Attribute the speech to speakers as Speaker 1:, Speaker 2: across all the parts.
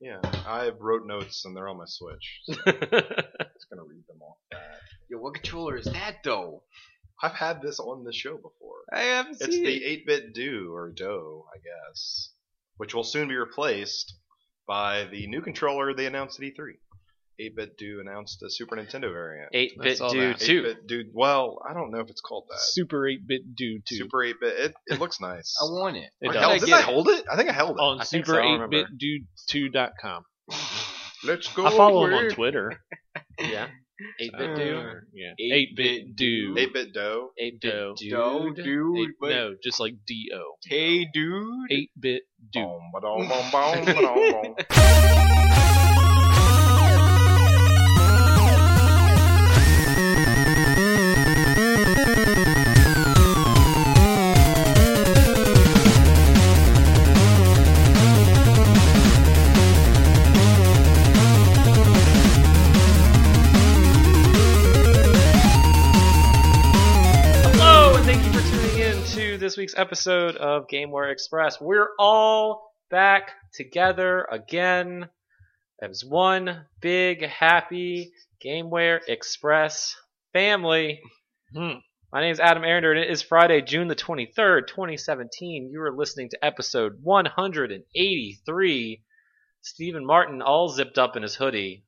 Speaker 1: Yeah, I wrote notes and they're on my Switch. So I'm just gonna read them all.
Speaker 2: Yo, what controller is that though?
Speaker 1: I've had this on the show before.
Speaker 2: I haven't
Speaker 1: It's the 8-bit do or do, I guess, which will soon be replaced by the new controller they announced at E3. 8-bit do announced a Super Nintendo variant.
Speaker 3: Eight
Speaker 2: I
Speaker 3: bit
Speaker 2: saw
Speaker 3: do
Speaker 2: that.
Speaker 3: too.
Speaker 1: 8-bit do. Well, I don't know if it's called that.
Speaker 4: Super 8 bit do too.
Speaker 1: Super 8-bit. It, it looks nice.
Speaker 2: I want it.
Speaker 4: It
Speaker 1: I
Speaker 4: does.
Speaker 1: held-
Speaker 3: I
Speaker 1: didn't
Speaker 3: get
Speaker 1: I
Speaker 3: it.
Speaker 1: hold it? I think I held it.
Speaker 4: on
Speaker 3: I think
Speaker 4: super
Speaker 3: so, I
Speaker 4: 8 bit
Speaker 3: remember.
Speaker 4: dude 2.com.
Speaker 1: Let's go.
Speaker 4: I follow him
Speaker 1: we're-
Speaker 4: on Twitter.
Speaker 3: Yeah. Eight bit do.
Speaker 4: Uh, yeah. 8
Speaker 2: Eight-bit
Speaker 4: bit do.
Speaker 1: Eight bit dough.
Speaker 3: Eight
Speaker 4: do.
Speaker 3: bit
Speaker 2: No,
Speaker 3: dude.
Speaker 2: dude.
Speaker 4: Eight-
Speaker 2: but-
Speaker 4: No, just like D O.
Speaker 2: Hey, dude.
Speaker 4: 8 bit do.
Speaker 1: Boom, ba-dum, boom, boom, ba-dum, boom.
Speaker 3: Hello, and thank you for tuning in to this week's episode of GameWare Express. We're all back together again. It was one big happy GameWare Express family.
Speaker 4: Hmm.
Speaker 3: My name is Adam Arender, and it is Friday, June the 23rd, 2017. You are listening to episode 183. Stephen Martin, all zipped up in his hoodie,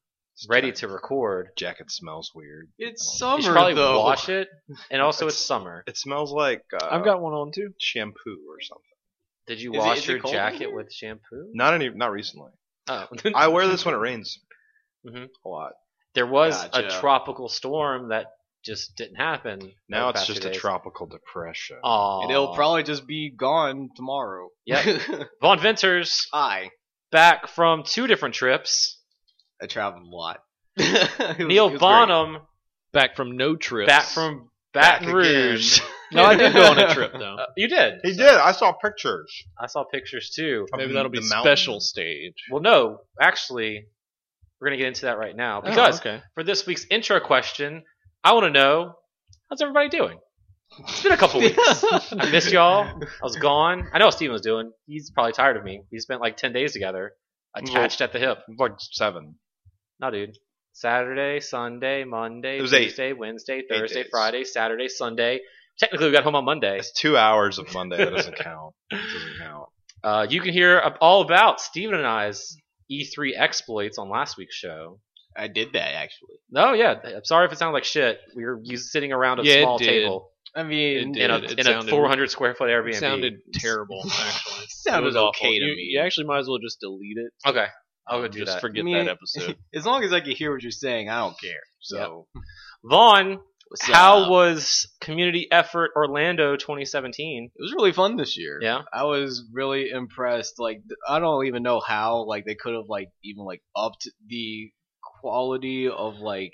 Speaker 3: ready to record.
Speaker 1: Jacket smells weird.
Speaker 2: It's
Speaker 3: you
Speaker 2: summer
Speaker 3: should probably
Speaker 2: though.
Speaker 3: wash it, and also it's summer.
Speaker 1: It smells like uh,
Speaker 4: I've got one on too.
Speaker 1: shampoo or something.
Speaker 3: Did you
Speaker 2: Is it-
Speaker 3: wash
Speaker 2: is it
Speaker 3: your
Speaker 2: cold in
Speaker 3: jacket
Speaker 2: here?
Speaker 3: with shampoo?
Speaker 1: Not any, not recently.
Speaker 3: Oh.
Speaker 1: I wear this when it rains
Speaker 3: Mhm.
Speaker 1: a lot.
Speaker 3: there was
Speaker 2: Gotcha.
Speaker 3: a tropical storm that just didn't happen.
Speaker 1: Now
Speaker 3: over the
Speaker 1: it's
Speaker 3: past
Speaker 1: just
Speaker 3: few
Speaker 1: a
Speaker 3: days. Oh,
Speaker 1: tropical depression.
Speaker 3: Aw.
Speaker 2: And it'll probably just be gone tomorrow.
Speaker 3: Yep. Von Venters
Speaker 2: I.
Speaker 3: back from two different trips.
Speaker 2: I traveled a lot. It was- it
Speaker 3: Neil
Speaker 2: was
Speaker 3: Bonham
Speaker 4: Back from no trip.
Speaker 3: back from
Speaker 2: Back
Speaker 3: Baton Rouge.
Speaker 4: No, I did go on a trip though.
Speaker 3: Uh, you did.
Speaker 1: he did. I saw pictures.
Speaker 3: I saw pictures too.
Speaker 1: of
Speaker 4: Maybe that'll be
Speaker 1: the mountain.
Speaker 4: special stage.
Speaker 3: Well, no, actually, we're gonna get into that right
Speaker 4: Oh,
Speaker 2: Oh,
Speaker 3: now because
Speaker 4: okay.
Speaker 3: for this week's intro question, I want to know how's everybody doing. It's been a couple
Speaker 2: great.
Speaker 3: weeks. I miss y'all. I was gone. I know what Steven was doing. He's probably tired of me. We spent like 10 days together, attached at the hip.
Speaker 1: Like seven.
Speaker 3: No, dude. Saturday, Sunday, Monday,
Speaker 1: It was eight.
Speaker 3: Tuesday, Wednesday, Thursday,
Speaker 1: days.
Speaker 3: Friday, Saturday, Sunday. Technically, we got home on Monday.
Speaker 1: It's two hours of Monday. That doesn't count. It doesn't count.
Speaker 3: Uh, you can hear ab- all about Steven and I's E3 exploits on last week's show.
Speaker 2: I did that actually.
Speaker 3: No, yeah. I'm sorry if it sounded like shit. We were us- sitting around a
Speaker 4: Yeah, it
Speaker 3: small
Speaker 4: did.
Speaker 3: table
Speaker 2: I mean,
Speaker 4: It
Speaker 3: in a,
Speaker 4: did.
Speaker 3: in
Speaker 4: sounded-
Speaker 3: a 400 square foot Airbnb.
Speaker 4: It sounded terrible, actually.
Speaker 2: it sounded
Speaker 4: it was awful.
Speaker 2: okay to
Speaker 4: you,
Speaker 2: me.
Speaker 4: you actually might as well just delete it.
Speaker 3: Okay. I'll go do
Speaker 4: just
Speaker 3: that.
Speaker 4: forget
Speaker 2: I mean,
Speaker 4: that episode.
Speaker 2: as long as I can hear what you're saying, I don't care. So,
Speaker 3: Vaughn,
Speaker 2: what's
Speaker 3: how
Speaker 2: up?
Speaker 3: was Community Effort Orlando 2017?
Speaker 2: it was really fun this year.
Speaker 3: Yeah.
Speaker 2: I was really impressed. Like th- I don't even know how like they could have like even like upped the quality of like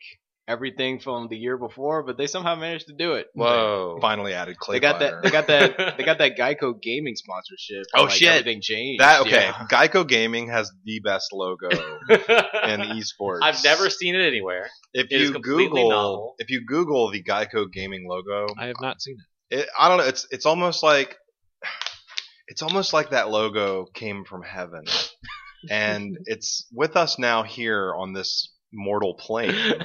Speaker 2: everything from the year before, but they somehow managed to do it.
Speaker 3: Whoa.
Speaker 1: Finally added clay.
Speaker 2: They got
Speaker 1: glider.
Speaker 2: that. They got that. they got that Geico gaming sponsorship.
Speaker 1: Oh,
Speaker 2: like,
Speaker 1: shit.
Speaker 2: Everything changed.
Speaker 1: That okay.
Speaker 2: Yeah.
Speaker 1: Geico Gaming has the best logo in esports.
Speaker 3: I've never seen it anywhere.
Speaker 1: If
Speaker 3: It is
Speaker 1: you
Speaker 3: completely
Speaker 1: Google,
Speaker 3: novel.
Speaker 1: if you Google the Geico Gaming logo,
Speaker 4: I have not seen it.
Speaker 1: it, I don't know. It's it's almost like it's almost like that logo came from heaven, and it's with us now here on this mortal plane.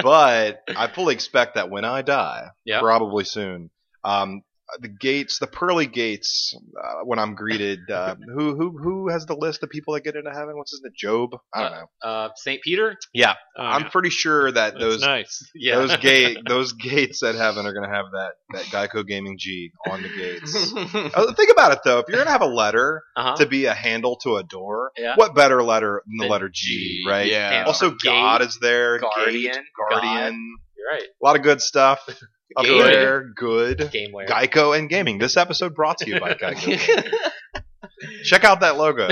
Speaker 1: but I fully expect that when I die,
Speaker 3: Yeah.
Speaker 1: probably soon, um, the gates, the pearly gates, uh, when I'm greeted, uh, who who who has the list of people that get into heaven? What's his name? Job? I don't know.
Speaker 3: Uh, St. Peter?
Speaker 4: Oh,
Speaker 1: I'm
Speaker 4: yeah.
Speaker 1: pretty sure that
Speaker 4: That's
Speaker 1: those
Speaker 4: nice.
Speaker 3: Yeah.
Speaker 1: those gate those gates at heaven are gonna have that that Geico Gaming G on the gates. Oh, think about it though. If you're gonna have a letter
Speaker 3: uh-huh.
Speaker 1: to be a handle to a door,
Speaker 3: Yeah.
Speaker 1: what better letter than the
Speaker 3: Than
Speaker 1: letter G, right?
Speaker 2: Yeah.
Speaker 3: Also-
Speaker 1: Also,
Speaker 3: Gate,
Speaker 1: God is there.
Speaker 3: Guardian,
Speaker 1: Gate, guardian.
Speaker 3: You're right.
Speaker 1: A lot of good stuff up
Speaker 3: Gaming.
Speaker 1: there. Good.
Speaker 3: Gameware.
Speaker 1: Geico and gaming. This episode brought to you by Geico. Check out that logo.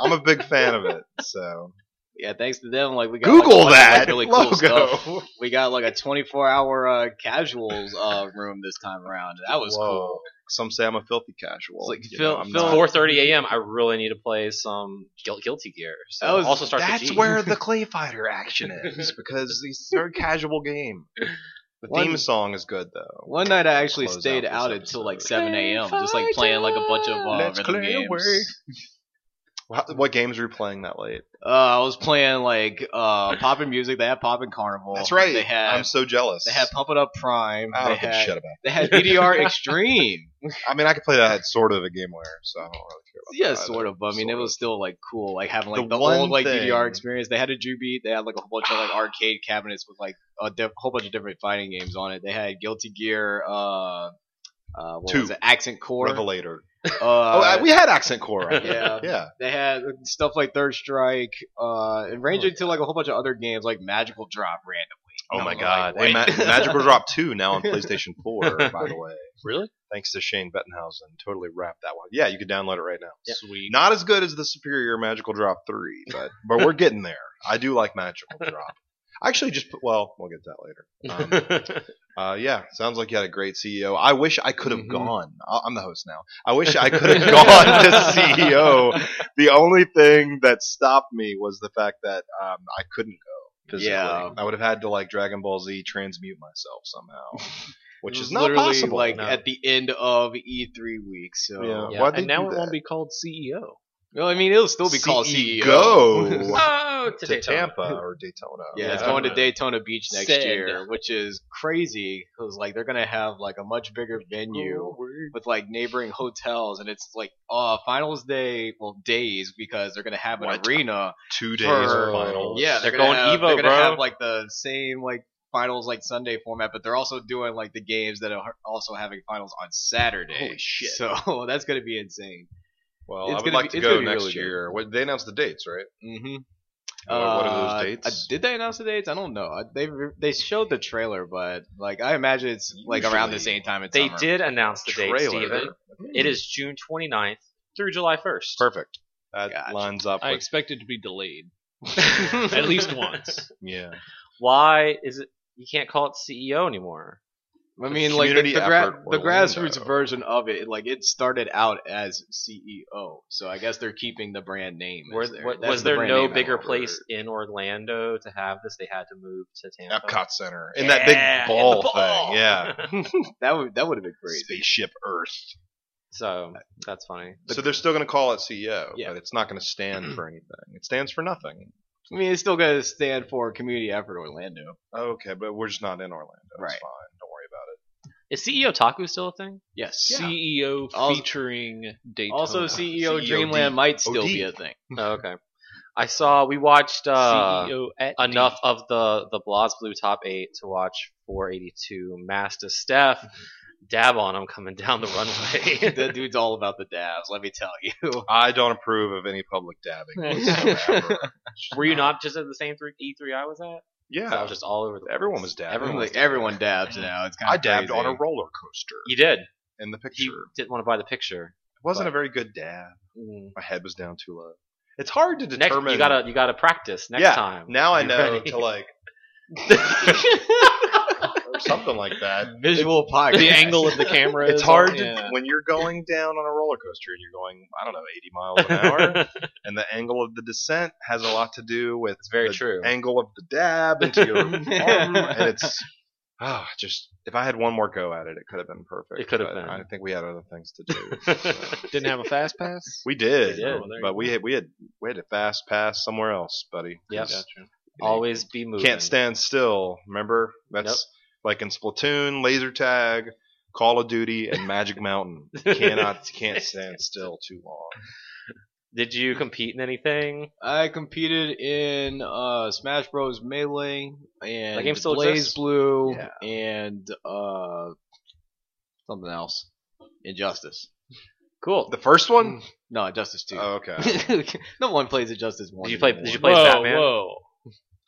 Speaker 1: I'm a big fan of it. So
Speaker 2: yeah. Thanks to them, like we got like, a
Speaker 1: Google
Speaker 2: bunch of,
Speaker 1: that
Speaker 2: like, really cool
Speaker 1: logo.
Speaker 2: stuff. We got like a 24 hour uh, casuals uh, room this time around. That was
Speaker 1: Whoa.
Speaker 2: cool.
Speaker 1: Some say I'm a filthy casual.
Speaker 2: It's like
Speaker 1: You
Speaker 2: Phil-
Speaker 1: know, I'm
Speaker 2: Phil-
Speaker 1: not-
Speaker 3: 4:30 a.m. I really need to play some Guil- Guilty Gear. So
Speaker 2: That was-
Speaker 3: also starts with
Speaker 1: That's
Speaker 3: G.
Speaker 1: where the clay fighter action is because it's a very casual game. The
Speaker 2: One-
Speaker 1: theme song is good though.
Speaker 2: One night I actually
Speaker 1: Close
Speaker 2: stayed
Speaker 1: out this
Speaker 2: out
Speaker 1: episode.
Speaker 2: until like 7 a.m. just like playing like a bunch of uh,
Speaker 1: Let's
Speaker 2: rhythm
Speaker 1: clear
Speaker 2: games.
Speaker 1: away. Wha- What games were you playing that late?
Speaker 2: Uh, I was playing like uh, poppin' music. They had poppin' carnival.
Speaker 1: That's right.
Speaker 2: They had
Speaker 1: I'm so jealous.
Speaker 2: they had pump it up prime.
Speaker 1: I
Speaker 2: they
Speaker 1: don't give a
Speaker 2: had
Speaker 1: shit about.
Speaker 2: they had EDR extreme.
Speaker 1: It. I mean, I could play that sort of a GameWare, so I don't really care about.
Speaker 2: yeah,
Speaker 1: that
Speaker 2: sort of. But I mean,
Speaker 1: Sort
Speaker 2: it
Speaker 1: of.
Speaker 2: was still like cool, like having like
Speaker 1: The
Speaker 2: the,
Speaker 1: one
Speaker 2: old like
Speaker 1: thing-
Speaker 2: EDR experience. They had a Jubeat. They had like a whole bunch of like arcade cabinets with like a diff- whole bunch of different fighting games on it. They had Guilty Gear. Uh, uh, what
Speaker 1: Two.
Speaker 2: was it? Accent Core.
Speaker 1: Revelator.
Speaker 2: Uh,
Speaker 1: oh, I- we had Accent Core. I think.
Speaker 2: yeah,
Speaker 1: yeah.
Speaker 2: They had stuff like Third Strike, uh, and ranging to like a whole bunch of other games like Magical Drop randomly.
Speaker 1: Oh
Speaker 2: And
Speaker 1: my
Speaker 2: I'm
Speaker 1: God!
Speaker 2: like,
Speaker 1: Hey, Ma-
Speaker 2: wait.
Speaker 1: Magical Drop Two now on PlayStation Four. By the way,
Speaker 5: Really?
Speaker 1: thanks to Shane Bettenhausen, totally wrapped that one. Yeah, you could download it right now.
Speaker 5: Sweet.
Speaker 1: Not as good as the superior Magical Drop Three, but but we're getting there. I do like Magical Drop. I actually just put, well, we'll get to that later. Um, Uh, yeah, sounds like you had a great CEO. I wish I could have
Speaker 2: Mhm.
Speaker 1: gone. I- I'm the host now. I wish I could have gone to CEO. The only thing that stopped me was the fact that um, I couldn't go physically.
Speaker 2: Yeah.
Speaker 1: I would have had to like Dragon Ball Z transmute myself somehow, which
Speaker 2: It
Speaker 1: is
Speaker 2: was
Speaker 1: not
Speaker 2: literally
Speaker 1: possible.
Speaker 2: like
Speaker 3: No.
Speaker 2: at the end of E3 week. So,
Speaker 1: Yeah.
Speaker 3: Yeah,
Speaker 1: Why'd they
Speaker 3: and now
Speaker 1: do
Speaker 3: it
Speaker 1: that?
Speaker 3: won't be called E CEO.
Speaker 2: well, I mean, it'll still be called E CEO.
Speaker 1: E Go
Speaker 3: Oh,
Speaker 1: E to
Speaker 3: today, Tom.
Speaker 1: Tampa or Daytona.
Speaker 2: Yeah, it's
Speaker 3: Yeah.
Speaker 2: going to Daytona Beach next
Speaker 3: Said.
Speaker 2: year, which is crazy because like they're gonna have like a much bigger venue with like neighboring hotels, and it's like uh finals day, well days because they're gonna have an
Speaker 1: What?
Speaker 2: arena.
Speaker 1: two days
Speaker 2: for-
Speaker 1: of finals.
Speaker 2: Yeah,
Speaker 3: They're
Speaker 2: gonna
Speaker 3: going
Speaker 2: have-
Speaker 3: Evo,
Speaker 2: They're gonna
Speaker 3: bro.
Speaker 2: have like the same like finals like Sunday format, but they're also doing like the games that are also having finals on Saturday.
Speaker 1: Holy shit.
Speaker 2: So that's gonna be insane.
Speaker 1: Well,
Speaker 2: It's
Speaker 1: I would
Speaker 2: gonna
Speaker 1: like
Speaker 2: be-
Speaker 1: to
Speaker 2: it's gonna
Speaker 1: go
Speaker 2: be
Speaker 1: next
Speaker 2: really good.
Speaker 1: year. What, they announced the dates, right?
Speaker 2: Mm-hmm.
Speaker 3: Uh,
Speaker 2: Uh,
Speaker 1: What- what are those dates?
Speaker 2: did they announce the dates? I don't know. I- They they showed the trailer, but like I imagine it's like around the
Speaker 1: Usually
Speaker 2: same time. It's
Speaker 3: They
Speaker 2: summer.
Speaker 3: did announce the date,
Speaker 1: Trailer.
Speaker 3: Steven. It is June 29th through July 1st.
Speaker 1: Perfect. That
Speaker 2: Gotcha.
Speaker 1: lines up.
Speaker 5: I
Speaker 1: With,
Speaker 5: expect it to be delayed at least once.
Speaker 1: yeah.
Speaker 3: Why is it? You can't call it CEO anymore.
Speaker 2: I mean, like the,
Speaker 1: Community
Speaker 2: the, gra-
Speaker 1: effort
Speaker 2: the grassroots
Speaker 1: Orlando.
Speaker 2: version of it, like it started out as CEO, so I guess they're keeping the brand name. as
Speaker 3: Were-
Speaker 2: their-
Speaker 3: wa-
Speaker 2: that's
Speaker 3: was
Speaker 2: the
Speaker 3: there
Speaker 2: brand
Speaker 3: no
Speaker 2: name I
Speaker 3: bigger
Speaker 2: want.
Speaker 3: place in Orlando to have this? They had to move to Tampa.
Speaker 1: Epcot Center in
Speaker 3: Yeah,
Speaker 1: that
Speaker 3: in
Speaker 1: big
Speaker 3: the
Speaker 1: ball,
Speaker 3: ball.
Speaker 1: thing. Yeah.
Speaker 2: That would that would have been crazy.
Speaker 1: Spaceship Earth.
Speaker 3: So that's funny.
Speaker 1: So they're still going to call it CEO,
Speaker 2: Yeah.
Speaker 1: but it's not going to stand for anything. It stands for nothing.
Speaker 2: I mean, it's still gonna stand for Community Effort Orlando.
Speaker 1: Okay, but we're just not in Orlando.
Speaker 2: Right.
Speaker 1: It's fine. Don't worry about it.
Speaker 3: Is CEO Taku still a thing?
Speaker 2: Yes.
Speaker 1: Yeah.
Speaker 5: CEO
Speaker 2: Al-
Speaker 5: featuring Daytona.
Speaker 3: E
Speaker 2: Also, CEO,
Speaker 1: CEOD.
Speaker 2: Dreamland might still
Speaker 1: OD.
Speaker 2: be a thing.
Speaker 3: Oh, okay. I saw we watched uh,
Speaker 1: E
Speaker 5: CEO at
Speaker 3: enough of the the Blas Blue top eight to watch 482 Master Steph dab on him coming down the runway.
Speaker 2: that dude's all about the dabs. Let me tell you.
Speaker 1: I don't approve of any public dabbing whatsoever.
Speaker 3: Were you not just at the same three, E3 I was at? 'Cause I
Speaker 1: yeah.
Speaker 3: was just all over the.
Speaker 1: Everyone
Speaker 3: place.
Speaker 1: was dabbing.
Speaker 3: Everyone was
Speaker 2: like everyone dabs now. It's kind of
Speaker 1: I dabbed on a roller coaster
Speaker 3: You did.
Speaker 1: in the picture.
Speaker 3: He didn't want to buy the picture.
Speaker 1: it wasn't
Speaker 3: but-
Speaker 1: a very good dab.
Speaker 3: Mm.
Speaker 1: My head was down too low. It's hard to
Speaker 3: Next,
Speaker 1: determine.
Speaker 3: you gotta you gotta practice next
Speaker 1: Yeah,
Speaker 3: time.
Speaker 1: now I
Speaker 3: You
Speaker 1: know
Speaker 3: ready?
Speaker 1: to like or something like that.
Speaker 2: visual podcast.
Speaker 5: the angle of the camera.
Speaker 1: It's
Speaker 5: is-
Speaker 1: hard to,
Speaker 5: yeah.
Speaker 1: when you're going down on a roller coaster and you're going, I don't know, 80 miles an hour, and the angle of the descent has a lot to do with
Speaker 3: It's very
Speaker 1: the
Speaker 3: true.
Speaker 1: angle of the dab into your arm, and it's oh, just if I had one more go at it, it could have been perfect.
Speaker 3: It could have
Speaker 1: but
Speaker 3: been.
Speaker 1: I think we had other things to do.
Speaker 5: Didn't have a fast pass.
Speaker 1: We did,
Speaker 3: We did.
Speaker 5: Oh, there you
Speaker 1: but we had we had we had a fast pass somewhere else, buddy.
Speaker 3: Yep.
Speaker 1: Just
Speaker 3: Always be moving.
Speaker 1: Can't stand still. Remember that's like in Splatoon, laser tag. Call of Duty and Magic Mountain cannot can't stand still too long.
Speaker 3: Did you compete in anything?
Speaker 2: I competed in uh, Smash Bros. Melee and
Speaker 3: That game still
Speaker 2: Blaze
Speaker 3: exists?
Speaker 2: Blue
Speaker 1: Yeah.
Speaker 2: and uh, something else. Injustice.
Speaker 3: Cool.
Speaker 1: The first one?
Speaker 5: Mm,
Speaker 2: No, Injustice Two.
Speaker 1: Oh, okay.
Speaker 2: no one plays Injustice One.
Speaker 3: Did you play-
Speaker 2: anymore.
Speaker 3: did you play- Plays
Speaker 5: Whoa,
Speaker 3: Batman.
Speaker 5: whoa!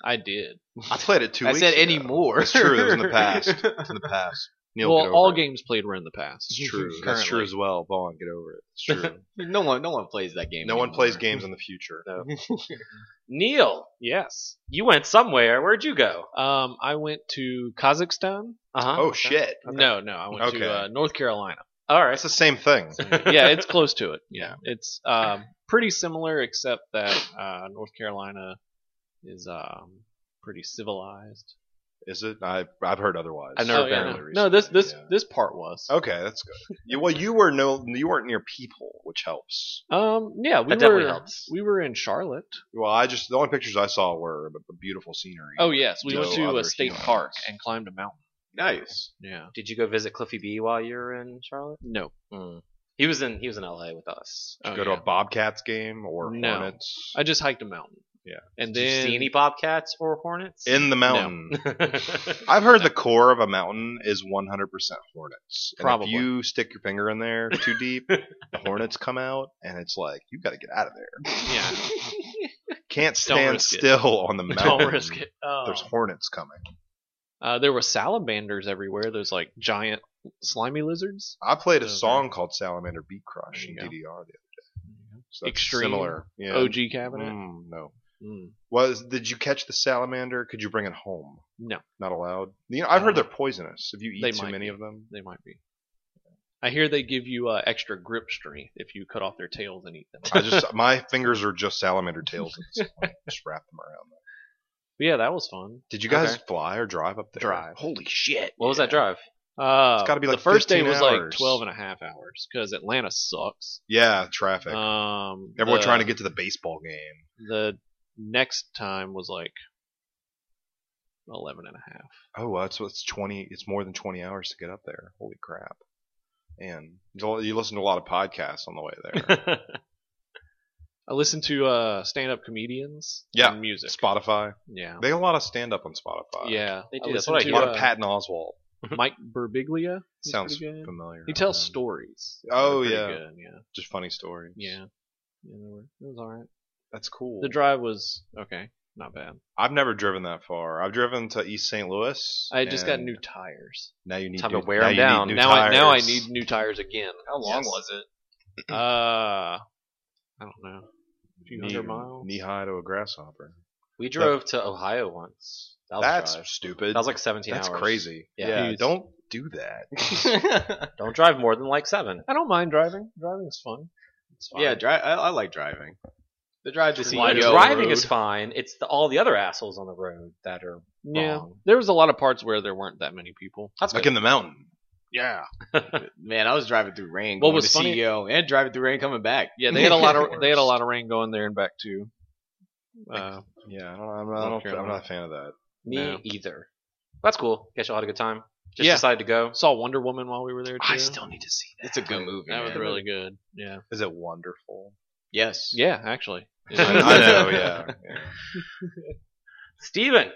Speaker 5: I did.
Speaker 1: I played it two
Speaker 2: I
Speaker 1: weeks
Speaker 2: said
Speaker 1: ago.
Speaker 2: anymore.
Speaker 1: It's true. It was in the past. It's in the past. Neil, get
Speaker 5: well,
Speaker 1: over
Speaker 5: all
Speaker 1: it.
Speaker 5: games played were in the past.
Speaker 1: It's true. That's
Speaker 2: Currently.
Speaker 1: true as well. Vaughn, get over it. It's true.
Speaker 2: no one, no one plays that game.
Speaker 1: no one
Speaker 2: anymore.
Speaker 1: plays games in the future.
Speaker 3: Neil,
Speaker 5: Yes.
Speaker 3: you went somewhere. Where'd you go?
Speaker 5: Um, I went to Kazakhstan.
Speaker 3: Uh huh.
Speaker 1: Oh shit.
Speaker 5: No, no, I went
Speaker 1: Okay.
Speaker 5: to uh, North Carolina.
Speaker 3: All right.
Speaker 1: That's the same thing.
Speaker 3: Oh.
Speaker 5: yeah, it's close to it. Yeah, it's um, pretty similar, except that uh, North Carolina is um, pretty civilized.
Speaker 1: Is it? I I've heard otherwise.
Speaker 2: I've never
Speaker 6: Oh, yeah.
Speaker 2: been.
Speaker 1: Really
Speaker 2: No, this this
Speaker 1: recently,
Speaker 2: this part was.
Speaker 1: yeah. Oh. Okay, that's good. You, well, you were no, you weren't near people, which helps.
Speaker 2: Um, yeah, we
Speaker 3: That definitely
Speaker 2: were
Speaker 3: helps.
Speaker 2: we were in Charlotte.
Speaker 1: Well, I just the only pictures I saw were b- b- beautiful scenery.
Speaker 2: Oh yes, we
Speaker 1: No
Speaker 2: went to
Speaker 1: other
Speaker 2: a state
Speaker 1: humans.
Speaker 2: park and climbed a mountain.
Speaker 1: nice.
Speaker 2: Yeah.
Speaker 3: Did you go visit Cliffy B while you were in Charlotte?
Speaker 2: No.
Speaker 3: Mm. He was in he was in LA with us.
Speaker 2: Oh,
Speaker 1: Go to
Speaker 2: yeah.
Speaker 1: a Bobcats game or
Speaker 2: No.
Speaker 1: Hornets
Speaker 2: I just hiked a mountain.
Speaker 1: Yeah.
Speaker 2: And
Speaker 3: Did
Speaker 2: then
Speaker 3: you see any bobcats or hornets?
Speaker 1: in the mountain.
Speaker 3: That's
Speaker 1: I've heard the core of a mountain is 100% hornets. And
Speaker 2: Probably.
Speaker 1: if you stick your finger in there too deep, the hornets come out, and it's like you got to get out of there.
Speaker 2: Yeah.
Speaker 1: Can't stand
Speaker 2: risk it.
Speaker 1: still on the mountain.
Speaker 2: Don't risk it. Oh.
Speaker 1: There's hornets coming.
Speaker 2: Uh, there were salamanders everywhere. Those like giant slimy lizards.
Speaker 1: I played a
Speaker 2: Okay.
Speaker 1: song called Salamander Beat Crush
Speaker 2: There
Speaker 1: in
Speaker 2: you
Speaker 1: DDR
Speaker 2: go.
Speaker 1: the other day. So that's
Speaker 2: Extreme
Speaker 1: similar. Yeah.
Speaker 2: OG cabinet.
Speaker 1: Mm, no.
Speaker 2: Mm.
Speaker 1: Was did you catch the salamander? Could you bring it home?
Speaker 2: No.
Speaker 1: Not allowed. You know, I've heard
Speaker 2: Uh,
Speaker 1: they're poisonous. If you
Speaker 2: they
Speaker 1: eat too
Speaker 2: might
Speaker 1: many
Speaker 2: be.
Speaker 1: of them,
Speaker 2: They might be. I hear they give you uh, extra grip strength if you cut off their tails and eat them.
Speaker 1: I just my fingers are just salamander tails. At this point. Just wrap them around. There.
Speaker 2: yeah, that was fun.
Speaker 1: Did you guys fly or drive up there?
Speaker 2: Drive.
Speaker 1: Holy shit!
Speaker 3: what was that drive?
Speaker 2: Uh,
Speaker 1: It's gotta be like
Speaker 2: the first day
Speaker 1: 15
Speaker 2: was
Speaker 1: hours.
Speaker 2: like 12 and a half hours because Atlanta sucks.
Speaker 1: Yeah, traffic.
Speaker 2: Um,
Speaker 1: Everyone
Speaker 2: the-
Speaker 1: trying to get to the baseball game.
Speaker 2: the next time was like 11 and a half.
Speaker 1: Oh, well, that's what's twenty. It's more than twenty hours to get up there. Holy crap! And you listen to a lot of podcasts on the way there.
Speaker 2: I listened to uh, stand up comedians
Speaker 1: Yeah.
Speaker 2: and music.
Speaker 1: Spotify.
Speaker 2: Yeah.
Speaker 1: They have a lot of stand up on Spotify.
Speaker 2: yeah.
Speaker 3: They do.
Speaker 2: I
Speaker 3: That's
Speaker 2: listened
Speaker 3: what I
Speaker 1: a
Speaker 2: to,
Speaker 3: hear.
Speaker 1: lot
Speaker 2: uh,
Speaker 1: of Patton Oswald.
Speaker 2: Mike Berbiglia. He's
Speaker 1: Sounds
Speaker 2: pretty good.
Speaker 1: familiar.
Speaker 2: He tells
Speaker 1: Um,
Speaker 2: stories.
Speaker 1: Oh,
Speaker 2: They're
Speaker 1: yeah.
Speaker 2: pretty Good. Yeah.
Speaker 1: just funny stories.
Speaker 2: Yeah. Yeah, they were, it was all right.
Speaker 1: that's cool.
Speaker 2: The drive was okay. Not bad.
Speaker 1: I've never driven that far. I've driven to East St. Louis.
Speaker 2: I just got
Speaker 1: and
Speaker 2: new tires.
Speaker 1: Now you need
Speaker 3: Time to
Speaker 1: new-
Speaker 3: wear
Speaker 1: now
Speaker 3: 'em
Speaker 1: you need
Speaker 3: down.
Speaker 1: new
Speaker 2: now I now I
Speaker 1: tires.
Speaker 2: need new tires again.
Speaker 6: How long
Speaker 2: Yes.
Speaker 6: was it?
Speaker 2: Uh, I don't know. few
Speaker 1: knee,
Speaker 2: hundred miles.
Speaker 1: knee high to a grasshopper.
Speaker 3: We drove to Ohio once. That was a
Speaker 1: That's
Speaker 3: drive.
Speaker 1: stupid.
Speaker 3: that was like 17
Speaker 1: that's
Speaker 3: hours.
Speaker 1: crazy.
Speaker 3: Yeah.
Speaker 1: Yeah,
Speaker 2: Jeez.
Speaker 1: don't do that.
Speaker 3: Don't drive more than like seven.
Speaker 2: I don't mind driving. Driving's fun. It's fine.
Speaker 6: Yeah, dri- I, I like driving. The drive to
Speaker 2: E
Speaker 6: see
Speaker 3: Why
Speaker 6: Yo
Speaker 3: driving
Speaker 6: Road.
Speaker 3: is fine. It's the, all the other assholes on the road that are
Speaker 2: Yeah.
Speaker 3: wrong.
Speaker 2: There was a lot of parts where there weren't that many people.
Speaker 3: That's
Speaker 1: like
Speaker 3: good.
Speaker 1: in the mountain.
Speaker 2: Yeah.
Speaker 6: Man, I was driving through rain.
Speaker 2: What
Speaker 6: going
Speaker 2: was
Speaker 6: to
Speaker 2: funny-
Speaker 6: see Yo and driving through rain coming back.
Speaker 2: Yeah, they had a lot of they had a lot of rain going there and back too. Uh,
Speaker 1: Yeah, I don't, I'm,
Speaker 2: North
Speaker 1: not, I don't, I'm
Speaker 2: Carolina.
Speaker 1: not a fan of that.
Speaker 3: Me
Speaker 2: No.
Speaker 3: either. That's cool. Guess y'all had a good time. Just
Speaker 2: Yeah.
Speaker 3: decided to go.
Speaker 2: saw Wonder Woman while we were there too.
Speaker 3: I still need to see that.
Speaker 6: It's a good movie.
Speaker 2: that was
Speaker 6: man.
Speaker 2: really good. Yeah.
Speaker 1: Is it wonderful?
Speaker 6: Yes.
Speaker 2: Yeah, actually.
Speaker 1: I, I know. Yeah, yeah.
Speaker 3: Steven,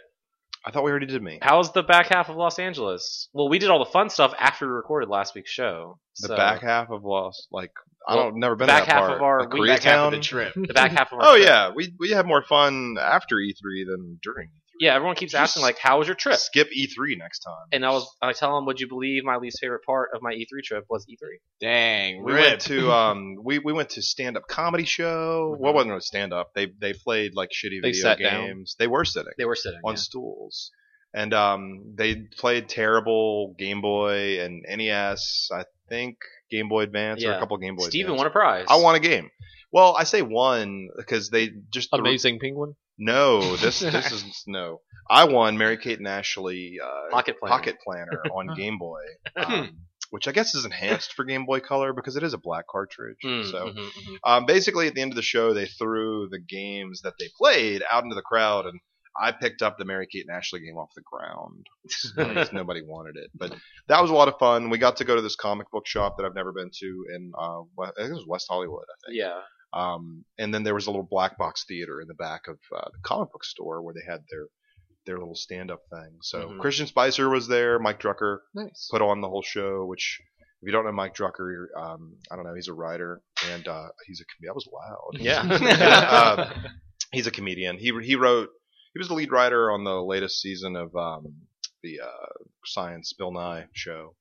Speaker 1: I thought we already did me.
Speaker 3: how's the back half of Los Angeles? Well, we did all the fun stuff after we recorded last week's show.
Speaker 1: The
Speaker 3: so-
Speaker 1: back half of Lost, like I
Speaker 3: Well,
Speaker 1: don't never been
Speaker 3: back
Speaker 1: to that
Speaker 3: half
Speaker 1: part.
Speaker 3: of our-
Speaker 1: Like
Speaker 3: we-
Speaker 6: Back half of the
Speaker 1: Koreatown?
Speaker 6: trip.
Speaker 3: The back half of our
Speaker 1: Oh
Speaker 3: trip.
Speaker 1: yeah, we we had more fun after E3 than during.
Speaker 3: Yeah, everyone keeps
Speaker 1: Just-
Speaker 3: asking like, "How was your trip?"
Speaker 1: Skip E3 next time.
Speaker 3: And I was, I tell them, "Would you believe my least favorite part of my E3 trip was E E3?"
Speaker 6: Dang,
Speaker 1: we
Speaker 6: rip.
Speaker 1: went to um we, we went to stand up comedy show. Well, it wasn't a stand up. They they played like shitty
Speaker 2: They
Speaker 1: video
Speaker 2: sat down.
Speaker 1: games. They were sitting
Speaker 3: They were sitting.
Speaker 1: on stools. And um they played terrible Game Boy and NES, I think Game Boy Advance or
Speaker 3: Yeah.
Speaker 1: a couple Game Boy
Speaker 3: Steven
Speaker 1: Advance.
Speaker 3: won a prize.
Speaker 1: I won a game. Well, I say one because they just threw-
Speaker 2: Amazing Penguin.
Speaker 1: No, this this is no. I won Mary Kate and Ashley uh,
Speaker 3: pocket plan.
Speaker 1: Pocket Planner on Game Boy, um, which I guess is enhanced for Game Boy Color because it is a black cartridge.
Speaker 3: Mm,
Speaker 1: so
Speaker 3: mhm, mhm.
Speaker 1: um, basically, at the end of the show, they threw the games that they played out into the crowd, and I picked up the Mary Kate and Ashley game off the ground. Like, nobody wanted it, but that was a lot of fun. We got to go to this comic book shop that I've never been to in uh, we- I think it was West Hollywood, I think.
Speaker 3: yeah.
Speaker 1: Um, and then there was a little black box theater in the back of uh, the comic book store where they had their their little stand up thing. So
Speaker 3: Mhm.
Speaker 1: Christian Spicer was there. Mike Drucker
Speaker 2: Nice.
Speaker 1: put on the whole show. Which, if you don't know Mike Drucker, you're, um, I don't know. He's a writer and uh, he's a com- that was loud.
Speaker 3: Yeah.
Speaker 1: Um, he's a comedian. He he wrote. He was the lead writer on the latest season of um, the uh, Science Bill Nye show,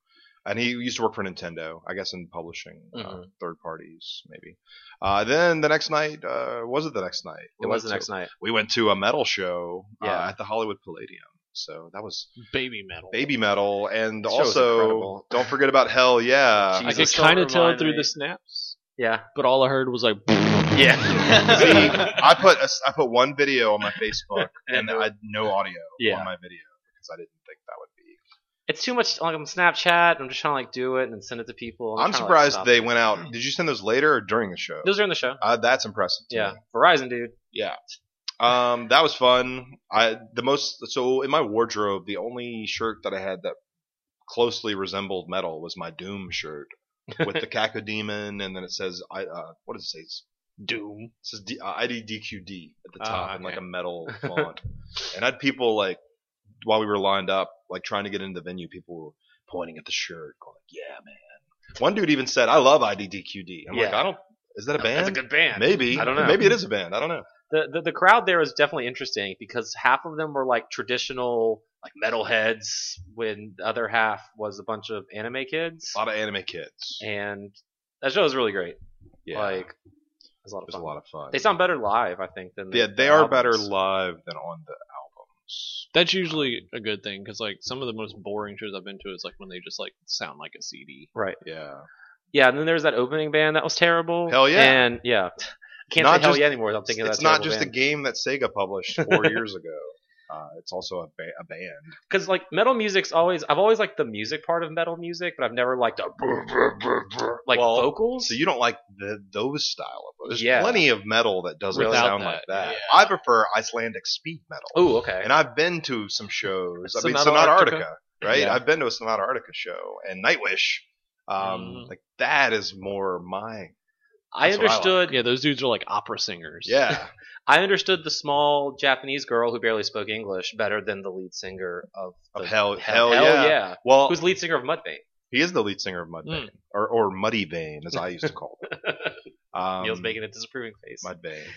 Speaker 1: and he used to work for Nintendo, I guess, in publishing uh,
Speaker 3: Mhm.
Speaker 1: third parties maybe. Uh, then the next night, uh, was it the next night?
Speaker 3: it was the next night.
Speaker 1: We went to a metal show
Speaker 3: Yeah.
Speaker 1: uh, at the Hollywood Palladium. So that was
Speaker 2: Baby metal.
Speaker 1: baby metal, and
Speaker 3: This show is
Speaker 1: also
Speaker 3: incredible.
Speaker 1: don't forget about Hell Yeah.
Speaker 2: I
Speaker 3: Jesus,
Speaker 2: could
Speaker 3: don't
Speaker 2: kind of tell
Speaker 3: remind
Speaker 2: through
Speaker 3: me.
Speaker 2: the snaps,
Speaker 3: Yeah.
Speaker 2: but all I heard was like.
Speaker 1: See, I put a s I put one video on my Facebook and I had no audio
Speaker 3: Yeah.
Speaker 1: on my video because I didn't think that would be.
Speaker 3: It's too much. Like I'm Snapchat. I'm just trying to like do it and then send it to people.
Speaker 1: I'm
Speaker 3: trying to, like,
Speaker 1: surprised
Speaker 3: stop
Speaker 1: they
Speaker 3: it.
Speaker 1: went out. Did you send those later or during the show?
Speaker 3: Those are in the show.
Speaker 1: Uh, that's impressive. to
Speaker 3: Yeah,
Speaker 1: me.
Speaker 3: Verizon dude.
Speaker 1: yeah. Um, that was fun. I the most so in my wardrobe, the only shirt that I had that closely resembled metal was my Doom shirt with the Caco Demon, and then it says I uh, what does it say? It's
Speaker 2: Doom.
Speaker 1: It says D- uh, IDDQD at the
Speaker 2: Ah,
Speaker 1: top in like
Speaker 2: okay.
Speaker 1: a metal font. and I had people like, while we were lined up, like trying to get into the venue, people were pointing at the shirt, going, like, yeah, man. One dude even said, I love IDDQD. I'm like,
Speaker 3: Yeah.
Speaker 1: I don't, is that a band?
Speaker 3: That's a good band.
Speaker 1: Maybe.
Speaker 3: I don't know.
Speaker 1: Maybe it is a band. I don't know.
Speaker 3: the, the the crowd there is definitely interesting because half of them were like traditional like metalheads, when the other half was a bunch of anime kids,
Speaker 1: A lot of anime kids.
Speaker 3: and that show was really great.
Speaker 1: Yeah.
Speaker 3: Like,
Speaker 1: Like,
Speaker 3: it
Speaker 1: it was
Speaker 3: was a lot of
Speaker 1: a
Speaker 3: fun.
Speaker 1: lot of fun.
Speaker 3: They sound better live, I think, than
Speaker 1: yeah,
Speaker 3: the-
Speaker 1: they
Speaker 3: the
Speaker 1: are
Speaker 3: albums.
Speaker 1: better live than on the albums.
Speaker 2: That's usually a good thing because like some of the most boring shows I've been to is like when they just like sound like a CD.
Speaker 3: right?
Speaker 1: Yeah.
Speaker 3: Yeah, and then there's that opening band that was terrible.
Speaker 1: Hell yeah.
Speaker 3: and yeah, I can't
Speaker 1: Not
Speaker 3: say hell
Speaker 1: just-
Speaker 3: yeah anymore. I'm thinking
Speaker 1: it's not just a game that Sega published four years ago. Uh, it's also a, ba- a band.
Speaker 3: because like metal music's always I've always liked the music part of metal music, but I've never liked the like
Speaker 1: Well,
Speaker 3: vocals.
Speaker 1: So you don't like the, those style of there's
Speaker 3: Yeah.
Speaker 1: plenty of metal that doesn't
Speaker 2: Without
Speaker 1: sound
Speaker 2: that,
Speaker 1: like that.
Speaker 2: yeah.
Speaker 1: I prefer Icelandic speed metal.
Speaker 3: oh, okay.
Speaker 1: And I've been to some shows. I mean
Speaker 3: Sonata
Speaker 1: Sonata Arctica,
Speaker 3: Arctica?
Speaker 1: right?
Speaker 3: Yeah.
Speaker 1: I've been to a Sonata Arctica show and Nightwish. Um,
Speaker 2: Mm.
Speaker 1: like that is more my That's what I
Speaker 3: I
Speaker 1: like.
Speaker 3: understood.
Speaker 2: Yeah, those dudes are like opera singers.
Speaker 1: yeah.
Speaker 3: I understood the small Japanese girl who barely spoke English better than the lead singer of
Speaker 1: Of
Speaker 3: the-
Speaker 1: hell, hell, yeah.
Speaker 3: yeah.
Speaker 1: Well,
Speaker 3: Who's Hmm. lead singer of Mudvayne?
Speaker 1: he is the lead singer of Mudvayne, or or Muddy Vein, as I used to call him. Um,
Speaker 3: Neil's making a disapproving face.
Speaker 1: Mudvayne.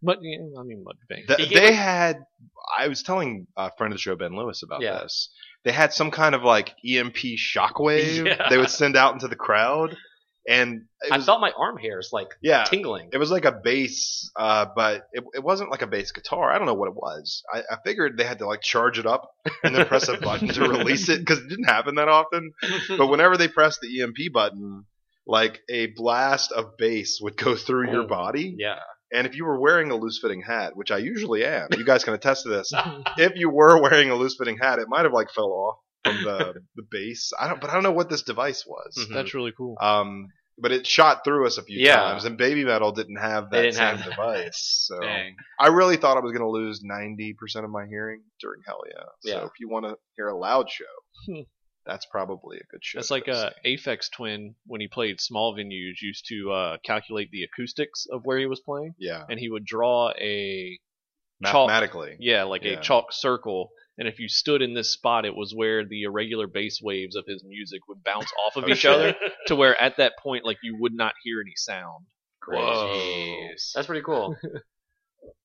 Speaker 2: but yeah, I mean, Mudvayne.
Speaker 1: Th-
Speaker 3: He gave
Speaker 1: they
Speaker 3: us-
Speaker 1: had. I was telling a friend of the show, Ben Lewis, about
Speaker 3: Yeah.
Speaker 1: this. They had some kind of like EMP shockwave
Speaker 3: Yeah.
Speaker 1: they would send out into the crowd, and it
Speaker 3: I
Speaker 1: was,
Speaker 3: felt my arm hairs like
Speaker 1: yeah,
Speaker 3: tingling.
Speaker 1: it was like a bass, uh, but it, it wasn't like a bass guitar. I don't know what it was. I, I figured they had to like charge it up and then press a button to release it because it didn't happen that often. But whenever they pressed the EMP button, like a blast of bass would go through your
Speaker 3: Mm.
Speaker 1: body.
Speaker 3: Yeah.
Speaker 1: And if you were wearing a loose fitting hat, which I usually am, you guys can attest to this. if you were wearing a loose fitting hat, it might have like fell off from the the base. I don't, but I don't know what this device was.
Speaker 3: Mhm.
Speaker 2: That's really cool.
Speaker 1: Um, but it shot through us a few
Speaker 3: Yeah.
Speaker 1: times, and Baby Metal didn't have
Speaker 3: They
Speaker 1: that
Speaker 3: didn't
Speaker 1: same
Speaker 3: have that.
Speaker 1: device. So
Speaker 6: Dang.
Speaker 1: I really thought I was going to lose ninety percent of my hearing during Hell Yeah.
Speaker 3: Yeah.
Speaker 1: So if you want to hear a loud
Speaker 2: Hmm.
Speaker 1: show, that's probably a good show.
Speaker 2: That's
Speaker 1: to
Speaker 2: like
Speaker 1: go
Speaker 2: uh,
Speaker 1: see.
Speaker 2: Aphex Twin when he played small venues used to uh, calculate the acoustics of where he was playing,
Speaker 1: yeah,
Speaker 2: and he would draw a Chalk.
Speaker 1: mathematically.
Speaker 2: yeah like
Speaker 1: Yeah.
Speaker 2: a chalk circle, and if you stood in this spot, it was where the irregular bass waves of his music would bounce off of
Speaker 1: Oh,
Speaker 2: each
Speaker 1: shit.
Speaker 2: other to where at that point like you would not hear any sound.
Speaker 6: Jeez.
Speaker 3: That's pretty cool.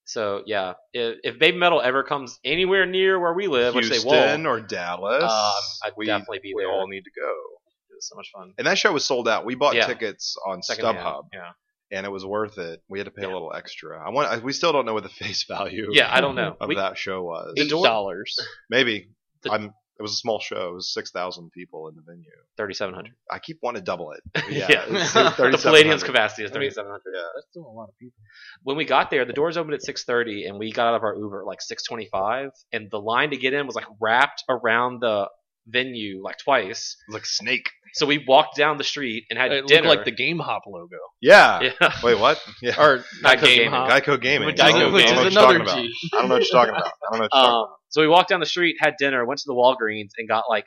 Speaker 3: so yeah, if, if Baby Metal ever comes anywhere near where we live, which they
Speaker 1: Houston
Speaker 3: won't,
Speaker 1: or Dallas.
Speaker 3: uh, I'd
Speaker 1: we
Speaker 3: definitely be
Speaker 1: we
Speaker 3: there.
Speaker 1: all need to go.
Speaker 3: it was so much fun.
Speaker 1: And that show was sold out. We bought
Speaker 3: Yeah.
Speaker 1: tickets on
Speaker 3: Secondhand,
Speaker 1: StubHub,
Speaker 3: Yeah.
Speaker 1: and it was worth it. We had to pay
Speaker 3: Yeah.
Speaker 1: a little extra. I want. I, we still don't know what the face value.
Speaker 3: Yeah, I don't know.
Speaker 1: Of
Speaker 3: We-
Speaker 1: that show was
Speaker 2: Eight dollars.
Speaker 1: maybe.
Speaker 3: The-
Speaker 1: I'm. It was a small show. It was six thousand people in the venue.
Speaker 3: 3,700.
Speaker 1: I keep wanting to double it. But Yeah,
Speaker 3: Yeah.
Speaker 1: it was
Speaker 3: The Palladium's
Speaker 1: 3,700.
Speaker 3: capacity is
Speaker 2: I mean-
Speaker 3: 3,700.
Speaker 2: That's still a lot of people.
Speaker 3: when we got there, the doors opened at 6:30, and we got out of our Uber at like 6:25, and the line to get in was like wrapped around the venue like twice.
Speaker 1: It was like snake.
Speaker 3: So we walked down the street and had
Speaker 2: It looked
Speaker 3: dinner.
Speaker 2: like the Game Hop logo.
Speaker 1: Yeah.
Speaker 3: yeah,
Speaker 1: Wait, what? Yeah.
Speaker 2: Or not
Speaker 3: Geico
Speaker 2: Game
Speaker 3: Gaming.
Speaker 2: Hop.
Speaker 1: Geico Gaming.
Speaker 2: Which is-
Speaker 1: I don't know
Speaker 2: which
Speaker 1: what
Speaker 2: is
Speaker 1: you're talking about. I don't know what you're talking about. I don't know what you're talking about.
Speaker 3: um, so we walked down the street, had dinner, went to the Walgreens, and got like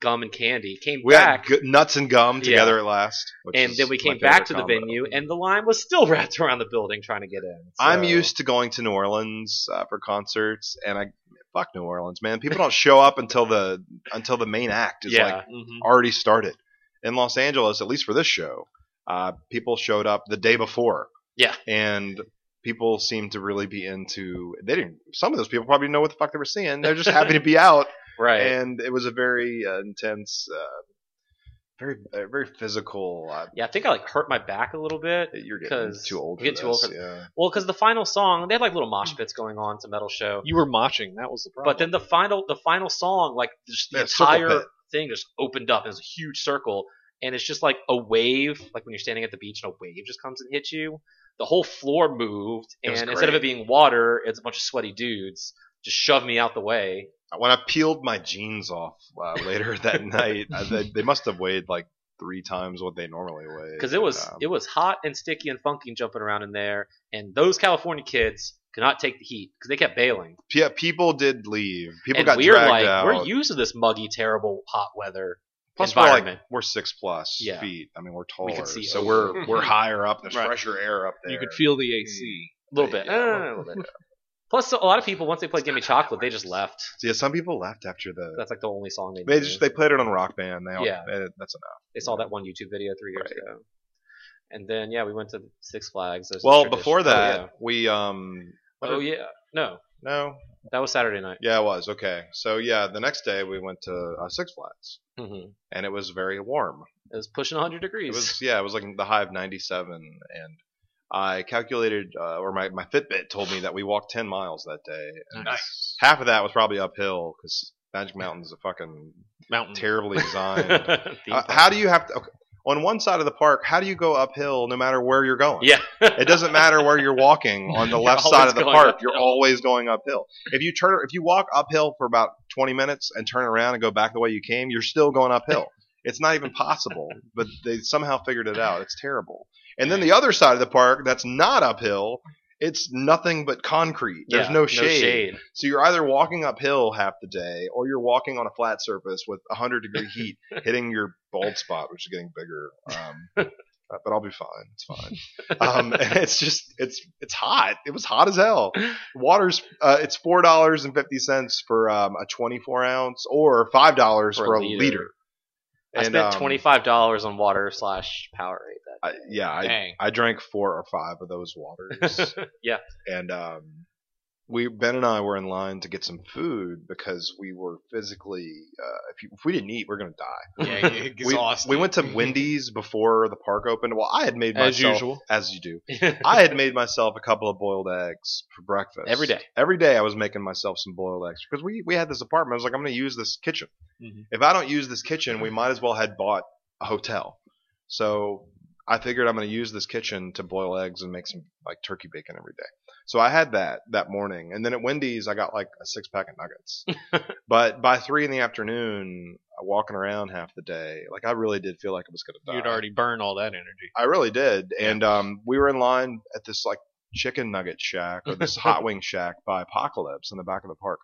Speaker 3: gum and candy. Came
Speaker 1: We
Speaker 3: back,
Speaker 1: had g- nuts and gum
Speaker 3: Yeah.
Speaker 1: together at last. which
Speaker 3: and
Speaker 1: is
Speaker 3: then we
Speaker 1: my
Speaker 3: came back
Speaker 1: favorite
Speaker 3: to the
Speaker 1: combo.
Speaker 3: venue, and the line was still wrapped around the building trying to get in.
Speaker 1: I'm
Speaker 3: So-
Speaker 1: used to going to New Orleans uh, for concerts, and I fuck New Orleans, man. People don't show up until the until the main act is
Speaker 3: yeah,
Speaker 1: like
Speaker 2: Mm-hmm.
Speaker 1: already started. In Los Angeles, at least for this show, uh, people showed up the day before.
Speaker 3: Yeah.
Speaker 1: and people seem to really be into. They didn't. Some of those people probably didn't know what the fuck they were seeing. They're just happy to be out,
Speaker 3: right.
Speaker 1: and it was a very uh, intense, uh, very uh, very physical. Uh,
Speaker 3: yeah, I think I like hurt my back a little bit.
Speaker 1: you're getting
Speaker 3: 'Cause
Speaker 1: too old.
Speaker 3: you get
Speaker 1: for
Speaker 3: too old
Speaker 1: this,
Speaker 3: for-
Speaker 1: yeah.
Speaker 3: Well, because the final song, they had like little mosh pits going on. It's a metal show.
Speaker 2: Hmm. You were moshing. That was the problem.
Speaker 3: But then the final the final song, like just the
Speaker 1: Yeah, circle
Speaker 3: entire
Speaker 1: pit.
Speaker 3: thing just opened up. It's a huge circle, and it's just like a wave, like when you're standing at the beach and a wave just comes and hits you. The whole floor moved,
Speaker 1: It was
Speaker 3: and instead of it
Speaker 1: great.
Speaker 3: being water, it's a bunch of sweaty dudes just shoved me out the way.
Speaker 1: when I peeled my jeans off uh, later that night, I, they, they must have weighed like three times what they normally weigh.
Speaker 3: because it was
Speaker 1: Um,
Speaker 3: it was hot and sticky and funky and jumping around in there, and those California kids could not take the heat because they kept bailing.
Speaker 1: yeah, people did leave. People
Speaker 3: and
Speaker 1: got
Speaker 3: we're
Speaker 1: dragged
Speaker 3: like,
Speaker 1: out.
Speaker 3: we're used to this muggy, terrible, hot weather.
Speaker 1: Plus, we're like
Speaker 3: environment.
Speaker 1: we're six plus
Speaker 3: Yeah.
Speaker 1: feet. I mean, we're taller,
Speaker 3: can see
Speaker 1: so
Speaker 3: over.
Speaker 1: we're we're higher up. There's
Speaker 2: Right.
Speaker 1: fresher air up there.
Speaker 2: You could feel the AC.
Speaker 3: A little bit,
Speaker 1: Yeah.
Speaker 3: eh, a little bit. Plus, a lot of people once they played "Give Me Chocolate," they just left.
Speaker 1: So, yeah, some people left after the.
Speaker 3: That's like the only song they.
Speaker 1: They
Speaker 3: knew.
Speaker 1: just they played it on Rock Band. They all,
Speaker 3: Yeah.
Speaker 1: they- that's enough.
Speaker 3: They saw that one YouTube video three years ago. And then yeah, we went to Six Flags. There's a
Speaker 1: Well,
Speaker 3: tradition-
Speaker 1: before
Speaker 3: oh,
Speaker 1: that,
Speaker 3: yeah.
Speaker 1: we um. what
Speaker 3: Oh
Speaker 1: did-
Speaker 3: yeah, no,
Speaker 1: No.
Speaker 3: that was Saturday night.
Speaker 1: Yeah, it was okay. So yeah, the next day we went to uh, Six Flags,
Speaker 3: hmm
Speaker 1: and it was very warm.
Speaker 3: It was pushing 100 degrees.
Speaker 1: It was yeah, it was like the high of 97, and I calculated, uh, or my my Fitbit told me that we walked 10 miles that day. And
Speaker 2: Nice.
Speaker 1: Half of that was probably uphill because Magic Mountain's a fucking
Speaker 3: Mm.
Speaker 2: Mountain.
Speaker 1: terribly designed.
Speaker 3: Theme
Speaker 1: Uh,
Speaker 3: park.
Speaker 1: how do you have to? Okay, on one side of the park, how do you go uphill no matter where you're going?
Speaker 3: Yeah.
Speaker 1: It doesn't matter where you're walking on the
Speaker 3: You're
Speaker 1: left side
Speaker 3: always
Speaker 1: of the
Speaker 3: going
Speaker 1: park.
Speaker 3: uphill.
Speaker 1: You're always going uphill. If you turn, if you walk uphill for about 20 minutes and turn around and go back the way you came, you're still going uphill. It's not even possible, but they somehow figured it out. It's terrible. And then the other side of the park that's not uphill, it's nothing but concrete. There's
Speaker 3: Yeah,
Speaker 1: no, shade. So you're either walking uphill half the day or you're walking on a flat surface with 100 degree heat hitting your bald spot, which is getting bigger. Um, uh, but I'll be fine. It's fine. Um, it's just it's it's hot. It was hot as hell. Water's uh, it's four dollars and fifty cents for um, a 24 ounce or five dollars for, a liter.
Speaker 3: I
Speaker 1: And,
Speaker 3: spent
Speaker 1: um,
Speaker 3: twenty five dollars on water slash Powerade. That
Speaker 1: I, yeah, I,
Speaker 2: Dang.
Speaker 1: I drank four or five of those waters.
Speaker 3: Yeah.
Speaker 1: and um, we Ben and I were in line to get some food because we were physically uh, if, you, if we didn't eat, we are gonna die.
Speaker 6: Yeah,
Speaker 1: We,
Speaker 6: exhausted.
Speaker 1: we went to Wendy's before the park opened. Well, I had made
Speaker 2: As
Speaker 1: myself
Speaker 2: usual.
Speaker 1: as you do.
Speaker 3: day.
Speaker 1: I had made myself a couple of boiled eggs for breakfast
Speaker 3: Every day.
Speaker 1: Every day I was making myself some boiled eggs because we we had this apartment. I was like, I'm gonna use this kitchen.
Speaker 3: Mm-hmm.
Speaker 2: Mhm.
Speaker 1: If I don't use this kitchen, we might as well had bought a hotel. So I figured I'm gonna use this kitchen to boil eggs and make some like turkey bacon every day. So I had that that morning, and then at Wendy's I got like a six pack of nuggets. but by three in the afternoon, uh, walking around half the day, like I really did feel like I was gonna die.
Speaker 2: You'd already burn all that energy.
Speaker 1: I really did. And um, we were in line at this like chicken nugget shack or this hot wing shack by Apocalypse in the back of the park.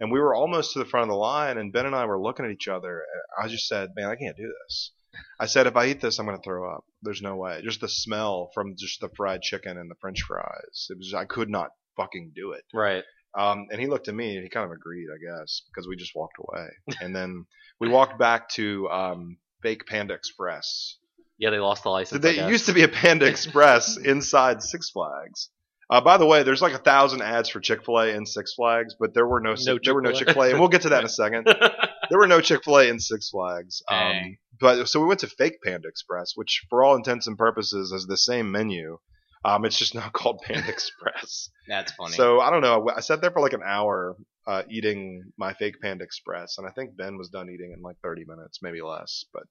Speaker 1: And we were almost to the front of the line, and Ben and I were looking at each other. And I just said, "Man, I can't do this." I said, "If I eat this, I'm going to throw up. There's no way. Just the smell from just the fried chicken and the French fries. It was I could not fucking do it."
Speaker 3: right.
Speaker 1: Um, and he looked at me and he kind of agreed, I guess, because we just walked away. And then we walked back to um, Bake Panda Express.
Speaker 3: Yeah, they lost the license. I
Speaker 1: There
Speaker 3: guess.
Speaker 1: used to be a Panda Express inside Six Flags. Uh, by the way, there's like a thousand ads for Chick Fil A in Six Flags, but there were no,
Speaker 2: No
Speaker 1: there were no Chick
Speaker 2: Chick-fil-A.
Speaker 1: Fil A, and we'll get to that in a second. there were no Chick Fil A in Six Flags. Um,
Speaker 2: Dang.
Speaker 1: but so we went to Fake Panda Express, which for all intents and purposes is the same menu. Um, it's just now called Panda Express.
Speaker 6: That's funny.
Speaker 1: So I don't know. I sat there for like an hour uh, eating my fake Panda Express, and I think Ben was done eating in like 30 minutes, maybe less. But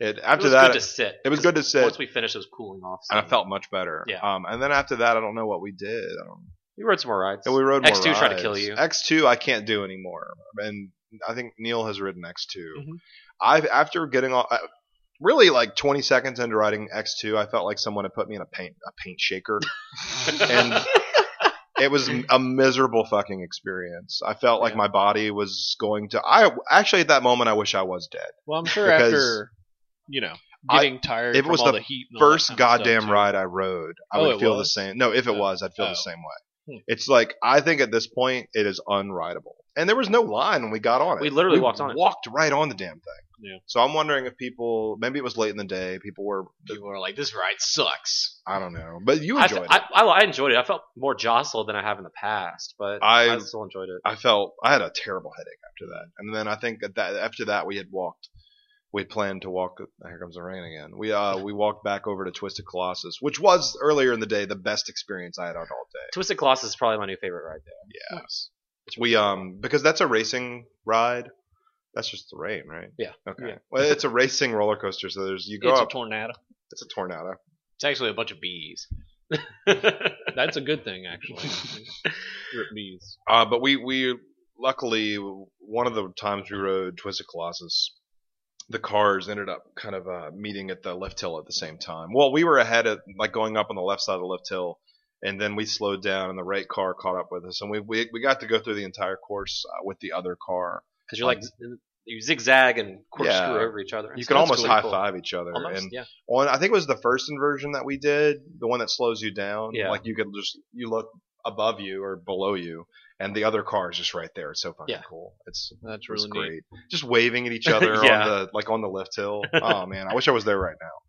Speaker 1: it
Speaker 3: It
Speaker 1: after
Speaker 3: was
Speaker 1: that,
Speaker 3: good to sit.
Speaker 1: it was good to sit,
Speaker 3: Once we finished, it was cooling off. so-
Speaker 1: and I felt much better.
Speaker 3: Yeah.
Speaker 1: Um, and then after that, I don't know what we did. I don't.
Speaker 3: we rode some more rides.
Speaker 1: And we rode more
Speaker 3: X2 tried to
Speaker 1: rides.
Speaker 3: kill you.
Speaker 1: X2, I can't do anymore, and I think Neil has ridden X2.
Speaker 2: Mhm.
Speaker 1: I've after getting all. I, Really, like 20 seconds into riding X2, I felt like someone had put me in a paint a paint shaker and it was a miserable fucking experience. I felt like
Speaker 2: Yeah.
Speaker 1: my body was going to. I actually at that moment I wish I was dead.
Speaker 2: Well, I'm sure
Speaker 1: Because-
Speaker 2: after you know
Speaker 1: I-
Speaker 2: getting tired
Speaker 1: if it
Speaker 2: from
Speaker 1: was
Speaker 2: all
Speaker 1: the
Speaker 2: the, heat. And all that
Speaker 1: First
Speaker 2: kind of stuff,
Speaker 1: goddamn
Speaker 2: too.
Speaker 1: ride I rode, I
Speaker 2: Oh,
Speaker 1: would
Speaker 2: it
Speaker 1: feel the
Speaker 2: was?
Speaker 1: same. No, if it
Speaker 2: Oh.
Speaker 1: was, I'd feel
Speaker 2: Oh.
Speaker 1: the same way.
Speaker 2: Hmm.
Speaker 1: It's like I think at this point it is unrideable, and there was no line when we got on it.
Speaker 3: We literally walked on it.
Speaker 1: Walked right on the damn thing.
Speaker 2: Yeah.
Speaker 1: So I'm wondering if people, maybe it was late in the day, people were,
Speaker 6: People are like, "This ride sucks."
Speaker 1: I don't know, but you
Speaker 3: I,
Speaker 1: enjoyed it.
Speaker 3: I, I, I enjoyed it. I felt more jostled than I have in the past, but I,
Speaker 1: I-
Speaker 3: still enjoyed it.
Speaker 1: I felt I had a terrible headache after that, and then I think that, that after that we had walked, we had planned to walk. Here comes the rain again. We uh we walked back over to Twisted Colossus, which was earlier in the day the best experience I had on all day.
Speaker 3: Twisted Colossus is probably my new favorite ride there.
Speaker 1: Yeah, we um because that's a racing ride. That's just the rain, right?
Speaker 3: Yeah.
Speaker 1: Okay.
Speaker 2: Yeah.
Speaker 1: Well, it's a racing roller coaster, so there's you go
Speaker 2: It's a
Speaker 1: up.
Speaker 2: tornado.
Speaker 1: it's a tornado.
Speaker 6: It's actually a bunch of bees.
Speaker 2: That's a good thing, actually. Drip bees.
Speaker 1: Uh, but we we luckily, one of the times we rode Twisted Colossus, the cars ended up kind of uh, meeting at the left hill at the same time. Well, we were ahead of like going up on the left side of the left hill, and then we slowed down, and the right car caught up with us, and we we, we got to go through the entire course uh, with the other car.
Speaker 3: because you're like you zigzag and corkscrew over each other.
Speaker 1: Um, You
Speaker 3: So
Speaker 1: can
Speaker 3: that's
Speaker 1: almost
Speaker 3: really
Speaker 1: high
Speaker 3: cool.
Speaker 1: five each other,
Speaker 3: Almost,
Speaker 1: and
Speaker 3: yeah.
Speaker 1: on I think it was the first inversion that we did, the one that slows you down.
Speaker 3: Yeah.
Speaker 1: Like you could just you look above you or below you, and the other car is just right there. It's so fucking
Speaker 3: Yeah.
Speaker 1: cool. It's
Speaker 7: That's
Speaker 1: it was
Speaker 7: really neat.
Speaker 1: great. Just waving at each other
Speaker 3: Yeah.
Speaker 1: on the like on the left hill. Oh man, I wish I was there right now.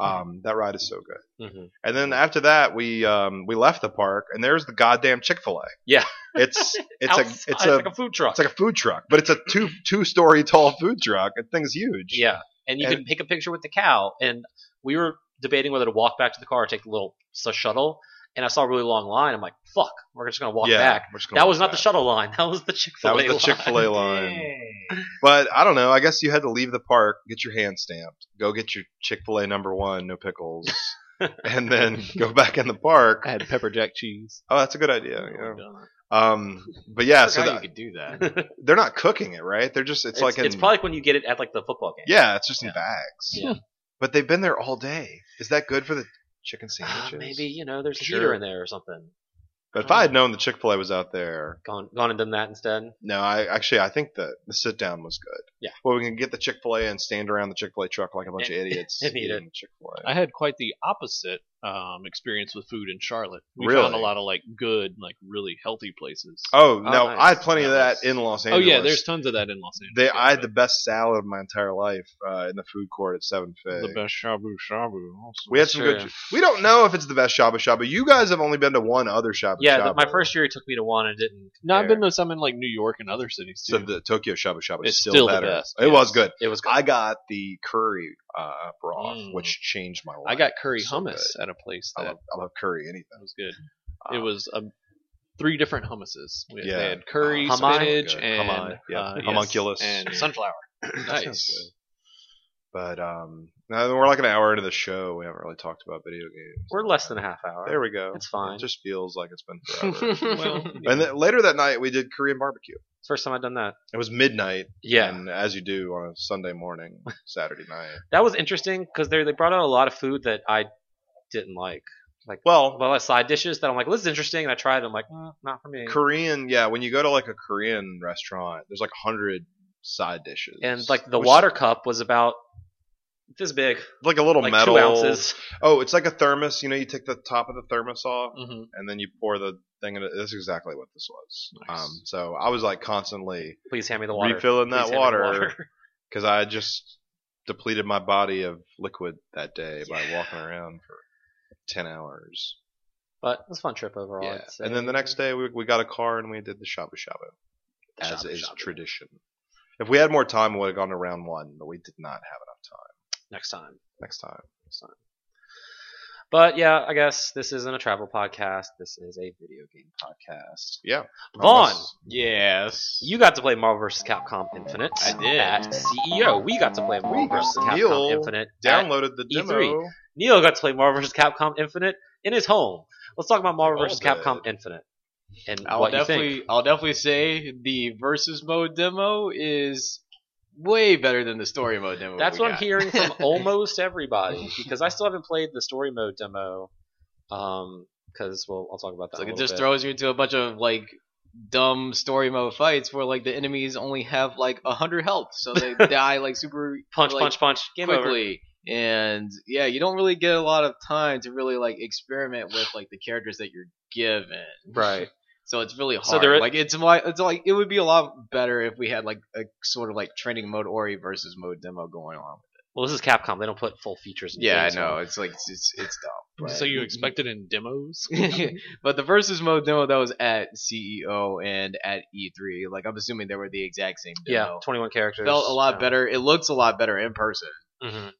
Speaker 1: Um, that ride is so good.
Speaker 3: Mhm.
Speaker 1: And then after that, we um, we left the park, and there's the goddamn Chick Fil A.
Speaker 3: Yeah.
Speaker 1: it's it's
Speaker 3: Outside,
Speaker 1: a it's a
Speaker 3: like a food truck.
Speaker 1: it's like a food truck, but it's a two two story tall food truck. That thing's huge.
Speaker 3: yeah, and you
Speaker 1: And-
Speaker 3: can take a picture with the cow. And we were debating whether to walk back to the car or take the little s- shuttle. And I saw a really long line. I'm like, fuck, we're just gonna walk
Speaker 1: Yeah,
Speaker 3: back.
Speaker 1: we're just gonna
Speaker 3: That
Speaker 1: walk
Speaker 3: was not
Speaker 1: back.
Speaker 3: the shuttle line. That was the Oh, Chick Fil A.
Speaker 1: That was the Chick Fil A line.
Speaker 3: Dang.
Speaker 1: But I don't know. I guess you had to leave the park, get your hand stamped, go get your Chick Fil A number one, no pickles, and then go back in the park.
Speaker 7: I had pepper jack cheese.
Speaker 1: Oh, that's a good idea. Yeah.
Speaker 7: Oh,
Speaker 1: Um, but yeah, so
Speaker 2: Forgot
Speaker 1: that-
Speaker 2: you could do that.
Speaker 1: they're not cooking it, right? They're just it's,
Speaker 3: It's,
Speaker 1: like in,
Speaker 3: it's probably like when you get it at like the football game.
Speaker 1: yeah, it's just in
Speaker 3: Yeah.
Speaker 1: bags.
Speaker 3: Yeah.
Speaker 1: But they've been there all day. Is that good for the chicken
Speaker 3: Ah,
Speaker 1: sandwiches?
Speaker 3: maybe Um, you know there's a
Speaker 1: Sure.
Speaker 3: heater in there or something.
Speaker 1: But if I had known the Chick Fil A was out there,
Speaker 3: Gone, gone and done that instead.
Speaker 1: no, I actually I think the the sit down was good.
Speaker 3: Yeah.
Speaker 1: Well, we can get the Chick Fil A and stand around the Chick Fil A truck like a bunch of idiots
Speaker 3: and eat it.
Speaker 1: Chick Fil A.
Speaker 7: I had quite the opposite um, experience with food in Charlotte. We found a
Speaker 1: Really?
Speaker 7: lot of like good, like really healthy places.
Speaker 1: Oh no,
Speaker 3: nice.
Speaker 1: I had plenty of that
Speaker 3: Nice.
Speaker 1: in Los
Speaker 7: Oh,
Speaker 1: Angeles.
Speaker 7: yeah, there's tons of that in Los Angeles.
Speaker 1: they.
Speaker 7: yeah,
Speaker 1: I had the
Speaker 7: but
Speaker 1: best salad of my entire life uh, in the food court at Seven Fig.
Speaker 7: the best shabu shabu. Also.
Speaker 1: We had some
Speaker 3: Sure.
Speaker 1: good. We don't know if it's the best shabu shabu. You guys have only been to one other shabu
Speaker 3: Yeah,
Speaker 1: shabu.
Speaker 3: th- my first year he took me to one and didn't.
Speaker 7: no, I've
Speaker 3: compare.
Speaker 7: been to some in like New York and other cities too.
Speaker 1: So the Tokyo shabu shabu is
Speaker 7: It's
Speaker 1: still,
Speaker 7: still the
Speaker 1: better.
Speaker 7: best,
Speaker 1: It
Speaker 7: yes.
Speaker 1: was good.
Speaker 3: It was.
Speaker 1: I got the curry uh, broth,
Speaker 7: Mm.
Speaker 1: which changed my life.
Speaker 7: I got curry
Speaker 1: So
Speaker 7: hummus
Speaker 1: good.
Speaker 7: at a place
Speaker 1: I
Speaker 7: that
Speaker 1: love, I love curry. Anything.
Speaker 7: was good. it
Speaker 1: Uh,
Speaker 7: was um, three different hummuses. We
Speaker 1: Yeah.
Speaker 7: They had curry,
Speaker 3: Uh, hummus.
Speaker 7: spinach,
Speaker 1: Good.
Speaker 7: and
Speaker 1: Hummus, yeah.
Speaker 7: uh, yes,
Speaker 1: Homunculus.
Speaker 7: and sunflower.
Speaker 1: That sounds
Speaker 7: nice.
Speaker 1: good. But um, now we're like an hour into the show. We haven't really talked about video games.
Speaker 3: We're less than a half hour.
Speaker 1: There we go.
Speaker 3: It's fine.
Speaker 1: It just feels like it's been forever.
Speaker 7: Well,
Speaker 1: and then later that night, we did Korean barbecue.
Speaker 3: First time I've done that.
Speaker 1: It was midnight,
Speaker 3: Yeah,
Speaker 1: and as you do on a Sunday morning, Saturday night.
Speaker 3: that was interesting because they they brought out a lot of food that I didn't like.
Speaker 1: Well,
Speaker 3: Well, as side dishes that I'm like, well, this is interesting, and I tried. it. I'm like, mm, not for me.
Speaker 1: Korean, yeah. When you go to like a Korean restaurant, there's like a hundred side dishes,
Speaker 3: And like the
Speaker 1: Which-
Speaker 3: water cup was about this big,
Speaker 1: like a little
Speaker 3: like
Speaker 1: metal.
Speaker 3: two ounces.
Speaker 1: Oh, it's like a thermos. You know, you take the top of the thermos off,
Speaker 2: Mm-hmm.
Speaker 7: Mhm.
Speaker 1: and then you pour the thing in it. That's exactly what this was.
Speaker 7: Nice.
Speaker 1: Um, so I was like constantly
Speaker 3: Please hand me the water.
Speaker 1: refilling
Speaker 3: Please
Speaker 1: that
Speaker 3: hand me the
Speaker 1: water because I just depleted my body of liquid that day by walking around for ten hours.
Speaker 3: But it was a fun trip overall.
Speaker 1: Yeah.
Speaker 3: I'd say.
Speaker 1: And then the next day, we, we got a car and we did the shabu shabu, as
Speaker 3: Shabu
Speaker 1: is
Speaker 3: shabu.
Speaker 1: tradition. If we had more time, we would have gone to round one, but we did not have enough time.
Speaker 3: next time.
Speaker 1: Next time.
Speaker 3: But yeah, I guess this isn't a travel podcast. This is a video game podcast.
Speaker 1: Yeah.
Speaker 3: Vaughn,
Speaker 1: Unless-
Speaker 2: yes.
Speaker 3: you got to play Marvel vs. Capcom Infinite.
Speaker 2: I did.
Speaker 3: At CEO, we got to play Marvel
Speaker 1: got-
Speaker 3: vs. Capcom
Speaker 1: Neil
Speaker 3: Infinite. at E
Speaker 1: Downloaded the
Speaker 3: E3.
Speaker 1: demo.
Speaker 3: Neil got to play Marvel vs. Capcom Infinite in his home. Let's talk about Marvel
Speaker 1: All
Speaker 3: vs.
Speaker 1: did.
Speaker 3: Capcom Infinite and
Speaker 2: I'll
Speaker 3: what you
Speaker 2: definitely,
Speaker 3: think.
Speaker 2: I'll definitely say the versus mode demo is way better than the story mode demo.
Speaker 3: That's
Speaker 2: we
Speaker 3: what I'm
Speaker 2: got.
Speaker 3: hearing from almost everybody because I still haven't played the story mode demo. Um, because well, I'll talk about that.
Speaker 2: It's
Speaker 3: in
Speaker 2: like it
Speaker 3: a little
Speaker 2: just
Speaker 3: bit.
Speaker 2: throws you into a bunch of like dumb story mode fights where like the enemies only have like hundred health, so they die like super
Speaker 3: punch,
Speaker 2: like,
Speaker 3: punch, punch. Game over.
Speaker 2: quickly. And yeah, you don't really get a lot of time to really like experiment with like the characters that you're given.
Speaker 3: Right.
Speaker 2: So it's really hard.
Speaker 3: So there-
Speaker 2: like it's my, it's like it would be a lot better if we had like a sort of like training mode or a versus mode demo going on.
Speaker 3: Well, this is Capcom. They don't put full features. In
Speaker 2: Yeah, I
Speaker 3: games, so-
Speaker 2: know. It's like it's it's, it's dumb.
Speaker 7: So you expect it in demos?
Speaker 2: but the versus mode demo that was at CEO and at E3, like I'm assuming they were the exact same
Speaker 3: Yeah,
Speaker 2: demo.
Speaker 3: 21 characters.
Speaker 2: Felt a lot
Speaker 3: Yeah.
Speaker 2: better. It looks a lot better in person,
Speaker 3: Mhm.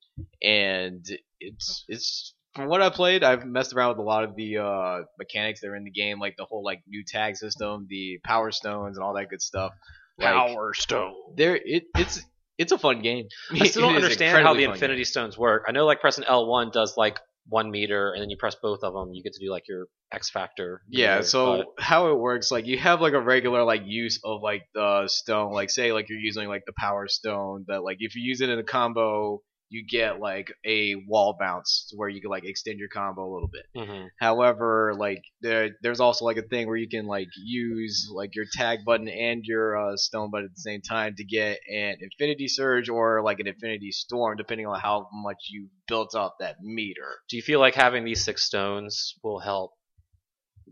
Speaker 2: and it's it's from what I played, I've messed around with a lot of the uh, mechanics that are in the game, like the whole like new tag system, the power stones, and all that good stuff. Like,
Speaker 7: Stone.
Speaker 2: there, it it's it's a fun game.
Speaker 3: I still
Speaker 2: It
Speaker 3: don't
Speaker 2: is
Speaker 3: understand how
Speaker 2: incredibly
Speaker 3: the
Speaker 2: fun game.
Speaker 3: Infinity Stones work. I know, like pressing L1 does like one meter, and then you press both of them, you get to do like your X factor.
Speaker 2: Yeah,
Speaker 3: meter,
Speaker 2: so
Speaker 3: but-
Speaker 2: how it works, like you have like a regular like use of like the stone, like say like you're using like the power stone that like if you use it in a combo, you get like a wall bounce where you can like extend your combo a little bit.
Speaker 7: Mm-hmm.
Speaker 3: Mhm.
Speaker 2: However, like there there's also like a thing where you can like use like your tag button and your uh, stone button at the same time to get an infinity surge or like an infinity storm, depending on how much you built up that meter.
Speaker 3: do you feel like having these six stones will help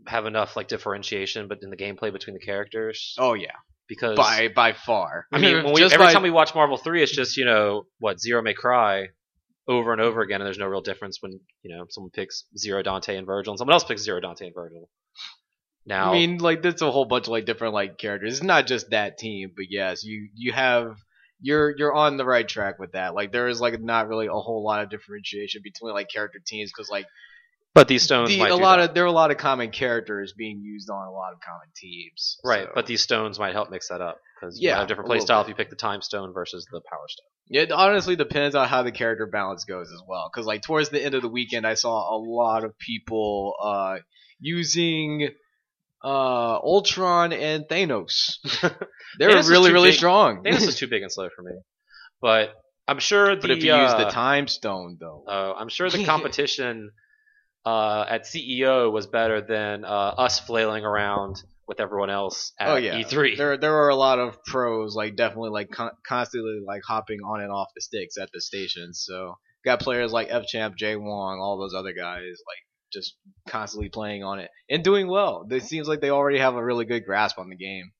Speaker 3: have enough like differentiation, but in the gameplay between the characters?
Speaker 2: Oh yeah,
Speaker 3: because
Speaker 2: by by far.
Speaker 3: I mean, when we,
Speaker 2: Just
Speaker 3: every
Speaker 2: by-
Speaker 3: time we watch Marvel three, it's just you know what Zero May Cry over and over again, and there's no real difference when you know someone picks Zero Dante and Virgil, and someone else picks Zero Dante and Virgil. Now,
Speaker 2: I mean, like that's a whole bunch of like different like characters. It's not just that team, but yes, you you have you're you're on the right track with that. Like there is like not really a whole lot of differentiation between like character teams because like
Speaker 3: but these stones
Speaker 2: the,
Speaker 3: might
Speaker 2: a
Speaker 3: do
Speaker 2: lot
Speaker 3: that.
Speaker 2: of there are a lot of common characters being used on a lot of common teams.
Speaker 3: right,
Speaker 2: so-
Speaker 3: but these stones might help mix that up because you
Speaker 2: Yeah,
Speaker 3: might have different
Speaker 2: a
Speaker 3: play
Speaker 2: little
Speaker 3: style if
Speaker 2: bit.
Speaker 3: you pick the time stone versus the power stone.
Speaker 2: it honestly depends on how the character balance goes as well. Because like towards the end of the weekend, I saw a lot of people uh, using uh, Ultron and Thanos. They're
Speaker 3: Thanos is
Speaker 2: really
Speaker 3: too
Speaker 2: really
Speaker 3: big.
Speaker 2: strong.
Speaker 3: I think this is too big and slow for me, but I'm sure the
Speaker 2: But if you use the
Speaker 3: uh,
Speaker 2: time stone, though,
Speaker 8: uh,
Speaker 3: Oh, I'm sure the competition uh, at CEO was better than uh, us flailing around with everyone else at E
Speaker 2: Oh, yeah.
Speaker 3: E3.
Speaker 2: there there are a lot of pros like definitely like con- constantly like hopping on and off the sticks at the stations. So got players like F Champ, Jay Wong, all those other guys like just constantly playing on it and doing well. It seems like they already have a really good grasp on the game.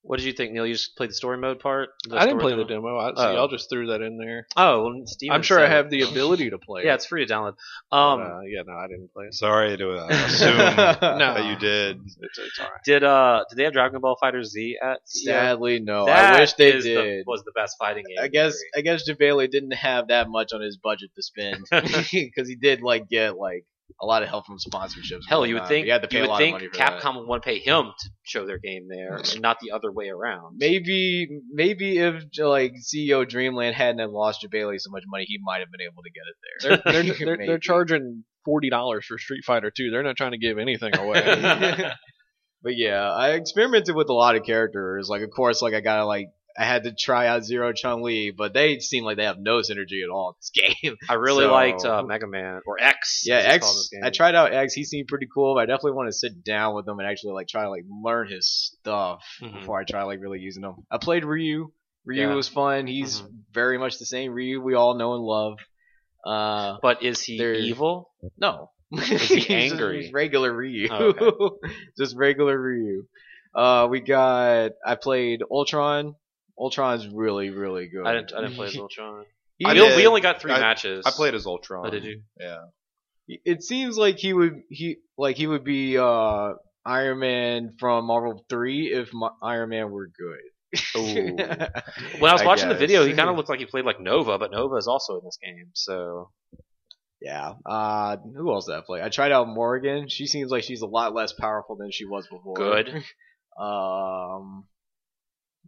Speaker 3: What did you think, Neil? You just played the story mode part? The
Speaker 8: I didn't play
Speaker 3: story
Speaker 8: the
Speaker 3: demo?
Speaker 8: demo. I, see,
Speaker 3: Oh.
Speaker 8: I'll just threw that in there.
Speaker 3: Oh, well, Steam
Speaker 8: I'm
Speaker 3: is,
Speaker 8: sure I
Speaker 3: uh,
Speaker 8: have the ability to play.
Speaker 3: Yeah,
Speaker 8: it,
Speaker 3: it's free to download.
Speaker 8: but,
Speaker 3: Um,
Speaker 8: uh, yeah, no, I didn't play it.
Speaker 1: Sorry to uh, assume
Speaker 8: No,
Speaker 1: that you did.
Speaker 8: It's, it's all right.
Speaker 3: did uh did they have Dragon Ball Fighter Z at CEO?
Speaker 2: Sadly, no.
Speaker 3: That
Speaker 2: oh, I wish they
Speaker 3: is the-
Speaker 2: did.
Speaker 3: was the best fighting game. E
Speaker 2: I
Speaker 3: at
Speaker 2: guess
Speaker 3: E3.
Speaker 2: I guess Bailey didn't have that much on his budget to spend because he did like get like a lot of help from sponsorships. and
Speaker 3: Hell, you would
Speaker 2: whatnot,
Speaker 3: think
Speaker 2: but he had to pay
Speaker 3: you
Speaker 2: a
Speaker 3: would
Speaker 2: lot
Speaker 3: think
Speaker 2: of money for that.
Speaker 3: Capcom would want to pay him to show their game there, and not the other way around.
Speaker 2: Maybe maybe if like CEO Dreamland hadn't have lost Jabali so much money, he might have been able to get
Speaker 8: They're
Speaker 2: it there.
Speaker 8: they're, they're, they're
Speaker 2: Maybe.
Speaker 8: charging forty dollars for Street Fighter Two. They're not trying to give anything away.
Speaker 2: But yeah, I experimented with a lot of characters. Like of course, like I gotta like I had to try out Zero Chun Li, but they seem like they have no synergy at all in this game.
Speaker 3: I really
Speaker 2: So-
Speaker 3: liked uh, Mega Man or X.
Speaker 2: yeah,
Speaker 3: as it's called in this
Speaker 2: X.
Speaker 3: game.
Speaker 2: I tried out X. He seemed pretty cool. But I definitely want to sit down with him and actually like try to like learn his stuff
Speaker 3: Mhm.
Speaker 2: before I try like really using him. I played Ryu. Ryu
Speaker 3: Yeah. Mm-hmm.
Speaker 2: was fun. He's very much the same Ryu we all know and love. Uh,
Speaker 3: But is he
Speaker 2: There-
Speaker 3: evil?
Speaker 2: no.
Speaker 3: he
Speaker 2: He's just-
Speaker 3: angry?
Speaker 2: he's regular Ryu.
Speaker 3: Oh,
Speaker 2: just regular Ryu. Uh, we got. I played Ultron. Ultron's really, really good.
Speaker 3: I didn't. I didn't play as Ultron.
Speaker 2: He
Speaker 1: I
Speaker 3: we,
Speaker 1: did.
Speaker 3: we only got three
Speaker 1: I-
Speaker 3: matches.
Speaker 1: I played as Ultron.
Speaker 3: Oh, did you?
Speaker 1: Yeah.
Speaker 2: it seems like he would he like he would be uh Iron Man from Marvel 3 if Ma- Iron Man were good.
Speaker 1: Ooh.
Speaker 3: When I was
Speaker 2: I
Speaker 3: watching the
Speaker 2: guess.
Speaker 3: video, he kind of looked like he played like Nova, but Nova is also in this game. So
Speaker 2: yeah. Uh who else did I play? I tried out Morgan. She seems like she's a lot less powerful than she was before.
Speaker 3: good.
Speaker 2: Um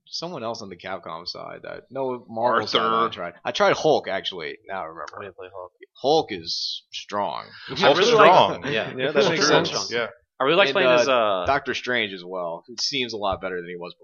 Speaker 2: someone else on the Capcom side that no Marvel
Speaker 1: Arthur.
Speaker 2: side I tried. I tried Hulk actually. Now I
Speaker 3: I
Speaker 2: remember.
Speaker 3: didn't play Hulk.
Speaker 2: Hulk is strong.
Speaker 3: I really
Speaker 1: strong.
Speaker 3: Like, yeah.
Speaker 8: yeah, that makes
Speaker 3: True.
Speaker 8: sense.
Speaker 3: Strong.
Speaker 1: Yeah.
Speaker 3: I really like
Speaker 2: And,
Speaker 3: playing
Speaker 2: uh,
Speaker 3: as uh.
Speaker 2: Doctor Strange as well. He seems a lot better than he was before.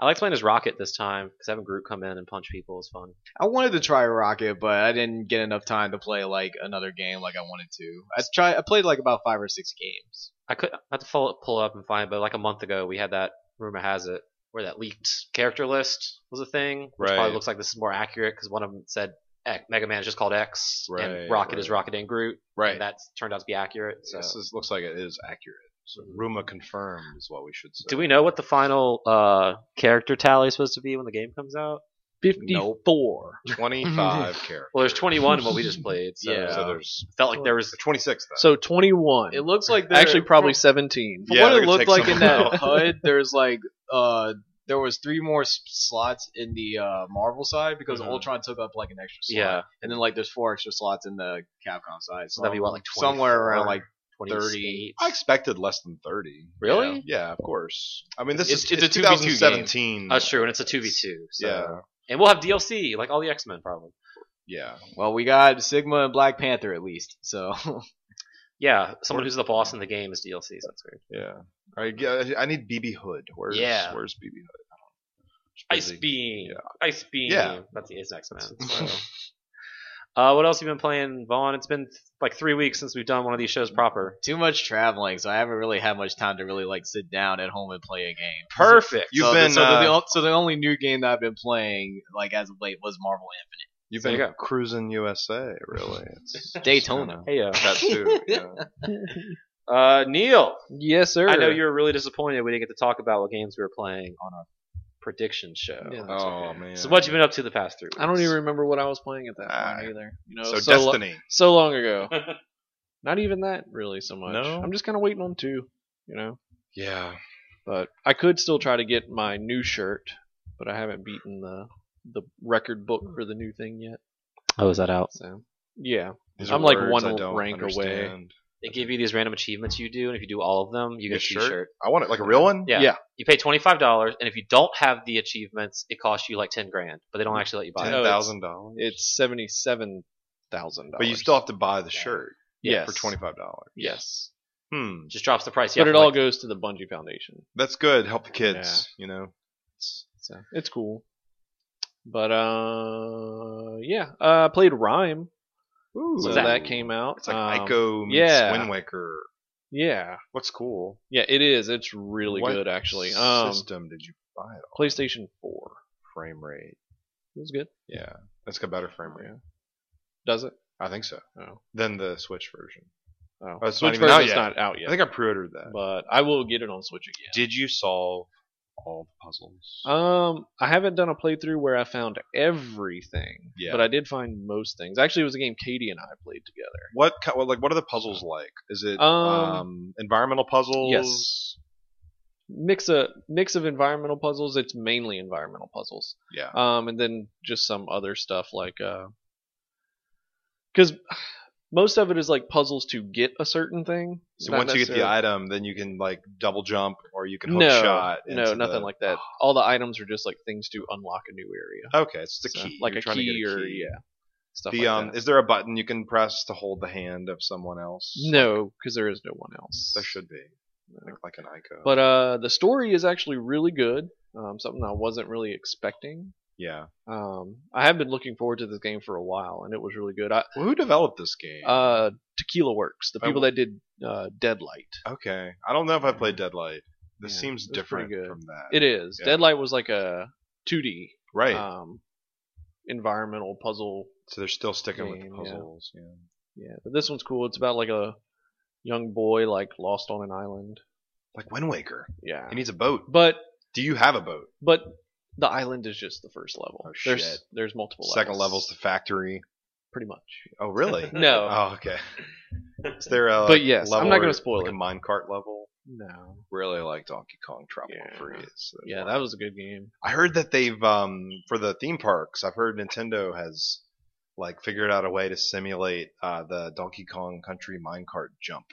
Speaker 3: I like playing as Rocket this time because having Groot come in and punch people is fun.
Speaker 2: I wanted to try Rocket, but I didn't get enough time to play like another game like I wanted to. I try I played like about five or six games.
Speaker 3: I could I have to follow, pull up and find, but like a month ago, we had that rumor has it where that leaked character list was a thing. Which
Speaker 1: Right.
Speaker 3: Probably looks like this is more accurate because one of them said X, Mega Man is just called X,
Speaker 1: Right,
Speaker 3: and Rocket
Speaker 1: right.
Speaker 3: is Rocket and Groot.
Speaker 1: Right.
Speaker 3: And that turned out to be accurate. So.
Speaker 1: This is, looks like it is accurate. So Ruma confirmed is what we should say.
Speaker 3: Do we know what the final uh, character tally is supposed to be when the game comes out?
Speaker 2: Fifty-four.
Speaker 1: 25 characters.
Speaker 3: Well, there's 21 what we just played. So,
Speaker 2: Yeah.
Speaker 1: So there's
Speaker 3: felt like there was
Speaker 1: 26 though.
Speaker 8: So twenty one.
Speaker 2: It looks like they're-
Speaker 8: Actually, probably seventeen.
Speaker 2: from
Speaker 1: Yeah,
Speaker 2: what
Speaker 1: they're
Speaker 2: it
Speaker 1: gonna
Speaker 2: looked
Speaker 1: take
Speaker 2: like in
Speaker 1: someone
Speaker 2: that
Speaker 1: out.
Speaker 2: HUD. There's like uh there was three more s- slots in the uh, Marvel side because
Speaker 3: Mhm.
Speaker 2: Ultron took up like an extra slot.
Speaker 3: yeah,
Speaker 2: And then like there's four extra slots in the Capcom side. So
Speaker 3: that'd be what, like
Speaker 2: somewhere around
Speaker 3: 24?
Speaker 2: like
Speaker 3: 28.
Speaker 1: I expected less than 30.
Speaker 3: Really?
Speaker 1: Yeah, yeah, of course. I mean, this
Speaker 2: It's-
Speaker 1: is it's,
Speaker 2: it's a 2v2 game.
Speaker 1: 2017.
Speaker 3: That's true, and it's a 2v2. So.
Speaker 1: Yeah.
Speaker 3: And we'll have DLC like all the X Men probably.
Speaker 1: Yeah.
Speaker 2: Well, we got Sigma and Black Panther at least. So
Speaker 9: Yeah, someone who's the boss in the game is DLC. So that's weird.
Speaker 1: Yeah. All right, yeah, I need BB Hood. Where's
Speaker 9: Yeah.
Speaker 1: Where's BB Hood?
Speaker 9: Ice
Speaker 1: Busy.
Speaker 9: Beam.
Speaker 1: Yeah.
Speaker 9: Ice Beam.
Speaker 1: Yeah.
Speaker 9: That's the X Men. uh, what else have you been playing, Vaughn? It's been like three weeks since we've done one of these shows proper.
Speaker 2: too much traveling, so I haven't really had much time to really like sit down at home and play a game.
Speaker 9: Perfect.
Speaker 1: You've
Speaker 2: so
Speaker 1: been
Speaker 2: The, so, the-
Speaker 1: uh,
Speaker 2: the, o- so the only new game that I've been playing like as of late was Marvel
Speaker 1: you've
Speaker 9: There
Speaker 1: been
Speaker 9: you
Speaker 1: cruising USA, really. It's
Speaker 2: Infinite. Daytona.
Speaker 9: Hey, uh,
Speaker 1: that too. Yeah.
Speaker 9: uh, Neil.
Speaker 3: Yes, sir.
Speaker 9: I know you were really disappointed we didn't get to talk about what games we were playing on our prediction show.
Speaker 3: Yeah, that's
Speaker 1: Oh
Speaker 3: okay.
Speaker 1: man.
Speaker 9: So what you been up to the past three weeks?
Speaker 3: I don't even remember what I was playing at that
Speaker 1: Ah.
Speaker 3: point either. You know,
Speaker 1: So,
Speaker 3: so, lo-
Speaker 1: Destiny.
Speaker 3: so long ago. Not even that really so much.
Speaker 1: No?
Speaker 3: I'm just kind of waiting on two. You know,
Speaker 1: yeah.
Speaker 3: but I could still try to get my new shirt, but I haven't beaten the the record book for the new thing yet.
Speaker 9: Oh, is that out?
Speaker 3: So yeah,
Speaker 1: These
Speaker 3: I'm
Speaker 1: are
Speaker 3: like
Speaker 1: words
Speaker 3: one
Speaker 1: I don't
Speaker 3: rank away.
Speaker 1: understand.
Speaker 9: They give you these random achievements you do, and if you do all of them, you get a
Speaker 1: Your
Speaker 9: T-shirt.
Speaker 1: I want it like a real one.
Speaker 9: Yeah.
Speaker 3: Yeah.
Speaker 9: You pay twenty five dollars, and if you don't have the achievements, it costs you like ten grand. But they
Speaker 3: Hmm.
Speaker 9: don't actually let you buy
Speaker 1: Ten
Speaker 3: No,
Speaker 9: it.
Speaker 3: it's-
Speaker 1: thousand dollars.
Speaker 3: it's seventy seven thousand dollars.
Speaker 1: But you still have to buy the shirt
Speaker 3: yes
Speaker 1: for twenty five dollars.
Speaker 3: Yes,
Speaker 1: Hmm.
Speaker 9: It just drops the price. You
Speaker 3: but
Speaker 9: have
Speaker 3: it
Speaker 9: to,
Speaker 3: all
Speaker 9: like-
Speaker 3: goes to the Bungie Foundation.
Speaker 1: That's good. Help the kids. You know.
Speaker 3: So it's cool. But uh yeah, uh, I played Rhyme,
Speaker 1: Ooh.
Speaker 3: so
Speaker 9: Ooh.
Speaker 3: that came out.
Speaker 1: It's like
Speaker 3: Um,
Speaker 1: Ico meets
Speaker 3: yeah.
Speaker 1: Wind Waker.
Speaker 3: Yeah,
Speaker 1: What's cool?
Speaker 3: yeah, it is. It's really
Speaker 1: What
Speaker 3: good actually. Um,
Speaker 1: system did you buy it on?
Speaker 3: PlayStation Four.
Speaker 1: Frame rate.
Speaker 3: It was good.
Speaker 1: Yeah, that's got better frame rate.
Speaker 3: Yeah. Does it?
Speaker 1: I think so.
Speaker 3: Oh.
Speaker 1: Than the Switch version.
Speaker 3: Oh,
Speaker 1: it's not
Speaker 3: Switch
Speaker 1: even out
Speaker 3: version's
Speaker 1: yet.
Speaker 3: not out
Speaker 1: I
Speaker 3: yet,
Speaker 1: think I pre-ordered that.
Speaker 3: but I will get it on Switch again.
Speaker 1: Did you solve all the puzzles?
Speaker 3: Um, I haven't done a playthrough where I found everything,
Speaker 1: Yeah.
Speaker 3: but I did find most things. Actually, it was a game Katie and I played together.
Speaker 1: what ki- well, like what are the puzzles like? Is it um,
Speaker 3: Um,
Speaker 1: environmental puzzles?
Speaker 3: Yes. Mix a mix of environmental puzzles. It's mainly environmental puzzles.
Speaker 1: Yeah.
Speaker 3: Um, and then just some other stuff like uh, because most of it is like puzzles to get a certain thing.
Speaker 1: So
Speaker 3: not
Speaker 1: once you get the
Speaker 3: necessarily-
Speaker 1: item, then you can like double jump or you can hook
Speaker 3: no,
Speaker 1: shot.
Speaker 3: no,
Speaker 1: into
Speaker 3: nothing
Speaker 1: the-
Speaker 3: like that. All the items are just like things to unlock a new area,
Speaker 1: Okay, it's the
Speaker 3: So,
Speaker 1: key.
Speaker 3: like
Speaker 1: You're
Speaker 3: a
Speaker 1: trying
Speaker 3: key,
Speaker 1: to get a
Speaker 3: or
Speaker 1: key.
Speaker 3: yeah, stuff
Speaker 1: The
Speaker 3: like
Speaker 1: um,
Speaker 3: that.
Speaker 1: is there a button you can press to hold the hand of someone else?
Speaker 3: No, because there is no one else.
Speaker 1: there should be like, like an icon.
Speaker 3: But uh, the story is actually really good. Um, something I wasn't really expecting.
Speaker 1: yeah,
Speaker 3: Um, I have been looking forward to this game for a while, and it was really good. I,
Speaker 1: well, who developed this game?
Speaker 3: uh, Tequila Works, the
Speaker 1: I
Speaker 3: people that did uh, Deadlight.
Speaker 1: okay, I don't know if I played Deadlight. This
Speaker 3: Yeah,
Speaker 1: seems
Speaker 3: it was
Speaker 1: different
Speaker 3: pretty good.
Speaker 1: from that.
Speaker 3: It is
Speaker 1: Yeah.
Speaker 3: Deadlight was like a 2D
Speaker 1: right.
Speaker 3: um, environmental puzzle.
Speaker 1: so they're still sticking with the
Speaker 3: game, yeah.
Speaker 1: puzzles. Yeah.
Speaker 3: Yeah, but this one's cool. It's about like a young boy like lost on an island.
Speaker 1: Like Wind Waker,
Speaker 3: Yeah,
Speaker 1: he needs a boat.
Speaker 3: but
Speaker 1: Do you have a boat?
Speaker 3: but the island is just the first level.
Speaker 1: Oh, shit.
Speaker 3: There's there's multiple
Speaker 1: Second level's
Speaker 3: levels.
Speaker 1: the factory.
Speaker 3: pretty much.
Speaker 1: Oh, really?
Speaker 3: No,
Speaker 1: oh, okay. Is there a
Speaker 3: But yes, I'm
Speaker 1: level
Speaker 3: not gonna
Speaker 1: where-
Speaker 3: spoil
Speaker 1: like
Speaker 3: it.
Speaker 1: A minecart level.
Speaker 3: no.
Speaker 1: Really like Donkey Kong Tropical
Speaker 3: Yeah.
Speaker 1: Freeze.
Speaker 3: Yeah, that was a good game.
Speaker 1: I heard that they've um for the theme parks. I've heard Nintendo has like figured out a way to simulate uh, the Donkey Kong Country minecart jump.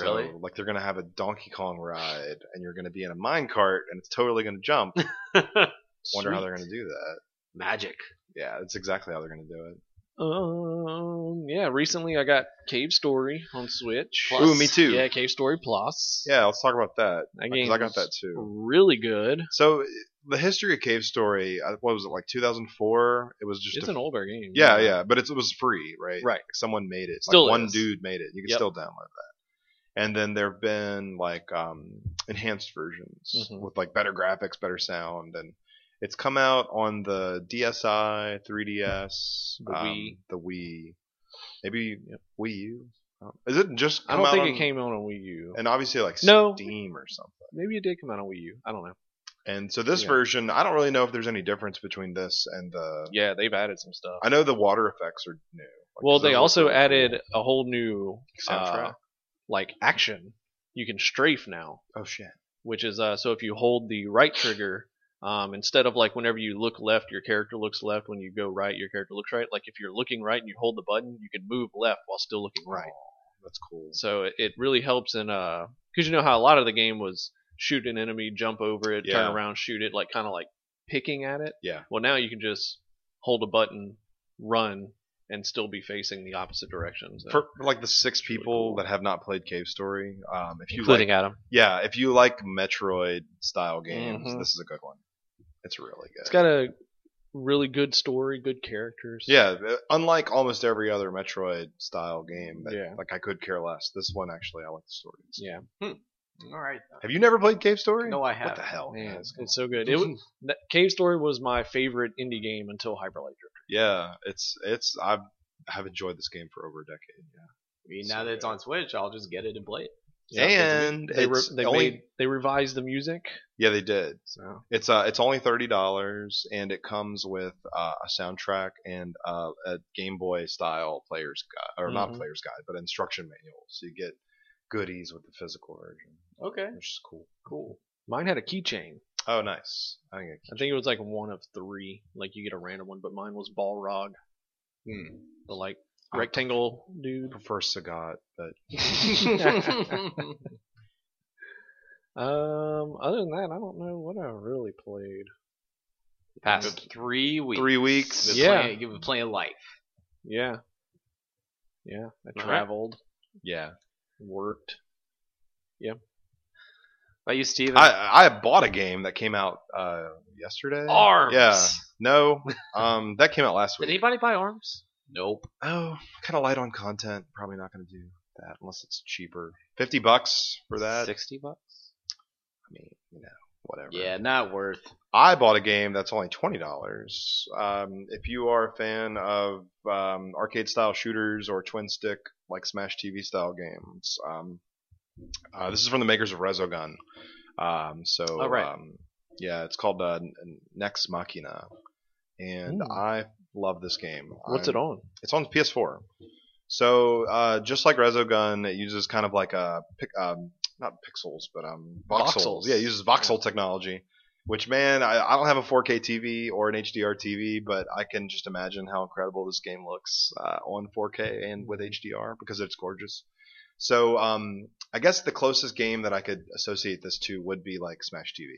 Speaker 9: Really?
Speaker 1: So, like they're gonna have a Donkey Kong ride, and you're gonna be in a minecart, and it's totally gonna jump. Wonder how they're gonna do that.
Speaker 9: magic.
Speaker 1: Yeah, that's exactly how they're gonna do it.
Speaker 3: Um, yeah, recently I got Cave Story on Switch.
Speaker 9: Plus. Ooh,
Speaker 1: me too.
Speaker 3: Yeah, Cave Story Plus.
Speaker 1: Yeah, let's talk about that.
Speaker 3: that
Speaker 1: 'cause
Speaker 3: game
Speaker 1: I got that too.
Speaker 3: Really good.
Speaker 1: So the history of Cave Story, uh, what was it like 2004? It was just
Speaker 3: It's
Speaker 1: a-
Speaker 3: an older game.
Speaker 1: yeah, yeah, but it's, it was free, right?
Speaker 3: Right.
Speaker 1: Like someone made it. It's
Speaker 3: Still
Speaker 1: like one
Speaker 3: is.
Speaker 1: dude made it. You can
Speaker 3: Yep.
Speaker 1: still download that. And then there have been like um, enhanced versions
Speaker 3: Mhm.
Speaker 1: with like better graphics, better sound, and it's come out on the DSi, 3DS,
Speaker 3: The
Speaker 1: um,
Speaker 3: Wii.
Speaker 1: the Wii, maybe
Speaker 3: Yep.
Speaker 1: Wii U. I don't- Is it just?
Speaker 3: I
Speaker 1: come
Speaker 3: don't
Speaker 1: out
Speaker 3: think
Speaker 1: on-
Speaker 3: it came out on Wii U.
Speaker 1: And obviously, like
Speaker 3: No.
Speaker 1: Steam or something.
Speaker 3: Maybe it did come out on Wii U. I don't know.
Speaker 1: And so this
Speaker 3: Yeah.
Speaker 1: version, I don't really know if there's any difference between this and the.
Speaker 3: Yeah, they've added some stuff.
Speaker 1: I know the water effects are new. Like,
Speaker 3: well,
Speaker 1: so
Speaker 3: they
Speaker 1: those
Speaker 3: also
Speaker 1: are-
Speaker 3: added a whole new
Speaker 1: Soundtrack.
Speaker 3: uh, like action. You can strafe now.
Speaker 1: Oh shit!
Speaker 3: which is uh, so if you hold the right trigger, um, instead of like whenever you look left, your character looks left. When you go right, your character looks right. Like if you're looking right and you hold the button, you can move left while still looking right.
Speaker 1: That's cool.
Speaker 3: So it, it really helps in uh, because you know how a lot of the game was shoot an enemy, jump over it,
Speaker 1: Yeah.
Speaker 3: turn around, shoot it, like kind of like picking at it.
Speaker 1: Yeah.
Speaker 3: Well, now you can just hold a button,
Speaker 2: run and still be facing the opposite direction. So.
Speaker 1: For, for like the six people that have not played Cave Story, um, if you
Speaker 3: including
Speaker 1: like,
Speaker 3: Adam.
Speaker 1: yeah, if you like Metroid style games,
Speaker 2: Mhm.
Speaker 1: this is a good one. It's really good.
Speaker 2: it's got a really good story, good characters.
Speaker 1: yeah, uh, unlike almost every other Metroid style game that
Speaker 2: Yeah.
Speaker 1: like I could care less. This one actually I like the stories.
Speaker 2: Yeah.
Speaker 6: All right.
Speaker 1: Have you never played Cave Story?
Speaker 6: No, I
Speaker 1: What
Speaker 6: haven't.
Speaker 1: the hell?
Speaker 2: Man,
Speaker 1: guys?
Speaker 2: it's, so good. It was, that, Cave Story was my favorite indie game until Hyperlight Drifter.
Speaker 1: Yeah, it's it's I've I've enjoyed this game for over a decade.
Speaker 6: I mean, now that it's on Switch, I'll just get it and play it.
Speaker 1: Yeah, and
Speaker 2: they, re-
Speaker 1: it's
Speaker 2: they
Speaker 1: only
Speaker 2: made, they revised the music.
Speaker 1: yeah they did.
Speaker 2: So
Speaker 1: It's uh it's only thirty dollars and it comes with uh, a soundtrack and uh, a Game Boy style player's guide or not
Speaker 2: Mhm.
Speaker 1: player's guide but instruction manual. So you get goodies with the physical version,
Speaker 6: Okay.
Speaker 1: which is cool.
Speaker 6: Cool.
Speaker 2: mine had a keychain.
Speaker 1: Oh, nice. I think it-
Speaker 2: I think it was like one of three. Like you get a random one, but mine was Balrog,
Speaker 1: hmm,
Speaker 2: the like
Speaker 3: Oh.
Speaker 1: I
Speaker 2: rectangle
Speaker 1: I
Speaker 2: dude.
Speaker 1: prefer Sagat, but
Speaker 2: Um, other than that, I don't know what I really played.
Speaker 3: Past.
Speaker 6: three weeks.
Speaker 1: three weeks.
Speaker 6: Been
Speaker 2: Yeah.
Speaker 6: Playing, you've been playing life.
Speaker 2: Yeah, yeah, I
Speaker 3: right.
Speaker 2: traveled,
Speaker 1: Yeah,
Speaker 2: worked.
Speaker 3: About you, Steven?
Speaker 1: I I bought a game that came out uh, yesterday.
Speaker 3: Arms.
Speaker 1: Yeah. No, um, that came out last
Speaker 3: Did
Speaker 1: week.
Speaker 3: anybody buy arms?
Speaker 6: Nope.
Speaker 1: Oh, kind of light on content. Probably not going to do that unless it's cheaper. Fifty bucks for that.
Speaker 3: Sixty bucks.
Speaker 1: I mean, you know, whatever.
Speaker 6: Yeah, not worth.
Speaker 1: I bought a game that's only twenty dollars. Um, if you are a fan of um, arcade style shooters or twin stick like Smash TV style games, um, uh, this is from the makers of Resogun. Um, so,
Speaker 2: All Oh, right.
Speaker 1: um, yeah, it's called uh, N- N- Nex Machina, and
Speaker 2: Hmm.
Speaker 1: I love this game.
Speaker 2: What's
Speaker 1: I'm-
Speaker 2: it on?
Speaker 1: it's on PS4. So uh, just like Resogun, it uses kind of like a pic- um, not pixels, but um, voxels.
Speaker 2: Voxels.
Speaker 1: Yeah, it uses voxel technology. Which man, I, I don't have a 4K TV or an HDR TV, but I can just imagine how incredible this game looks uh, on 4K and with HDR because it's gorgeous. So um, I guess the closest game that I could associate this to would be like Smash TV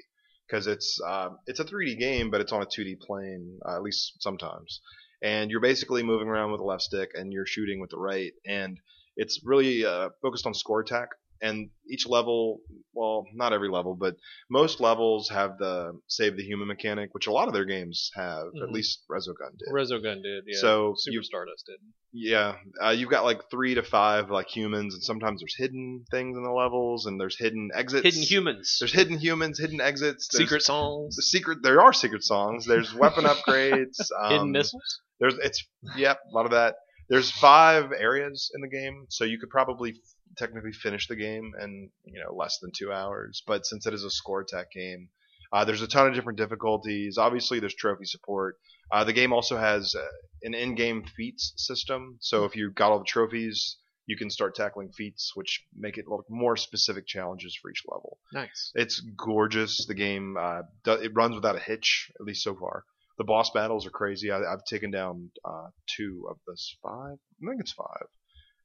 Speaker 1: because it's um it's a 3D game, but it's on a 2D plane uh, at least sometimes. And you're basically moving around with the left stick, and you're shooting with the right, and it's really uh, focused on score attack. And each level, well, not every level, but most levels have the save the human mechanic, which a lot of their games have. At
Speaker 2: Mhm.
Speaker 1: least Resogun did.
Speaker 2: Resogun did. Yeah.
Speaker 1: So
Speaker 2: Super
Speaker 1: you-
Speaker 2: Stardust did.
Speaker 1: Yeah, uh, you've got like three to five like humans, and sometimes there's hidden things in the levels, and there's hidden exits.
Speaker 3: Hidden humans.
Speaker 1: There's hidden humans, hidden exits, there's
Speaker 2: Secret songs.
Speaker 1: the secret there are secret songs there's weapon upgrades um,
Speaker 2: Hidden missiles.
Speaker 1: there's it's yep a lot of that there's five areas in the game so you could probably f- technically finish the game in you know less than two hours but since it is a score attack game uh, there's a ton of different difficulties obviously there's trophy support uh, the game also has uh, an in-game feats system so if you got all the trophies you can start tackling feats which make it look more specific challenges for each level
Speaker 2: Nice.
Speaker 1: it's gorgeous. The game uh, do, it runs without a hitch, at least so far. The boss battles are crazy. I, I've taken down uh, two of this five. I think it's five.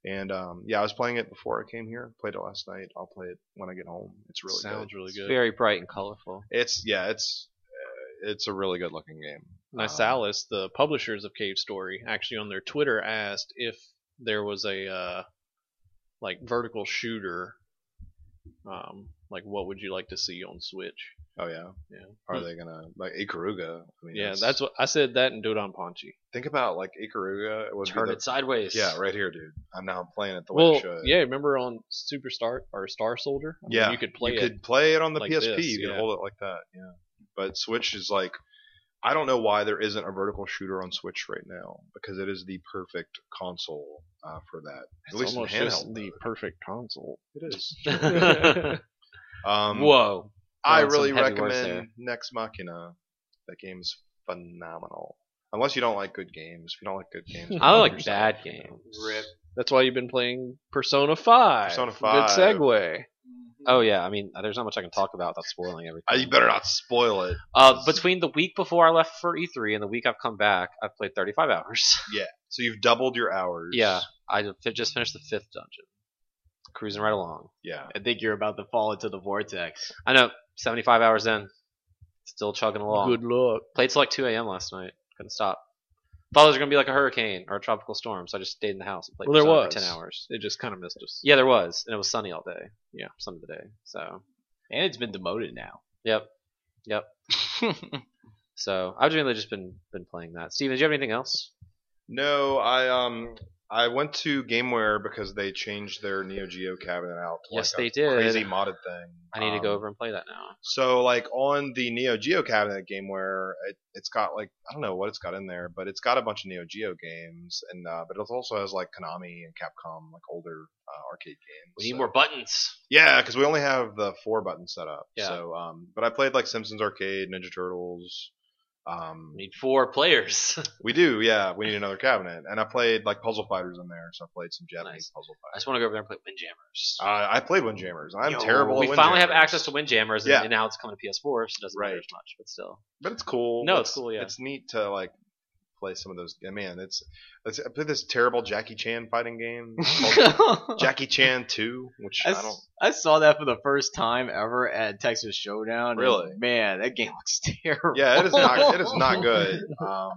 Speaker 1: And um, yeah, I was playing it before I came here. Played it last night. I'll play it when I get home. It's really
Speaker 2: Sounds
Speaker 1: good.
Speaker 2: really
Speaker 3: It's
Speaker 2: good.
Speaker 3: Very bright and colorful.
Speaker 1: It's yeah, it's uh, it's a really good looking game.
Speaker 2: Um,
Speaker 1: Um,
Speaker 2: Nisalis, the publishers of Cave Story, actually on their Twitter asked if there was a uh, like vertical shooter, um, like what would you like to see on Switch?
Speaker 1: Oh yeah,
Speaker 2: Yeah.
Speaker 1: Are they gonna like Ikaruga? I mean,
Speaker 2: Yeah, that's what I said. That and Dodon Ponchi.
Speaker 1: think about like Ikaruga. It was
Speaker 3: Turn it sideways.
Speaker 1: Yeah, right here, dude. I'm now playing it the way
Speaker 2: Well,
Speaker 1: it should.
Speaker 2: yeah, remember on Super Star or Star Soldier? I mean,
Speaker 1: Yeah,
Speaker 2: you could play
Speaker 1: you
Speaker 2: it.
Speaker 1: could play it on the
Speaker 2: like
Speaker 1: PSP.
Speaker 2: this,
Speaker 1: you could
Speaker 2: yeah.
Speaker 1: hold it like that. Yeah. But Switch is like, I don't know why there isn't a vertical shooter on Switch right now because it is the perfect console uh, for that.
Speaker 2: It's
Speaker 1: At least in
Speaker 2: almost just
Speaker 1: handheld.
Speaker 2: the perfect console.
Speaker 1: It is.
Speaker 3: Whoa.
Speaker 1: Um, I
Speaker 3: Throwing
Speaker 1: really
Speaker 3: some heavy words
Speaker 1: recommend Next Machina. That game's phenomenal. Unless you don't like good games. If you don't like good games,
Speaker 3: I like
Speaker 1: yourself.
Speaker 3: bad games.
Speaker 6: Rip.
Speaker 2: That's why you've been playing Persona Five.
Speaker 1: Persona
Speaker 2: Good
Speaker 1: 5.
Speaker 2: segue.
Speaker 3: Oh yeah, I mean, there's not much I can talk about without spoiling everything.
Speaker 1: Uh, you better not spoil it.
Speaker 3: Uh, between the week before I left for E3 and the week I've come back, I've played 35 hours.
Speaker 1: So you've doubled your hours.
Speaker 3: yeah, I fi- just finished the fifth dungeon, cruising right along.
Speaker 1: Yeah.
Speaker 6: I think you're about to fall into the vortex.
Speaker 3: I know, 75 hours in, still chugging along.
Speaker 2: Good luck.
Speaker 3: Played till like 2 a.m. last night. Couldn't stop. thought it was going to be like a hurricane or a tropical storm, so I just stayed in the house and played
Speaker 2: Well, there
Speaker 3: Persona for
Speaker 2: was.
Speaker 3: ten hours.
Speaker 2: It just kind of missed us.
Speaker 3: Yeah, there was, and it was sunny all day.
Speaker 2: Yeah.
Speaker 3: some of the day. So
Speaker 6: And it's been demoted now.
Speaker 3: yep, yep. so I've really just been been playing that. Steven, do you have anything else?
Speaker 1: No, I um I went to GameWare because they changed their Neo Geo cabinet out. to,
Speaker 3: Yes,
Speaker 1: like,
Speaker 3: they
Speaker 1: a
Speaker 3: did.
Speaker 1: Crazy modded thing.
Speaker 3: I need to go
Speaker 1: Um,
Speaker 3: over and play that now.
Speaker 1: So like on the Neo Geo cabinet at GameWare, it, it's got like I don't know what it's got in there, but it's got a bunch of Neo Geo games, and uh, but it also has like Konami and Capcom, like older uh, arcade games.
Speaker 3: We need
Speaker 1: So-
Speaker 3: more buttons.
Speaker 1: Yeah, because we only have the four button set up.
Speaker 3: Yeah.
Speaker 1: So, um, but I played like Simpsons Arcade, Ninja Turtles. Um,
Speaker 3: We need four players. I
Speaker 1: we do, yeah. We need another cabinet, and I played like Puzzle Fighters in there, so I played some Japanese Puzzle Fighters.
Speaker 3: just want to go over there and play Windjammers.
Speaker 1: Uh, I played Windjammers. and I'm
Speaker 6: Yo,
Speaker 1: terrible.
Speaker 3: we
Speaker 1: at
Speaker 3: finally have
Speaker 1: Windjammers.
Speaker 3: access to Windjammers, and,
Speaker 1: Yeah.
Speaker 3: and now it's coming to PS4, so it doesn't matter
Speaker 1: Right.
Speaker 3: as much. But still,
Speaker 1: but it's cool.
Speaker 3: No, it's cool, yeah.
Speaker 1: it's neat to like play some of those. and, Man, it's, it's I played this terrible Jackie Chan fighting game called
Speaker 6: I,
Speaker 1: Jackie Chan Two, which I don't.
Speaker 6: s- I saw that for the first time ever at Texas Showdown. and
Speaker 1: Really?
Speaker 6: Man, that game looks terrible.
Speaker 1: Yeah, it is not. It is not good. Um,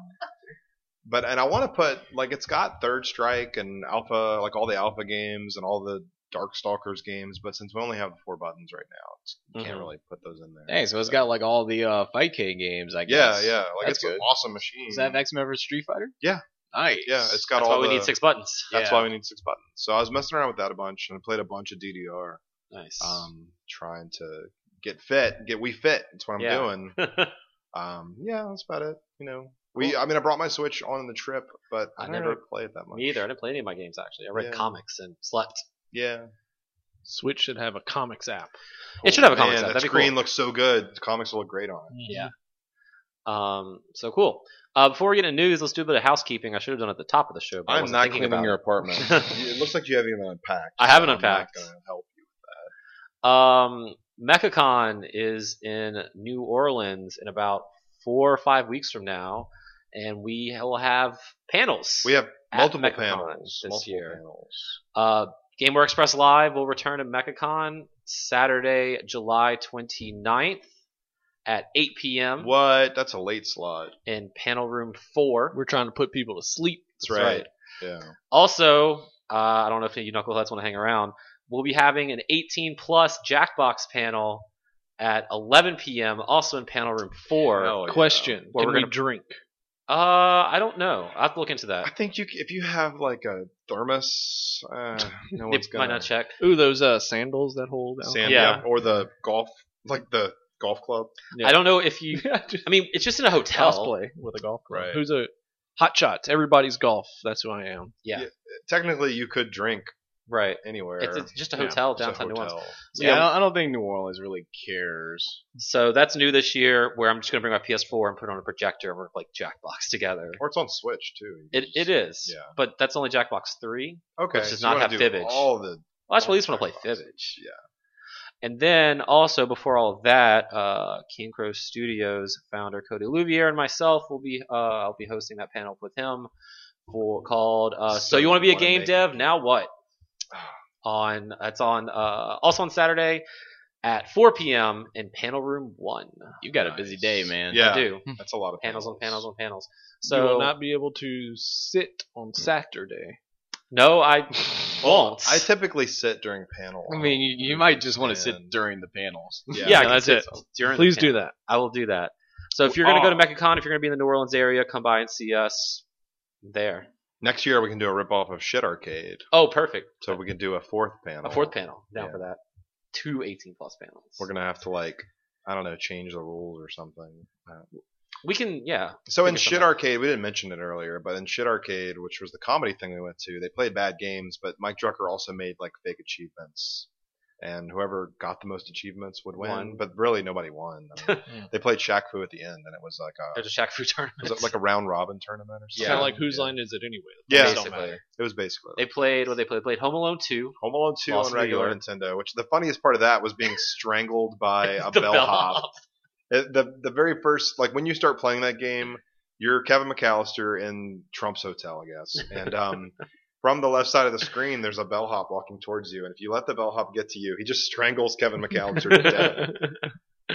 Speaker 1: but and I want to put like it's got Third Strike and Alpha, like all the Alpha games and all the Darkstalkers games. But since we only have the four buttons right now, it's, you can't
Speaker 3: Mhm.
Speaker 1: really put those in there.
Speaker 6: Mm-hmm. Dang, so it's got like all the uh, fight game games, I
Speaker 1: yeah,
Speaker 6: guess.
Speaker 1: yeah, like
Speaker 6: That's
Speaker 1: it's
Speaker 6: good.
Speaker 1: an awesome machine.
Speaker 6: Does that have X member Street Fighter?
Speaker 1: Yeah.
Speaker 6: Nice.
Speaker 1: yeah, it's got
Speaker 3: that's
Speaker 1: all.
Speaker 3: why we
Speaker 1: the-
Speaker 3: need six buttons.
Speaker 1: That's
Speaker 6: yeah.
Speaker 1: why we need six buttons. So I was messing around with that a bunch and I played a bunch of DDR,
Speaker 3: Nice.
Speaker 1: um, trying to get fit, get we fit. That's what I'm
Speaker 3: Yeah.
Speaker 1: doing. Um, yeah, that's about it. You know, we. I mean, I brought my Switch on the trip, but I,
Speaker 3: I
Speaker 1: never
Speaker 3: never-
Speaker 1: play it that much.
Speaker 3: Me either. I didn't play any of my games actually. I read
Speaker 1: Yeah.
Speaker 3: comics and slept.
Speaker 1: Yeah,
Speaker 2: Switch should have a comics app.
Speaker 3: It should have a
Speaker 1: Man,
Speaker 3: comics app.
Speaker 1: that
Speaker 3: That'd be
Speaker 1: screen
Speaker 3: cool.
Speaker 1: looks so good. The comics will look great on it.
Speaker 6: Mm-hmm.
Speaker 3: Yeah. Um. So cool. Uh, before we get into news, let's do a bit of housekeeping. I should have done it at the top of the show. But I
Speaker 1: I'm
Speaker 3: wasn't
Speaker 1: not
Speaker 3: thinking
Speaker 1: cleaning
Speaker 3: about
Speaker 1: your
Speaker 3: it.
Speaker 1: apartment. it looks like you haven't even unpacked.
Speaker 3: I haven't
Speaker 1: I'm not
Speaker 3: unpacked.
Speaker 1: gonna help you.
Speaker 3: Um, MechaCon is in New Orleans in about four or five weeks from now, and we will have panels.
Speaker 1: We have
Speaker 3: At
Speaker 1: multiple
Speaker 3: MechaCon
Speaker 1: panels
Speaker 3: this
Speaker 1: multiple
Speaker 3: year.
Speaker 1: Panels.
Speaker 3: Uh, GameWare Express Live will return to MechaCon Saturday, July 29th at 8 p.m.
Speaker 1: What? That's a late slot.
Speaker 3: in panel room 4.
Speaker 2: We're trying to put people to sleep.
Speaker 1: That's right. Yeah.
Speaker 3: Also, uh, I don't know if you knuckleheads want to hang around. We'll be having an 18 plus Jackbox panel at 11 p.m. Also in panel room four.
Speaker 6: Oh,
Speaker 1: Hell yeah.
Speaker 2: Uh, Question:
Speaker 3: Well,
Speaker 2: Can
Speaker 3: we're
Speaker 2: we
Speaker 3: gonna-
Speaker 2: drink?
Speaker 3: Uh, I don't know. I will have to look into
Speaker 1: I
Speaker 3: that.
Speaker 1: think you c- if you have like a thermos, uh, no
Speaker 3: They
Speaker 1: one's
Speaker 3: might
Speaker 1: gonna
Speaker 3: not check.
Speaker 2: Ooh, those uh, sandals that hold. alcohol.
Speaker 1: sand
Speaker 3: Yeah.
Speaker 1: yeah. or the golf like the golf club.
Speaker 2: Yeah.
Speaker 3: I don't know if you.
Speaker 2: Yeah, just
Speaker 3: I mean, it's just in a hotel.
Speaker 2: cosplay with a golf club.
Speaker 1: Right.
Speaker 2: Who's a hot shots? Everybody's golf. That's who I am.
Speaker 1: Technically, you could drink
Speaker 3: Right.
Speaker 1: anywhere.
Speaker 3: It's, it's just a
Speaker 2: Yeah,
Speaker 3: hotel
Speaker 1: It's a
Speaker 3: downtown New Orleans.
Speaker 1: hotel.
Speaker 6: Yeah, I, don't, I don't think New Orleans really cares.
Speaker 3: So that's new this year, where I'm just gonna bring my PS4 and put on a projector and we're like Jackbox together.
Speaker 1: Or it's on Switch too. You
Speaker 3: It,
Speaker 1: just-
Speaker 3: it is.
Speaker 1: Yeah.
Speaker 3: But that's only Jackbox three.
Speaker 1: okay.
Speaker 3: which does
Speaker 1: so you
Speaker 3: not
Speaker 1: wanna do
Speaker 3: have fibbage.
Speaker 1: All the
Speaker 3: Well, that's what at
Speaker 1: Oh,
Speaker 3: least want to play
Speaker 1: Jackbox.
Speaker 3: Fibbage.
Speaker 1: Yeah.
Speaker 3: And then also before all of that, uh, King Crow Studios founder Cody Louvier and myself will be uh, I'll be hosting that panel with him for called uh, so,
Speaker 1: So
Speaker 3: you want to be a
Speaker 1: Wanna
Speaker 3: game
Speaker 1: Make
Speaker 3: dev
Speaker 1: It.
Speaker 3: now what on that's on uh, also on Saturday at 4 p.m. in panel room one.
Speaker 6: You've got a
Speaker 1: Nice.
Speaker 6: busy day, man.
Speaker 3: I
Speaker 1: yeah. Hmm.
Speaker 3: do
Speaker 1: That's a lot of
Speaker 3: panels on panels on panels.
Speaker 2: you
Speaker 3: So
Speaker 2: will not be able to sit on Saturday.
Speaker 3: no, I won't.
Speaker 1: I typically sit during panel.
Speaker 6: I mean, you, you might just want to
Speaker 1: Man.
Speaker 6: sit during the panels.
Speaker 1: Yeah.
Speaker 3: yeah, I
Speaker 2: no,
Speaker 3: can
Speaker 2: that's
Speaker 3: sit
Speaker 2: it.
Speaker 3: during the
Speaker 2: Please
Speaker 3: panel.
Speaker 2: do that.
Speaker 3: I will do that. So if you're going
Speaker 1: uh,
Speaker 3: to go to MechaCon, if you're going to be in the New Orleans area, come by and see us there.
Speaker 1: Next year we can do a ripoff of Shit Arcade,
Speaker 3: Oh, perfect.
Speaker 1: so we can do a fourth panel.
Speaker 3: A fourth panel. Down
Speaker 1: Yeah.
Speaker 3: for that. Two 18 plus panels.
Speaker 1: We're gonna have to like, I don't know, change the rules or something. Uh,
Speaker 3: We can, yeah.
Speaker 1: So in
Speaker 3: Figure
Speaker 1: Shit
Speaker 3: something out.
Speaker 1: Arcade, we didn't mention it earlier, but in Shit Arcade, which was the comedy thing we went to, they played bad games, but Mike Drucker also made like fake achievements. And whoever got the most achievements would win,
Speaker 3: Won.
Speaker 1: but really nobody won. I mean, they played Shaq Fu at the end, and it was like a
Speaker 3: There's a Shaq Fu tournament.
Speaker 1: was it like a round robin tournament or something.
Speaker 2: It's kind
Speaker 3: Yeah.
Speaker 2: of like whose
Speaker 1: Yeah.
Speaker 2: line is it anyway?
Speaker 1: Yeah.
Speaker 2: It don't
Speaker 3: Basically.
Speaker 2: matter.
Speaker 1: It was basically
Speaker 3: They played, what they played? They played Home Alone 2.
Speaker 1: Home Alone Two
Speaker 3: Lost
Speaker 1: on
Speaker 3: in New
Speaker 1: regular
Speaker 3: York.
Speaker 1: Nintendo. Which the funniest part of that was being strangled by a
Speaker 3: The
Speaker 1: bellhop. It- the the very first like when you start playing that game, you're Kevin McAllister in Trump's hotel, I guess. And um from the left side of the screen there's a bellhop walking towards you and if you let the bellhop get to you, he just strangles Kevin McAllister to death.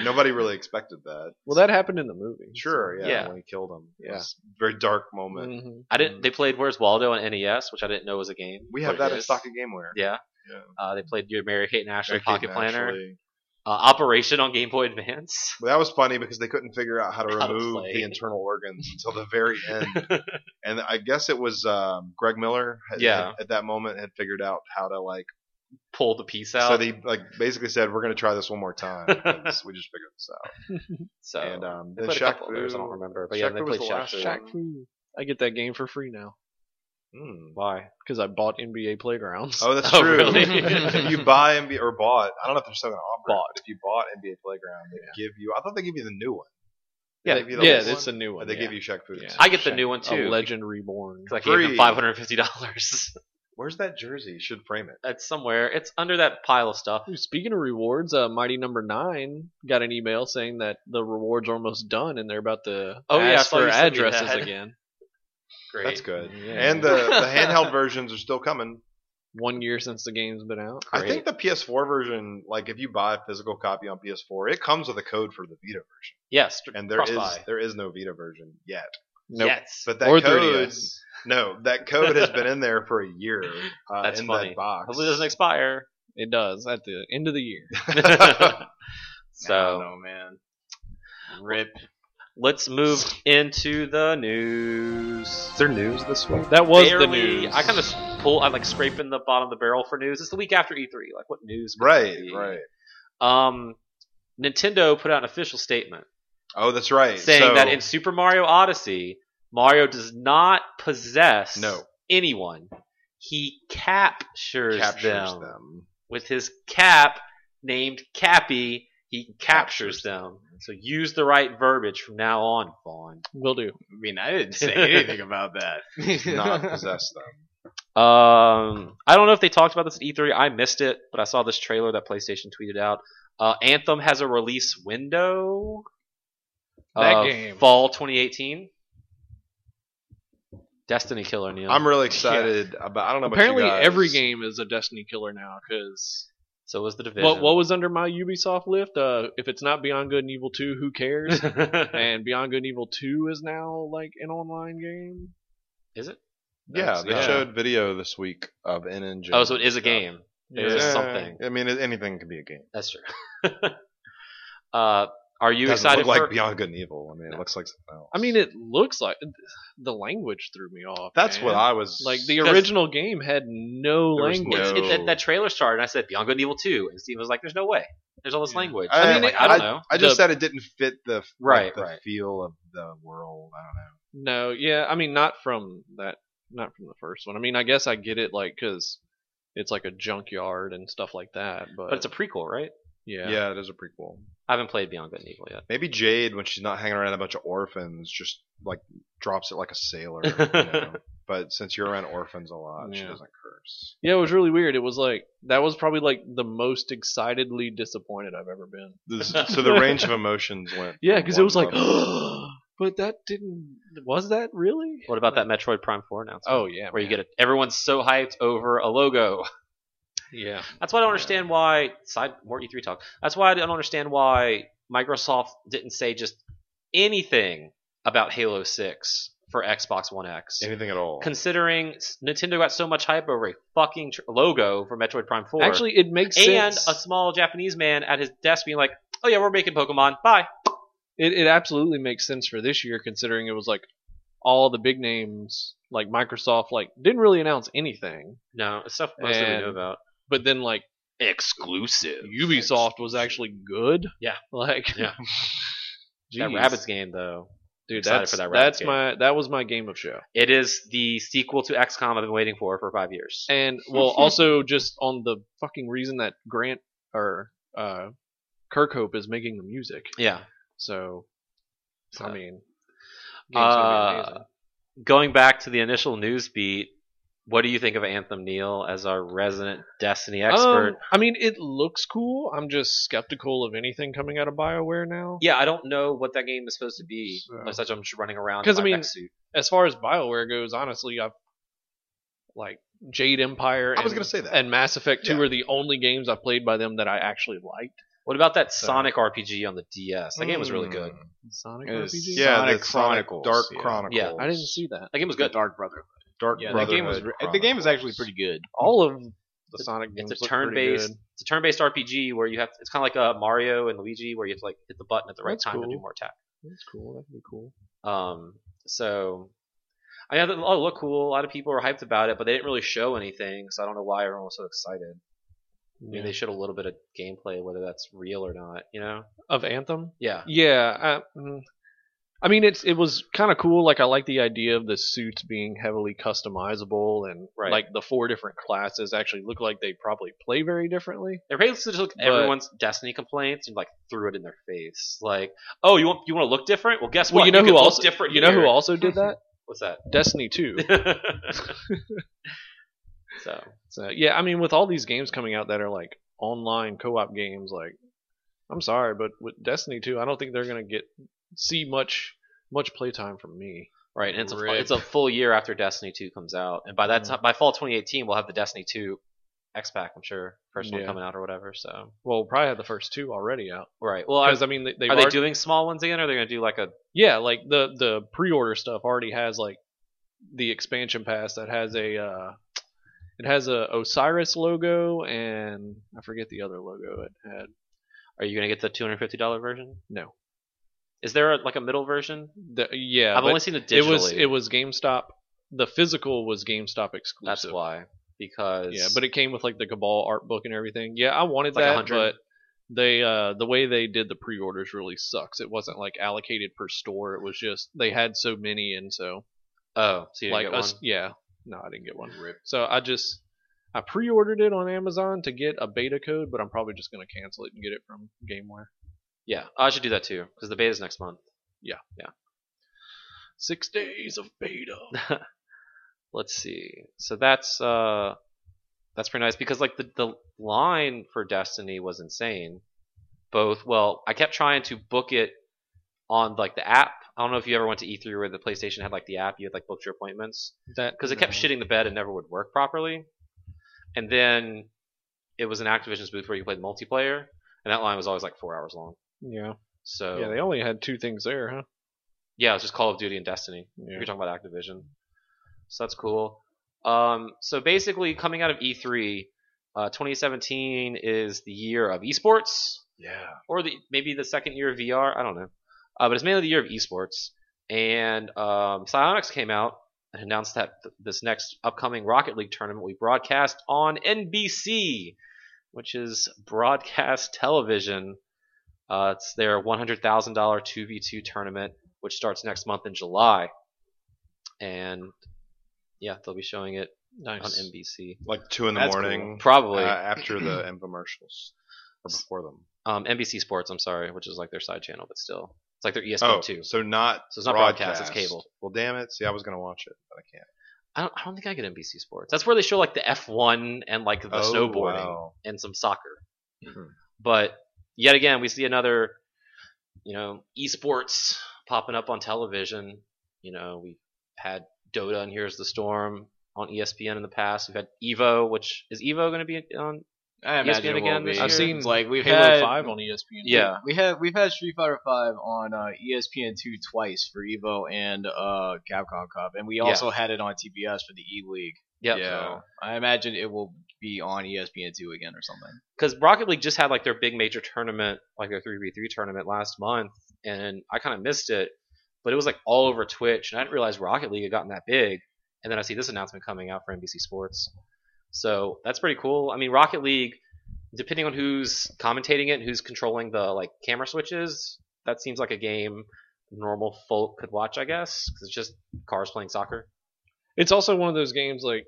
Speaker 1: Nobody really expected that.
Speaker 2: Well, that happened in the movie.
Speaker 1: Sure, yeah,
Speaker 3: Yeah.
Speaker 1: when he killed him. It
Speaker 2: Yeah.
Speaker 1: was a very dark moment.
Speaker 2: Mhm.
Speaker 3: I
Speaker 1: Mm.
Speaker 3: didn't. They played Where's Waldo on NES, which I didn't know was a game.
Speaker 1: We have
Speaker 3: but it
Speaker 1: that at
Speaker 3: is.
Speaker 1: Stock and Gameware.
Speaker 3: Mm. Yeah.
Speaker 1: Yeah.
Speaker 3: Uh, they played Your Mary Kate and Ashley
Speaker 1: That
Speaker 3: Pocket
Speaker 1: came
Speaker 3: Planner.
Speaker 1: naturally.
Speaker 3: Uh, Operation on Game Boy Advance.
Speaker 1: But that was funny because they couldn't figure out how to
Speaker 3: How to
Speaker 1: remove
Speaker 3: play.
Speaker 1: the internal organs until the very end. and I guess it was um, Greg Miller. Had,
Speaker 3: Yeah.
Speaker 1: had- at that moment, had figured out how to like.
Speaker 3: Pull the piece out.
Speaker 1: So they like basically said, "We're going to try this one more time." 'cause we just figured this out.
Speaker 3: So,
Speaker 1: and um,
Speaker 3: they
Speaker 1: then
Speaker 3: played a
Speaker 1: Shaq
Speaker 3: couple others. I don't
Speaker 1: Fu-
Speaker 3: remember, but yeah,
Speaker 1: Shaq
Speaker 3: they
Speaker 1: Fu was
Speaker 3: played
Speaker 1: the
Speaker 3: Shaq.
Speaker 1: last
Speaker 3: Fu.
Speaker 1: Shaq.
Speaker 2: Fu. I get that game for free now
Speaker 1: Mm.
Speaker 3: Why?
Speaker 2: because I bought NBA Playgrounds.
Speaker 1: Oh, that's
Speaker 3: Oh,
Speaker 1: true.
Speaker 3: really?
Speaker 1: if you buy NBA or bought, I don't know if they're still going to offer. Bought. If you bought NBA Playground, they give you. I thought they give you the new one.
Speaker 3: Yeah,
Speaker 1: They give you the
Speaker 2: yeah,
Speaker 1: old
Speaker 2: it's
Speaker 1: one,
Speaker 2: a new one.
Speaker 1: Or they
Speaker 2: yeah.
Speaker 1: give you Shaq Fu.
Speaker 2: Yeah.
Speaker 3: I get the new one too.
Speaker 2: a Legend Reborn.
Speaker 3: Because I gave them
Speaker 1: Free.
Speaker 3: five hundred fifty dollars.
Speaker 1: Where's that jersey? You should frame it.
Speaker 3: That's somewhere. It's under that pile of stuff.
Speaker 2: Ooh, Speaking of rewards, uh, Mighty Number Nine got an email saying that the rewards are almost done and they're about to
Speaker 3: Oh, yeah, I
Speaker 2: ask
Speaker 3: saw
Speaker 2: for
Speaker 3: you sent me
Speaker 2: addresses
Speaker 3: that.
Speaker 2: again.
Speaker 3: Great.
Speaker 1: That's good.
Speaker 2: Yeah.
Speaker 1: And the, the handheld versions are still coming.
Speaker 2: One year since the game's been out.
Speaker 1: I think the PS4 version, like if you buy a physical copy on PS4, it comes with a code for the Vita version,
Speaker 3: Yes.
Speaker 1: and there
Speaker 3: cross
Speaker 1: is
Speaker 3: buy.
Speaker 1: there is no Vita version yet.
Speaker 2: Nope.
Speaker 3: Yes.
Speaker 1: But that
Speaker 2: Or
Speaker 1: code,
Speaker 2: 3DS.
Speaker 1: no, that code has been in there for a year. Uh,
Speaker 3: That's
Speaker 1: in
Speaker 3: funny.
Speaker 1: That box.
Speaker 3: Hopefully it doesn't expire.
Speaker 2: It does at the end of the year.
Speaker 3: so
Speaker 6: no, man. Rip.
Speaker 3: let's move into the news.
Speaker 1: there news this week?
Speaker 2: That was the
Speaker 3: Barely-
Speaker 2: news.
Speaker 3: I kind of pull. I'm like scraping the bottom of the barrel for news. It's the week after E3. Like what news? could
Speaker 1: Right,
Speaker 3: there be?
Speaker 1: right.
Speaker 3: Um, Nintendo put out an official statement
Speaker 1: Oh, that's right.
Speaker 3: saying
Speaker 1: So-
Speaker 3: that in Super Mario Odyssey, Mario does not possess
Speaker 1: No.
Speaker 3: anyone. He captures,
Speaker 1: captures
Speaker 3: them.
Speaker 1: them.
Speaker 3: with his cap named Cappy. He captures,
Speaker 1: Captures
Speaker 3: them. So use the right verbiage from now on, Vaughn.
Speaker 2: will do.
Speaker 6: I mean, I didn't say anything about that.
Speaker 1: not possess them.
Speaker 3: Um, I don't know if they talked about this at E3. I missed it, but I saw this trailer that PlayStation tweeted out. Uh, Anthem has a release window.
Speaker 2: That
Speaker 3: uh,
Speaker 2: game.
Speaker 3: Fall 2018. Destiny killer, Neil.
Speaker 1: I'm really excited about. I don't know. about you
Speaker 2: Apparently,
Speaker 1: guys.
Speaker 2: every game is a Destiny killer now because
Speaker 3: so was the division.
Speaker 2: what what was under my Ubisoft lift? Uh, if it's not Beyond Good and Evil Two, who cares? and Beyond Good and Evil Two is now like an online game.
Speaker 3: is it?
Speaker 1: Yeah,
Speaker 2: That's-
Speaker 1: they showed video this week of an engine.
Speaker 3: Oh, so it is a game. It is
Speaker 2: Yeah.
Speaker 3: something.
Speaker 1: I mean, it- anything can be a game.
Speaker 3: That's true. uh, are you
Speaker 1: Doesn't
Speaker 3: excited
Speaker 1: look
Speaker 3: for?
Speaker 1: like Beyond Good and Evil. I mean,
Speaker 3: No.
Speaker 1: it looks like something else.
Speaker 2: I mean, it looks like the language threw me off.
Speaker 1: that's
Speaker 2: man.
Speaker 1: what I was
Speaker 2: like. The
Speaker 3: 'Cause-
Speaker 2: original game had no
Speaker 1: There was
Speaker 2: language.
Speaker 3: It's- it- that,
Speaker 1: No.
Speaker 3: that trailer started, and I said Beyond Good and Evil 2, and Steve was like, "There's no way. There's all this
Speaker 2: Yeah.
Speaker 3: language."
Speaker 1: I-
Speaker 3: I mean,
Speaker 1: like,
Speaker 3: I don't know.
Speaker 1: I just
Speaker 2: the-
Speaker 1: said it didn't fit the like,
Speaker 3: Right,
Speaker 1: the
Speaker 3: right.
Speaker 1: feel of the world. I don't know.
Speaker 2: No, yeah, I mean, not from that, not from the first one. I mean, I guess I get it, like, because it's like a junkyard and stuff like that. But,
Speaker 3: But it's a prequel, right?
Speaker 2: yeah,
Speaker 1: Yeah, it is a prequel.
Speaker 3: I haven't played Beyond Good and Evil yet.
Speaker 1: Maybe Jade, when she's not hanging around a bunch of orphans, just like drops it like a sailor. you know? But since you're around orphans a lot, she
Speaker 2: Yeah.
Speaker 1: doesn't curse.
Speaker 2: yeah, it was really weird. It was like that was probably like the most excitedly disappointed I've ever been.
Speaker 1: This- so the range of emotions went.
Speaker 2: Yeah,
Speaker 1: from
Speaker 2: because it
Speaker 1: one
Speaker 2: was like,
Speaker 1: level-
Speaker 2: but that didn't. Was that really?
Speaker 3: What about that Metroid Prime 4 announcement?
Speaker 2: Oh yeah,
Speaker 3: Where you get it. Everyone's so hyped over a logo.
Speaker 2: yeah.
Speaker 3: That's why I don't understand why. Side more E3 talk. That's why I don't understand why Microsoft didn't say just anything about Halo 6 for Xbox One X.
Speaker 1: anything at all.
Speaker 3: Considering s- Nintendo got so much hype over a fucking tr- logo for Metroid Prime 4.
Speaker 2: Actually, it makes
Speaker 3: and
Speaker 2: sense.
Speaker 3: a small Japanese man at his desk being like, "Oh yeah, we're making Pokemon. Bye."
Speaker 2: it, it absolutely makes sense for this year considering it was like all the big names like Microsoft like didn't really announce anything,
Speaker 3: No, it's stuff most of we
Speaker 2: And-
Speaker 3: know about.
Speaker 2: but then like
Speaker 3: Exclusive.
Speaker 2: Ubisoft was actually good.
Speaker 3: Yeah.
Speaker 2: like
Speaker 3: Yeah. That
Speaker 2: Jeez.
Speaker 3: Rabbits game though,
Speaker 2: dude.
Speaker 3: excited
Speaker 2: That's
Speaker 3: for that Rabbids
Speaker 2: that's
Speaker 3: game.
Speaker 2: my that was my game of show.
Speaker 3: it is the sequel to XCOM I've been waiting for for five years.
Speaker 2: And well, also just on the fucking reason that Grant or uh, Kirkhope is making the music.
Speaker 3: yeah.
Speaker 2: So,
Speaker 3: So.
Speaker 2: I mean, game's gonna be
Speaker 3: Uh,
Speaker 2: amazing.
Speaker 3: going back to the initial news beat, what do you think of Anthem Neal as our resident Destiny expert?
Speaker 2: Um, I mean, it looks cool. I'm just skeptical of anything coming out of Bioware now.
Speaker 3: yeah, I don't know what that game is supposed to be.
Speaker 2: So-
Speaker 3: Unless I'm just running around in
Speaker 2: 'Cause, I
Speaker 3: my
Speaker 2: mean,
Speaker 3: mech suit.
Speaker 2: as far as Bioware goes, honestly, I've like Jade Empire. And,
Speaker 1: I was gonna say that.
Speaker 2: and Mass Effect Two
Speaker 1: Yeah.
Speaker 2: are the only games I've played by them that I actually liked.
Speaker 3: What about that
Speaker 1: So-
Speaker 3: Sonic RPG on the DS? Hmm. That game was really good.
Speaker 1: Mm.
Speaker 2: Sonic
Speaker 6: It is-
Speaker 2: RPG?
Speaker 1: Yeah,
Speaker 6: Sonic
Speaker 1: the Sonic
Speaker 6: Chronicles,
Speaker 1: Dark
Speaker 6: yeah.
Speaker 1: Chronicles.
Speaker 3: Yeah,
Speaker 2: I didn't see that.
Speaker 3: That game was
Speaker 6: The
Speaker 3: good.
Speaker 6: Dark Brotherhood.
Speaker 1: Dark
Speaker 6: Yeah, that
Speaker 1: Brotherhood.
Speaker 6: game was. re- The game is actually pretty good.
Speaker 2: All of the Sonic games
Speaker 3: It's a
Speaker 2: look pretty
Speaker 3: turn-based.
Speaker 2: good.
Speaker 3: It's a turn-based RPG where you have. it's kind of like a Mario and Luigi where you have to like hit the button at the right
Speaker 2: That's
Speaker 3: time to
Speaker 2: cool.
Speaker 3: do more attack.
Speaker 2: That's cool. That'd be cool.
Speaker 3: Um, so I know that oh, it looked cool. A lot of people were hyped about it, but they didn't really show anything, so I don't know why everyone was so excited. I mean,
Speaker 2: Yeah.
Speaker 3: they showed a little bit of gameplay, whether that's real or not. You know?
Speaker 2: Of Anthem?
Speaker 3: Yeah.
Speaker 2: Yeah, I, mm. I mean it's it was kind of cool. Like I like the idea of the suits being heavily customizable and
Speaker 3: Right.
Speaker 2: like the four different classes actually look like they probably play very differently.
Speaker 3: They basically took
Speaker 2: But-
Speaker 3: everyone's Destiny complaints and like threw it in their face. Like, oh, you want you want to look different? Well, guess
Speaker 2: Well,
Speaker 3: what?
Speaker 2: you know
Speaker 3: can
Speaker 2: who
Speaker 3: look
Speaker 2: also
Speaker 3: different.
Speaker 2: you know who
Speaker 3: here.
Speaker 2: also did that?
Speaker 3: What's that?
Speaker 2: Destiny 2.
Speaker 3: so
Speaker 2: So yeah, I mean with all these games coming out that are like online co-op games like I'm sorry, but with Destiny 2, I don't think they're going to get see much much playtime from me.
Speaker 3: right, and it's a fu-
Speaker 2: Rip.
Speaker 3: it's a full year after Destiny two comes out, and by that
Speaker 2: Mhm.
Speaker 3: time, by fall 2018, we'll have the Destiny two X pack. I'm sure first one
Speaker 2: Yeah.
Speaker 3: coming out or whatever. So
Speaker 2: Well, we'll probably have the first two already out.
Speaker 3: right. Well, I was
Speaker 2: Because I mean, they, they've
Speaker 3: are they
Speaker 2: already-
Speaker 3: doing small ones again? Or are they going to do like a
Speaker 2: Yeah, like the the pre-order stuff already has like the expansion pass that has a uh, it has a Osiris logo and I forget the other logo it had.
Speaker 3: Are you going to get the two hundred fifty dollar version?
Speaker 2: No,
Speaker 3: Is there a, like a middle version?
Speaker 2: the, yeah,
Speaker 3: I've
Speaker 2: but
Speaker 3: only seen it digitally.
Speaker 2: it was it was GameStop. The physical was GameStop exclusive.
Speaker 3: That's why because
Speaker 2: Yeah, but it came with like the Cabal art book and everything. Yeah, I wanted
Speaker 3: It's like
Speaker 2: that,
Speaker 3: 100.
Speaker 2: but they uh the way they did the pre-orders really sucks. It wasn't like allocated per store. It was just they had so many, and so
Speaker 3: oh, so you didn't
Speaker 2: like
Speaker 3: get
Speaker 2: us,
Speaker 3: one.
Speaker 2: yeah. No, I didn't get one. So I just I pre-ordered it on Amazon to get a beta code, but I'm probably just gonna cancel it and get it from GameWare.
Speaker 3: Yeah, I should do that too because the beta's next month.
Speaker 2: Six days of beta.
Speaker 3: Let's see. So that's uh, that's pretty nice because like the the line for Destiny was insane. Both well, I kept trying to book it on like the app. I don't know if you ever went to E3 where the PlayStation had like the app. You had like booked your appointments.
Speaker 2: That
Speaker 3: because it kept
Speaker 2: no.
Speaker 3: shitting the bed and never would work properly. And then it was an Activision's booth where you played multiplayer, and that line was always like four hours long.
Speaker 2: Yeah,
Speaker 3: So
Speaker 2: yeah.
Speaker 3: yeah,
Speaker 2: They only had two things there, huh?
Speaker 3: it was just Call of Duty and Destiny.
Speaker 2: Yeah.
Speaker 3: You're talking about Activision, so that's cool. Um, so basically, coming out of E3, uh, 2017 is the year of esports,
Speaker 1: Yeah.
Speaker 3: or the maybe the second year of VR. I don't know, uh, but it's mainly the year of esports. And um, Psyonix came out and announced that th- this next upcoming Rocket League tournament we broadcast on NBC, which is broadcast television. Uh, it's their $100,000 2v2 tournament, which starts next month in July. And yeah, they'll be showing it on
Speaker 2: Nice.
Speaker 3: NBC.
Speaker 1: Like two in the
Speaker 6: That's
Speaker 1: morning. uh,
Speaker 3: Probably.
Speaker 1: after the infomercials or before them.
Speaker 3: um, NBC Sports, I'm sorry, which is like their side channel, but still. It's like their E
Speaker 1: Oh,
Speaker 3: ESPN2.
Speaker 1: so not
Speaker 3: So it's not broadcast, it's cable.
Speaker 1: Well, damn it. See, I was gonna watch it, but I can't.
Speaker 3: I don't, I don't think I get NBC Sports. That's where they show like the F1 and like the
Speaker 1: Oh,
Speaker 3: snowboarding
Speaker 1: wow.
Speaker 3: and some soccer.
Speaker 1: Hmm.
Speaker 3: But yet again, we see another, you know, esports popping up on television. You know, we had Dota and Here's the Storm on E ESPN in the past. We've had Evo, which is Evo going to be on?
Speaker 6: I imagine it will
Speaker 3: again
Speaker 6: be.
Speaker 3: this
Speaker 2: I've
Speaker 3: year?
Speaker 2: seen
Speaker 6: like we've
Speaker 2: Halo
Speaker 6: had
Speaker 2: Five
Speaker 3: E
Speaker 2: on ESPN.
Speaker 3: Yeah.
Speaker 6: we had we've had Street Fighter Five on uh, ESPN two twice for Evo and uh, Capcom Cup, and we
Speaker 3: Yeah.
Speaker 6: also had it on TBS for the E League.
Speaker 3: Yep.
Speaker 6: So I imagine it will be on E ESPN two again or something.
Speaker 3: because Rocket League just had like their big major tournament, like their three v three tournament last month, and I kind of missed it, but it was like all over Twitch, and I didn't realize Rocket League had gotten that big, and then I see this announcement coming out for NBC Sports, so that's pretty cool. I mean, Rocket League, depending on who's commentating it, and who's controlling the like camera switches, that seems like a game normal folk could watch, I guess, because it's just cars playing soccer.
Speaker 2: It's also one of those games like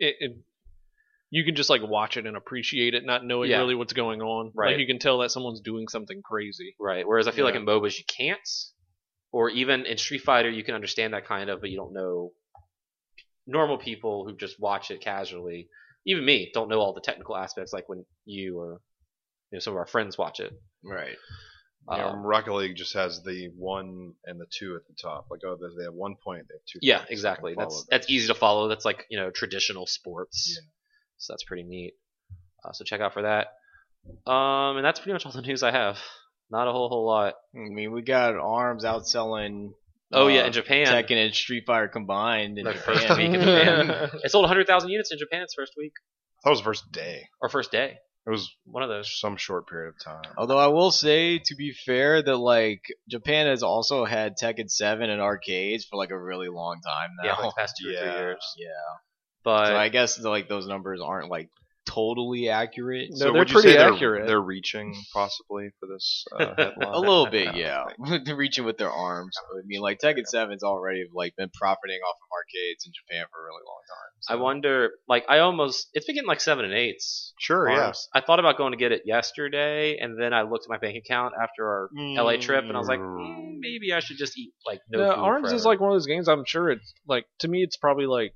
Speaker 2: it, it you can just like watch it and appreciate it, not knowing
Speaker 3: Yeah.
Speaker 2: really what's going on.
Speaker 3: Right.
Speaker 2: Like you can tell that someone's doing something crazy.
Speaker 3: Right. Whereas I feel like
Speaker 2: Yeah.
Speaker 3: in MOBAs you can't, or even in Street Fighter you can understand that kind of, but you don't know. Normal people who just watch it casually, even me, don't know all the technical aspects like when you or you know, some of our friends watch it.
Speaker 6: Right.
Speaker 1: You know,
Speaker 3: Um,
Speaker 1: Rocket League just has the one and the two at the top. Like, oh, they- they have one point, they have two.
Speaker 3: yeah,
Speaker 1: points. I can
Speaker 3: exactly.
Speaker 1: follow
Speaker 3: That's
Speaker 1: that.
Speaker 3: that's easy to follow. That's like you know traditional sports, so that's pretty neat. Uh, so check out for that. Um, and that's pretty much all the news I have. Not a whole whole lot.
Speaker 6: I mean, we got arms outselling.
Speaker 3: Oh
Speaker 6: uh,
Speaker 3: yeah, in Japan,
Speaker 6: Tekken and Street Fighter combined in
Speaker 3: Like
Speaker 6: Japan.
Speaker 3: first week in Japan. it sold 100,000 units in Japan its first week
Speaker 1: That was the first day.
Speaker 3: or first day.
Speaker 1: It was
Speaker 3: One of those.
Speaker 1: some short period of time.
Speaker 6: Although I will say, to be fair, that like Japan has also had Tekken Seven in arcades for like a really long time now.
Speaker 3: Yeah, like the past two or three
Speaker 1: yeah.
Speaker 3: years.
Speaker 6: Oh, Yeah.
Speaker 3: But
Speaker 6: So I guess like those numbers aren't like totally accurate.
Speaker 3: No,
Speaker 1: so
Speaker 3: they're
Speaker 1: would you
Speaker 3: pretty
Speaker 1: say they're,
Speaker 3: accurate.
Speaker 1: They're reaching possibly for this uh, headline.
Speaker 6: a little bit, yeah. They're reaching with their arms. I mean, like Tekken Seven's already like been profiting off of arcades in Japan for a really long time.
Speaker 3: I wonder, like, I almost it's been getting like seven and eights.
Speaker 1: Sure, yeah.
Speaker 3: Arms. I thought about going to get it yesterday, and then I looked at my bank account after our LA trip, and I was like, mm, maybe I should just eat like no.
Speaker 2: Yeah,
Speaker 3: food
Speaker 2: Arms is
Speaker 3: forever.
Speaker 2: like one of those games. I'm sure it's like to me, it's probably like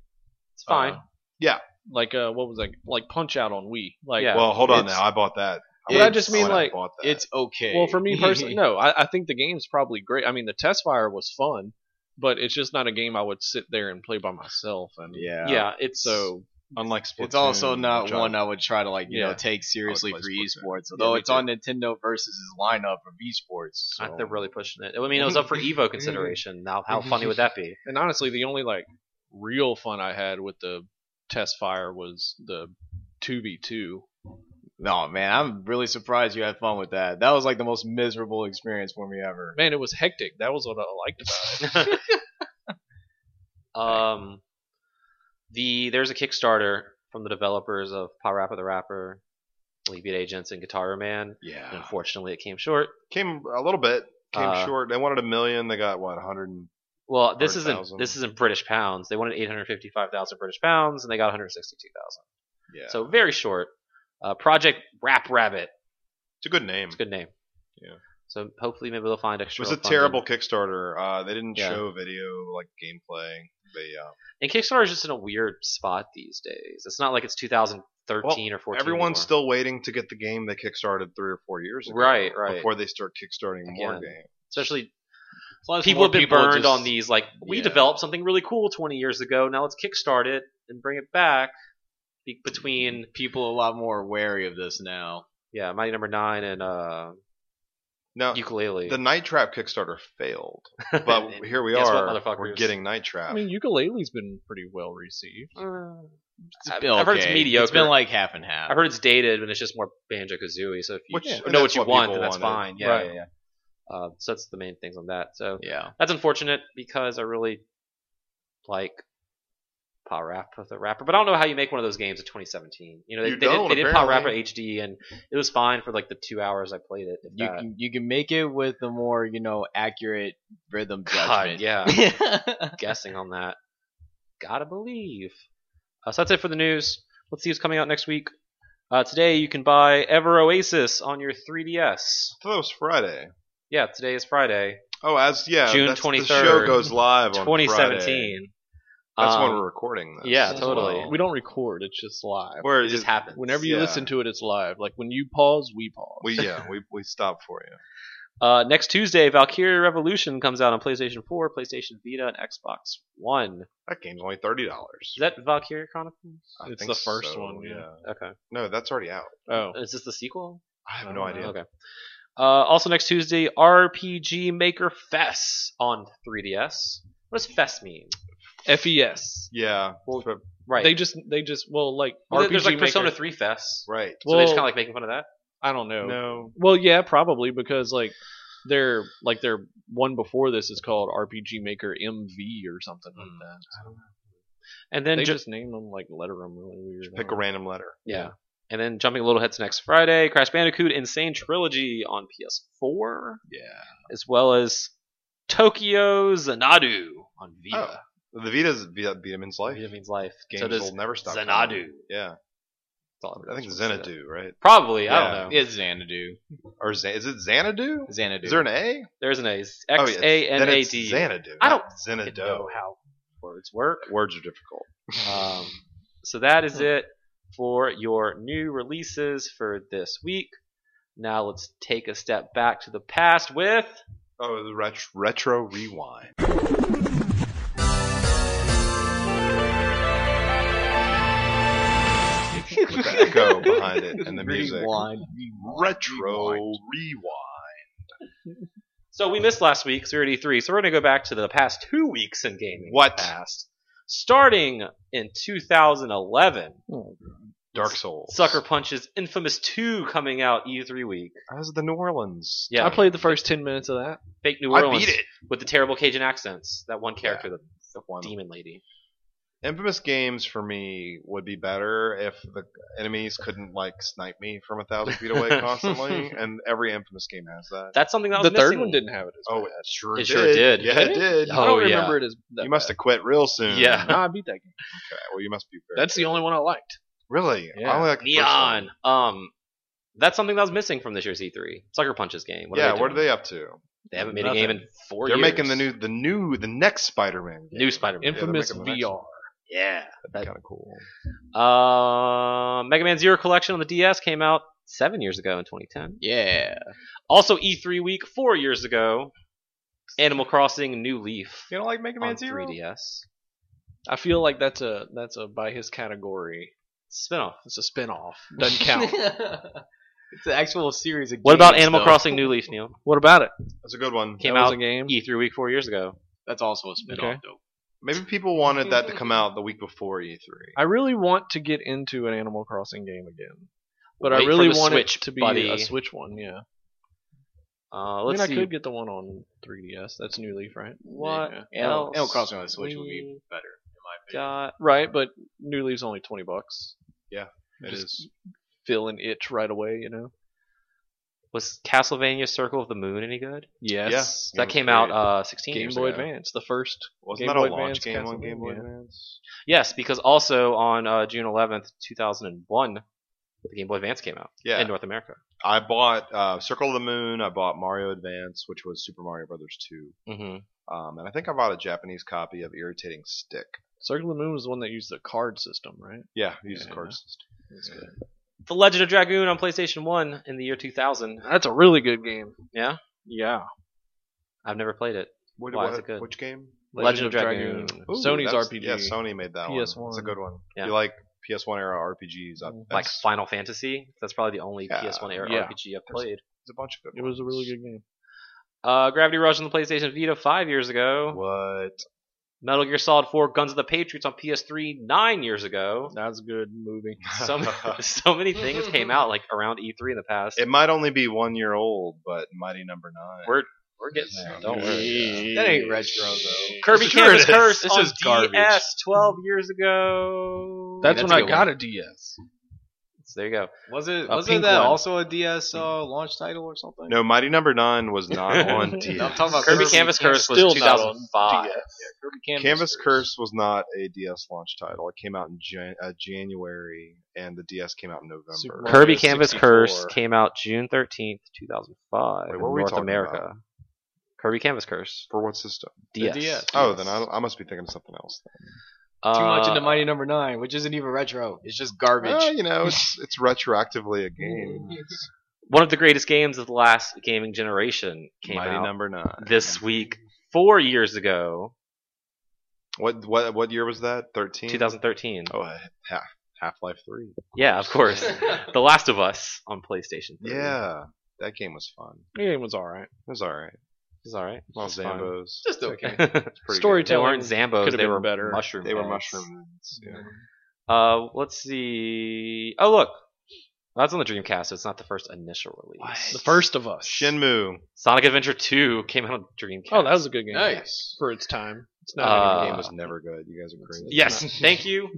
Speaker 3: it's fine.
Speaker 2: uh,
Speaker 1: Yeah.
Speaker 2: like uh, what was that? Like Punch Out on Wii. Like,
Speaker 3: Yeah.
Speaker 1: Well, hold on
Speaker 6: It's-
Speaker 1: now. I bought that.
Speaker 6: But I
Speaker 1: wouldn't-
Speaker 2: just mean,
Speaker 1: wouldn't
Speaker 2: like,
Speaker 1: have bought that.
Speaker 6: It's okay.
Speaker 2: well, for me personally, no. I, I think the game's probably great. I mean, the test fire was fun, but it's just not a game I would sit there and play by myself. And
Speaker 6: yeah.
Speaker 3: yeah. it's
Speaker 2: so
Speaker 1: unlike Splatoon,
Speaker 6: It's also not
Speaker 1: which I-
Speaker 6: one I would try to like you know
Speaker 2: Yeah.
Speaker 6: take seriously
Speaker 1: play
Speaker 6: for
Speaker 1: Splatoon.
Speaker 6: esports. Although
Speaker 2: me
Speaker 6: it's on Nintendo versus his lineup of esports.
Speaker 3: I-
Speaker 6: so-
Speaker 3: they're really pushing it. I mean, it was up for Evo consideration. Now, how funny would that be?
Speaker 2: and honestly, the only like real fun I had with the test fire was the two v two.
Speaker 6: No man, I'm really surprised you had fun with that. That was like the most miserable experience for me ever.
Speaker 2: Man, it was hectic. That was what I liked about it.
Speaker 3: Um, the there's a Kickstarter from the developers of Power Rapper the Rapper, Elite Beat Agents, and Guitar Man. And
Speaker 6: Ah.
Speaker 1: Yeah.
Speaker 3: unfortunately, it came short.
Speaker 1: Came a little bit. Came
Speaker 3: Uh,
Speaker 1: short. They wanted a million. They got what? 100. and-
Speaker 3: Well, this isn't
Speaker 1: 100,000.
Speaker 3: this isn't British pounds. They wanted 855,000 British pounds, and they got 162,000.
Speaker 1: Yeah.
Speaker 3: So very short. Uh, Project Rap Rabbit.
Speaker 1: it's a good name.
Speaker 3: It's a good name.
Speaker 1: Yeah.
Speaker 3: So hopefully, maybe they'll find
Speaker 1: It
Speaker 3: extra.
Speaker 1: was a
Speaker 3: funding.
Speaker 1: terrible Kickstarter. Uh, they didn't
Speaker 3: Yeah.
Speaker 1: show video like gameplay. They uh,
Speaker 3: And Kickstarter is just in a weird spot these days. It's not like it's 2013 or 14.
Speaker 1: everyone's
Speaker 3: anymore.
Speaker 1: still waiting to get the game they kickstarted three or four years ago.
Speaker 3: right, right.
Speaker 1: Before they start kickstarting more
Speaker 3: Again.
Speaker 1: games.
Speaker 3: Especially
Speaker 6: Plus,
Speaker 3: people
Speaker 6: more
Speaker 3: have been burned
Speaker 6: just-
Speaker 3: on these. Like we
Speaker 6: Yeah.
Speaker 3: developed something really cool 20 years ago. Now let's kickstart it and bring it back. Be- between
Speaker 6: People a lot more wary of this now.
Speaker 3: yeah, Mighty Number Nine and uh,
Speaker 1: Now
Speaker 3: ukulele.
Speaker 1: Uh, the Night Trap Kickstarter failed, but here we
Speaker 3: Guess what,
Speaker 1: are. we're
Speaker 3: motherfuckers?
Speaker 1: getting Night Trap.
Speaker 2: I mean, ukulele's been pretty well received.
Speaker 3: Uh,
Speaker 6: It's
Speaker 3: I've-
Speaker 6: been
Speaker 3: I've heard it's
Speaker 6: okay.
Speaker 3: mediocre.
Speaker 6: It's been like half and half.
Speaker 3: I've heard it's dated, but it's just more banjo kazooie. So if you
Speaker 1: Which- and
Speaker 3: know what
Speaker 1: that's
Speaker 3: you
Speaker 1: what
Speaker 3: want,
Speaker 1: people
Speaker 3: then that's
Speaker 1: wanted.
Speaker 3: fine. Yeah,
Speaker 2: Right.
Speaker 3: yeah, yeah. Uh, so that's the main things on that. So
Speaker 6: yeah.
Speaker 3: that's unfortunate because I really like Pa Rapper the Rapper, but I don't know how you make one of those games in 2017. You know, they,
Speaker 1: You
Speaker 3: they, did,
Speaker 1: don't,
Speaker 3: they did Pa Rapper
Speaker 1: apparently.
Speaker 3: HD, and it was fine for like the two hours I played it. if
Speaker 6: You
Speaker 3: that.
Speaker 6: can you can make it with a more you know accurate rhythm
Speaker 3: God,
Speaker 6: judgment.
Speaker 3: yeah,
Speaker 6: yeah.
Speaker 3: guessing on that. Gotta believe. Uh, so that's it for the news. Let's see what's coming out next week. Uh, today you can buy Ever Oasis on your 3DS.
Speaker 1: I thought it was Friday.
Speaker 3: Yeah, today is Friday,
Speaker 1: Oh, as yeah,
Speaker 3: June
Speaker 1: that's-
Speaker 3: 23rd,
Speaker 1: The show goes live on
Speaker 3: 2017.
Speaker 1: Friday. That's when
Speaker 3: Um,
Speaker 1: we're recording this.
Speaker 3: yeah,
Speaker 1: as
Speaker 3: totally.
Speaker 1: well.
Speaker 2: We don't record; it's just live.
Speaker 1: Where
Speaker 3: it just
Speaker 1: it-
Speaker 3: happens.
Speaker 2: Whenever you
Speaker 1: Yeah.
Speaker 2: listen to it, it's live. Like when you pause, we pause.
Speaker 1: we yeah we we stop for you.
Speaker 3: Uh, next Tuesday, Valkyria Revolution comes out on PlayStation 4, PlayStation Vita, and Xbox One.
Speaker 1: That game's only thirty dollars.
Speaker 3: Is that Valkyria Chronicles?
Speaker 1: I
Speaker 2: It's
Speaker 1: think
Speaker 2: the first
Speaker 1: so,
Speaker 2: one, yeah.
Speaker 3: Okay.
Speaker 1: No, that's already out.
Speaker 2: oh,
Speaker 3: Is this the sequel?
Speaker 1: I have
Speaker 2: I
Speaker 1: no
Speaker 2: don't
Speaker 1: idea.
Speaker 3: Oh, Okay. Uh, also next Tuesday, RPG Maker Fest on 3DS. What does fest mean?
Speaker 2: FES.
Speaker 1: Yeah.
Speaker 3: Well,
Speaker 1: but-
Speaker 3: Right.
Speaker 2: E They just they just well like
Speaker 3: Well, there-
Speaker 2: RPG
Speaker 3: there's like
Speaker 2: Maker-
Speaker 3: Persona 3 Fest.
Speaker 1: right.
Speaker 3: so they're
Speaker 2: Well-
Speaker 3: just kind of like making fun of that.
Speaker 2: I don't know.
Speaker 1: No.
Speaker 2: Well, yeah, probably because like their like their one before this is called RPG Maker MV or something
Speaker 3: Hmm.
Speaker 2: like that.
Speaker 3: And then
Speaker 2: they
Speaker 3: ju-
Speaker 2: just name them like letter them really weird. Oh. I
Speaker 1: Pick a
Speaker 2: don't know.
Speaker 1: random letter.
Speaker 3: yeah. And then jumping a little ahead to next Friday, Crash Bandicoot Insane Trilogy on PS4,
Speaker 1: Yeah.
Speaker 3: as well as Tokyo Xanadu on Vita.
Speaker 1: The Vita's Vita, Vita means life.
Speaker 3: Vita means life.
Speaker 1: Games
Speaker 3: so does
Speaker 1: will never stop. coming.
Speaker 3: Xanadu.
Speaker 1: Yeah.
Speaker 3: That's all
Speaker 1: I
Speaker 3: really
Speaker 1: think
Speaker 3: just wanted to say
Speaker 1: Xanadu, right?
Speaker 3: that. Probably. I
Speaker 1: Yeah.
Speaker 3: don't know.
Speaker 6: It's Xanadu.
Speaker 1: Or Z- is it Xanadu?
Speaker 6: Xanadu.
Speaker 1: Is there an A?
Speaker 3: There's an A. It's
Speaker 1: Oh,
Speaker 3: X
Speaker 1: yeah,
Speaker 3: A N
Speaker 1: Then
Speaker 3: A
Speaker 1: it's
Speaker 3: D.
Speaker 1: Xanadu.
Speaker 3: I
Speaker 1: not
Speaker 3: I didn't
Speaker 1: Xanadu.
Speaker 3: know how words work.
Speaker 1: Words are difficult.
Speaker 3: Um, so that
Speaker 1: Hmm.
Speaker 3: is it for your new releases for this week. Now let's take a step back to the past with
Speaker 1: Oh, the ret- retro rewind. with the echo behind it and the music.
Speaker 6: Rewind.
Speaker 1: Retro
Speaker 6: Rewind.
Speaker 1: rewind.
Speaker 3: So we missed last week, 'cause we were at E3, so we're going to go back to the past two weeks in gaming.
Speaker 1: What?
Speaker 3: Past. Starting in 2011,
Speaker 2: Oh.
Speaker 1: Dark Souls.
Speaker 3: Sucker Punch's Infamous 2 coming out E3 week.
Speaker 1: That was the New Orleans.
Speaker 3: Yeah.
Speaker 2: I played the first ten minutes of that.
Speaker 3: Fake New
Speaker 1: I
Speaker 3: Orleans
Speaker 1: beat it.
Speaker 3: with the terrible Cajun accents. That one character,
Speaker 1: The
Speaker 3: the
Speaker 1: one.
Speaker 3: demon lady.
Speaker 1: Infamous games for me would be better if the enemies couldn't like snipe me from a thousand feet away constantly, and every Infamous game has that.
Speaker 3: That's something that
Speaker 2: the
Speaker 3: was
Speaker 2: third
Speaker 3: missing.
Speaker 2: one didn't have it. As
Speaker 1: Oh,
Speaker 2: bad.
Speaker 1: it sure
Speaker 3: It
Speaker 1: did.
Speaker 3: sure did,
Speaker 1: Yeah, it
Speaker 3: didn't
Speaker 1: did.
Speaker 2: I
Speaker 3: Oh,
Speaker 2: don't
Speaker 3: yeah.
Speaker 2: remember it as. That
Speaker 1: You must have quit real soon.
Speaker 3: Yeah.
Speaker 2: bad. No, I beat that game.
Speaker 1: Okay, well, you must be very.
Speaker 2: That's the only one I liked.
Speaker 1: really.
Speaker 2: Yeah.
Speaker 1: I only like the first one.
Speaker 3: Neon. Um, that's something that was missing from this year's E3. Sucker Punch's game. What
Speaker 1: yeah,
Speaker 3: are they
Speaker 1: what are
Speaker 3: doing?
Speaker 1: they up to?
Speaker 3: They haven't made
Speaker 2: Nothing.
Speaker 3: a game in 4
Speaker 1: They're
Speaker 3: years.
Speaker 1: making the new, the new, the next Spider-Man. Game.
Speaker 3: new Spider-Man.
Speaker 1: they're
Speaker 2: Infamous
Speaker 1: making the next
Speaker 2: VR.
Speaker 3: Yeah.
Speaker 1: That'd be kind of cool.
Speaker 3: Uh, Mega Man Zero Collection on the DS came out seven years ago in 2010.
Speaker 2: Yeah.
Speaker 3: Also, E3 week four years ago, Animal Crossing New Leaf
Speaker 1: You don't like Mega
Speaker 3: on
Speaker 1: Man Zero?
Speaker 3: 3DS
Speaker 2: I feel like that's a that's a by his category.
Speaker 3: spinoff.
Speaker 2: It's a spin-off. Doesn't count.
Speaker 6: it's an actual series of
Speaker 3: What about
Speaker 6: games,
Speaker 3: Animal
Speaker 6: though.
Speaker 3: Crossing New Leaf, Neil?
Speaker 2: what about it?
Speaker 1: That's a good one.
Speaker 3: Came
Speaker 2: That was
Speaker 3: out
Speaker 2: a game.
Speaker 3: E3 week four years ago.
Speaker 6: That's also a spin-off,
Speaker 2: Okay.
Speaker 6: though.
Speaker 1: Maybe people wanted that to come out the week before E E3.
Speaker 2: I really want to get into an Animal Crossing game again, but
Speaker 3: Wait
Speaker 2: I
Speaker 3: for
Speaker 2: really
Speaker 3: the
Speaker 2: want
Speaker 3: Switch,
Speaker 2: it to be
Speaker 3: buddy.
Speaker 2: a Switch one. Yeah.
Speaker 3: Uh, let's
Speaker 2: I mean,
Speaker 3: see.
Speaker 2: I could get the one on 3DS. That's New Leaf, right?
Speaker 3: What
Speaker 2: Yeah.
Speaker 6: Animal,
Speaker 3: else
Speaker 6: Animal Crossing on the Switch would be
Speaker 3: we
Speaker 6: better, in my opinion.
Speaker 3: got?
Speaker 2: Right, but New Leaf's only twenty bucks.
Speaker 1: It
Speaker 2: Just
Speaker 1: is.
Speaker 2: Feel an itch right away, you know.
Speaker 3: Was Castlevania Circle of the Moon any good?
Speaker 1: Yes.
Speaker 3: that
Speaker 1: was
Speaker 3: came
Speaker 1: great.
Speaker 3: out uh, 16
Speaker 2: Game
Speaker 3: years
Speaker 2: Boy
Speaker 3: ago.
Speaker 2: Advance, the first.
Speaker 1: Wasn't
Speaker 2: Game
Speaker 1: that a
Speaker 2: Boy
Speaker 1: launch
Speaker 2: Advance,
Speaker 1: game on Game Boy
Speaker 2: Castlevania.
Speaker 1: Advance?
Speaker 3: Yes, because also on uh, June 11th, 2001, the Game Boy Advance came out
Speaker 1: Yeah.
Speaker 3: in North America.
Speaker 1: I bought uh, Circle of the Moon. I bought Mario Advance, which was Super Mario Brothers 2.
Speaker 3: Mm-hmm.
Speaker 1: Um, and I think I bought a Japanese copy of Irritating Stick.
Speaker 2: Circle of the Moon was the one that used the card system, right?
Speaker 1: Yeah, it uses
Speaker 2: Yeah.
Speaker 1: card system.
Speaker 2: That's, good.
Speaker 3: The Legend of Dragoon on PlayStation 1 in the year 2000.
Speaker 2: That's a really good game.
Speaker 3: Yeah?
Speaker 2: Yeah.
Speaker 3: I've never played it.
Speaker 1: What,
Speaker 3: Why is
Speaker 1: what-
Speaker 3: it good?
Speaker 1: Which game?
Speaker 3: Legend of Dragoon.
Speaker 1: Ooh,
Speaker 2: Sony's
Speaker 1: that's-
Speaker 2: RPG.
Speaker 1: Yeah, Sony made that one. That's a
Speaker 2: PS1.
Speaker 1: good one.
Speaker 3: Yeah. Mm-hmm.
Speaker 1: You like PS1 era RPGs? I,
Speaker 2: Mm.
Speaker 3: Like
Speaker 1: that's-
Speaker 3: Final Fantasy. That's probably the only
Speaker 1: Yeah.
Speaker 3: PS1 era
Speaker 2: Yeah.
Speaker 3: RPG I've played.
Speaker 1: there's a bunch of good
Speaker 2: It was a really good game.
Speaker 3: Uh, Gravity Rush on the PlayStation Vita five years ago.
Speaker 1: What?
Speaker 3: Metal Gear Solid 4 Guns of the Patriots on PS3 nine years ago.
Speaker 2: That's a good movie.
Speaker 3: So, ma- so many things came out like around E3 in the past.
Speaker 1: It might only be one year old, but Mighty Number Nine.
Speaker 3: We're- We're getting there. Don't worry.
Speaker 6: That ain't retro, though.
Speaker 3: Kirby
Speaker 1: Sure
Speaker 3: Campus
Speaker 1: it is.
Speaker 3: Curse
Speaker 1: This
Speaker 3: on
Speaker 1: is garbage.
Speaker 3: DS 12 years ago.
Speaker 2: That's,
Speaker 6: That's
Speaker 2: when I
Speaker 6: a good
Speaker 2: got a DS.
Speaker 3: So there you go.
Speaker 6: Was it?
Speaker 2: A
Speaker 6: Wasn't
Speaker 2: pink
Speaker 6: that
Speaker 2: one.
Speaker 6: also a DS uh, launch title or something?
Speaker 1: No, Mighty Number Nine was not on DS.
Speaker 6: I'm talking about
Speaker 3: Kirby
Speaker 6: Kirby
Speaker 3: Canvas Curse was
Speaker 2: Still not on
Speaker 3: 2005.
Speaker 6: Kirby
Speaker 1: Canvas Curse was not a DS launch title. It came out in Jan- uh, January, and the DS came out in November.
Speaker 2: Super Mario
Speaker 3: Kirby Canvas
Speaker 2: 64.
Speaker 3: Curse came out June 13th, 2005
Speaker 1: Wait, what
Speaker 3: in
Speaker 1: were we
Speaker 3: North
Speaker 1: talking
Speaker 3: America. Kirby Canvas Curse.
Speaker 1: For what system?
Speaker 3: DS.
Speaker 2: DS.
Speaker 1: Oh, then I, I must be thinking of something else.
Speaker 6: Too much
Speaker 3: Uh,
Speaker 6: into Mighty Number Nine, which isn't even retro. It's just
Speaker 1: Then.
Speaker 6: garbage.
Speaker 2: Oh.
Speaker 1: Well, you know, it's it's retroactively a game. It's
Speaker 3: One of the greatest games of the last gaming generation came
Speaker 1: Mighty
Speaker 3: out
Speaker 1: Number Nine.
Speaker 3: this week, four years ago,
Speaker 1: What what what year was that? Thirteen.
Speaker 3: 2013.
Speaker 1: Oh, half Half Life Three.
Speaker 3: Yeah, of course. the Last of Us on PlayStation. 3.
Speaker 1: Yeah, that game was fun.
Speaker 2: The game was all right.
Speaker 1: It was all right.
Speaker 3: it's all right.
Speaker 1: Los
Speaker 3: It's fine.
Speaker 1: Zambos.
Speaker 6: just okay.
Speaker 3: they
Speaker 1: Pretty good.
Speaker 2: Storytelling.
Speaker 3: weren't Zambos.
Speaker 2: Could've
Speaker 3: They
Speaker 2: been
Speaker 3: were
Speaker 2: better.
Speaker 3: mushroom.
Speaker 1: They were
Speaker 3: heads.
Speaker 1: mushroom. heads, Yeah.
Speaker 3: Uh, let's see. Oh, look. That's on the Dreamcast. So it's not the first initial release.
Speaker 2: The First of Us.
Speaker 1: Shinmu.
Speaker 3: Sonic Adventure 2 came out on Dreamcast.
Speaker 2: Oh, that was a good game
Speaker 6: nice.
Speaker 2: for its time. It's
Speaker 3: Uh,
Speaker 2: not
Speaker 1: That
Speaker 2: even
Speaker 1: game
Speaker 2: a
Speaker 1: was never good. You guys are crazy.
Speaker 3: Yes, thank you.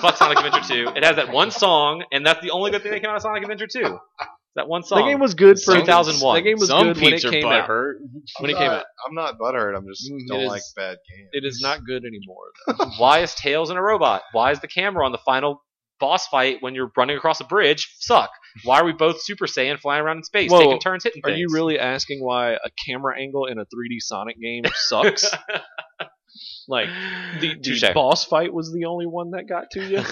Speaker 3: Fuck Sonic Adventure 2. It has that one song, and that's the only good thing that came out of Sonic Adventure 2. That one song.
Speaker 2: game. The game was good for
Speaker 3: 2001.
Speaker 2: The game was
Speaker 6: Some
Speaker 2: good when it
Speaker 6: peeps are
Speaker 2: came out.
Speaker 6: butthurt.
Speaker 1: I'm
Speaker 2: when it came
Speaker 1: not-
Speaker 2: out.
Speaker 1: I'm not butthurt. I'm just
Speaker 2: Mhm.
Speaker 1: don't
Speaker 2: It
Speaker 1: like
Speaker 2: is-
Speaker 1: bad games.
Speaker 2: It is not good anymore.
Speaker 3: Why is Tails in a robot? Why is the camera on the final boss fight when you're running across a bridge? Suck. Why are we both Super Saiyan flying around in space,
Speaker 2: Whoa.
Speaker 3: taking turns hitting
Speaker 2: Though. Are
Speaker 3: things?
Speaker 2: you really asking why a camera angle in a 3D Sonic game sucks? like the,
Speaker 3: Touche.
Speaker 2: the boss fight was the only one that got to you.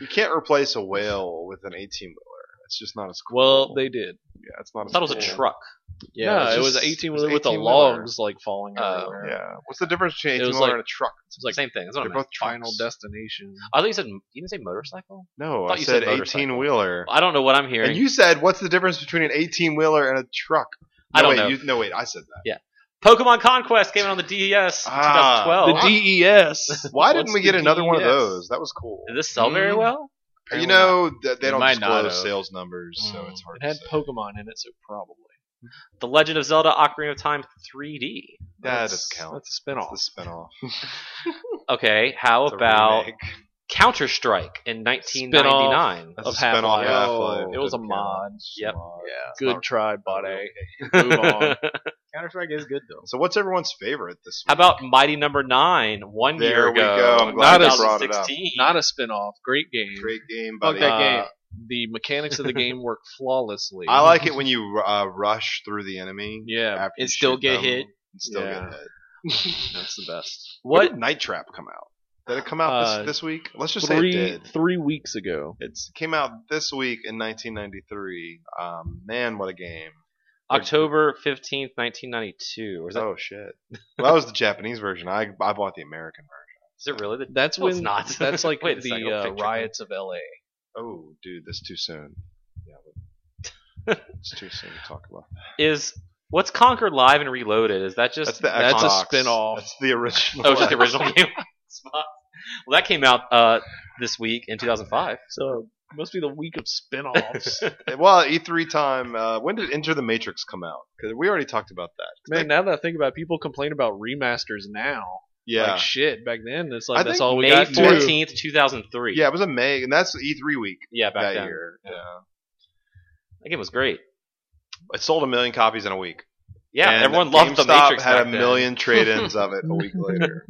Speaker 1: You can't replace a whale with an 18 wheeler. It's just not as cool.
Speaker 2: well, they did.
Speaker 1: yeah, it's not
Speaker 3: I
Speaker 1: as
Speaker 3: thought it was
Speaker 1: cool.
Speaker 3: a truck.
Speaker 6: Yeah,
Speaker 2: no,
Speaker 6: it's
Speaker 2: it was
Speaker 6: just-
Speaker 2: 18
Speaker 1: it was
Speaker 2: wheeler with the
Speaker 1: 18 wheeler.
Speaker 2: logs like falling
Speaker 3: Oh,
Speaker 2: everywhere.
Speaker 1: Yeah. What's the difference between
Speaker 2: uh, It
Speaker 1: eighteen
Speaker 2: was
Speaker 1: wheeler
Speaker 2: like-
Speaker 1: and a truck?
Speaker 2: It's like
Speaker 3: Same thing. That's what I
Speaker 2: they're
Speaker 3: meant.
Speaker 2: both final
Speaker 3: Box.
Speaker 2: destination.
Speaker 3: I thought you said you didn't say motorcycle.
Speaker 1: No,
Speaker 3: Thought
Speaker 1: I
Speaker 3: you said
Speaker 1: said
Speaker 3: motorcycle.
Speaker 1: eighteen wheeler.
Speaker 3: I don't know what I'm hearing.
Speaker 1: And you said, "What's the difference between an eighteen wheeler and a truck?" No,
Speaker 3: I don't
Speaker 1: wait,
Speaker 3: know.
Speaker 1: You, no, wait, I said that.
Speaker 3: Pokemon Conquest came out on the DES in
Speaker 1: Ah,
Speaker 3: 2012.
Speaker 1: the
Speaker 2: DES.
Speaker 1: Why
Speaker 2: Oh, What's
Speaker 1: didn't we
Speaker 2: the E
Speaker 1: get another one of
Speaker 2: DES?
Speaker 1: those? That was cool.
Speaker 3: Did this sell very
Speaker 2: Mm.
Speaker 3: well?
Speaker 1: You
Speaker 2: Apparently
Speaker 1: know, th- they
Speaker 2: It
Speaker 1: don't
Speaker 2: might not
Speaker 1: disclose
Speaker 2: have.
Speaker 1: sales numbers, so
Speaker 2: Mm.
Speaker 1: it's hard
Speaker 2: It had
Speaker 1: to say.
Speaker 2: Pokemon in it, so probably.
Speaker 3: The Legend of Zelda: Ocarina of Time 3D.
Speaker 1: that
Speaker 2: That's-
Speaker 1: does count.
Speaker 2: That's a spinoff.
Speaker 1: It's the spinoff.
Speaker 3: Okay, how
Speaker 1: It's a
Speaker 3: about
Speaker 1: remake.
Speaker 3: Counter Strike in 1999?
Speaker 1: That's
Speaker 2: of
Speaker 1: a spinoff
Speaker 2: Half-Life. Oh,
Speaker 1: of Half-Life.
Speaker 2: It was a
Speaker 1: Good
Speaker 2: mod.
Speaker 1: count.
Speaker 3: Yep.
Speaker 1: Mod.
Speaker 2: Good
Speaker 1: Not-
Speaker 2: try, Bot A. Move on.
Speaker 3: how
Speaker 6: Counter Strike is good though.
Speaker 1: So what's everyone's favorite this week?
Speaker 3: about Mighty Number Nine? One
Speaker 1: There
Speaker 3: year
Speaker 1: we
Speaker 3: ago,
Speaker 1: go. I'm
Speaker 2: glad you
Speaker 1: brought it up.
Speaker 3: 2016.
Speaker 2: Not a spinoff. Great game.
Speaker 1: Great game,
Speaker 6: Fuck
Speaker 1: buddy.
Speaker 6: that
Speaker 2: Uh,
Speaker 6: game.
Speaker 2: The mechanics of the game work flawlessly.
Speaker 1: I like it when you uh, rush through the enemy.
Speaker 2: Yeah,
Speaker 1: after you
Speaker 6: And still
Speaker 1: shoot
Speaker 6: get
Speaker 1: them
Speaker 6: hit.
Speaker 1: and still
Speaker 2: Yeah.
Speaker 1: get hit.
Speaker 2: that's the best.
Speaker 1: What
Speaker 3: what?
Speaker 1: did Night Trap come out? Did it come out
Speaker 2: Uh,
Speaker 1: this, this week? Let's just
Speaker 2: Three
Speaker 1: say it did.
Speaker 2: three weeks ago,
Speaker 1: It came out this week in 1993. Um, man, what a game!
Speaker 3: October 15th, 1992. Or Is, that,
Speaker 1: oh shit! well, that was the Japanese version. I I bought the American
Speaker 3: is it really the?
Speaker 2: that's
Speaker 3: No,
Speaker 2: when
Speaker 3: it's not.
Speaker 2: that's like
Speaker 3: Wait a
Speaker 2: the
Speaker 3: second, I'll
Speaker 2: uh,
Speaker 3: picture
Speaker 2: riots of L.A.
Speaker 1: version. Oh, dude, that's too soon. Yeah, but- it's too soon to talk about.
Speaker 3: Is what's Conquered Live and Reloaded? Is that
Speaker 1: That's
Speaker 3: just
Speaker 1: the
Speaker 2: that's a
Speaker 1: Xbox.
Speaker 2: spin-off.
Speaker 1: That's the original.
Speaker 3: Oh, it's just the original game. well, that came out uh, this week in 2005.
Speaker 2: So must be the week of spinoffs.
Speaker 1: well, E3 time. Uh, when did Enter the Matrix come out? Because we already talked about that. 'Cause
Speaker 2: Man,
Speaker 1: they-
Speaker 2: now that I think about, it, people complain about remasters now.
Speaker 1: yeah,
Speaker 2: like shit. Back then, it's like
Speaker 1: I
Speaker 2: that's
Speaker 1: think
Speaker 2: all we
Speaker 3: May
Speaker 2: got. to do.
Speaker 3: 14th, 2003.
Speaker 1: yeah, it was a May, and that's E3 week
Speaker 3: yeah, back
Speaker 1: that
Speaker 3: then.
Speaker 1: year. Yeah.
Speaker 3: That game was great.
Speaker 1: It sold a million copies in a week.
Speaker 3: Yeah,
Speaker 1: And
Speaker 3: everyone loved the
Speaker 1: GameStop
Speaker 3: Matrix.
Speaker 1: Had
Speaker 3: back
Speaker 1: a
Speaker 3: then.
Speaker 1: million trade-ins of it a week later.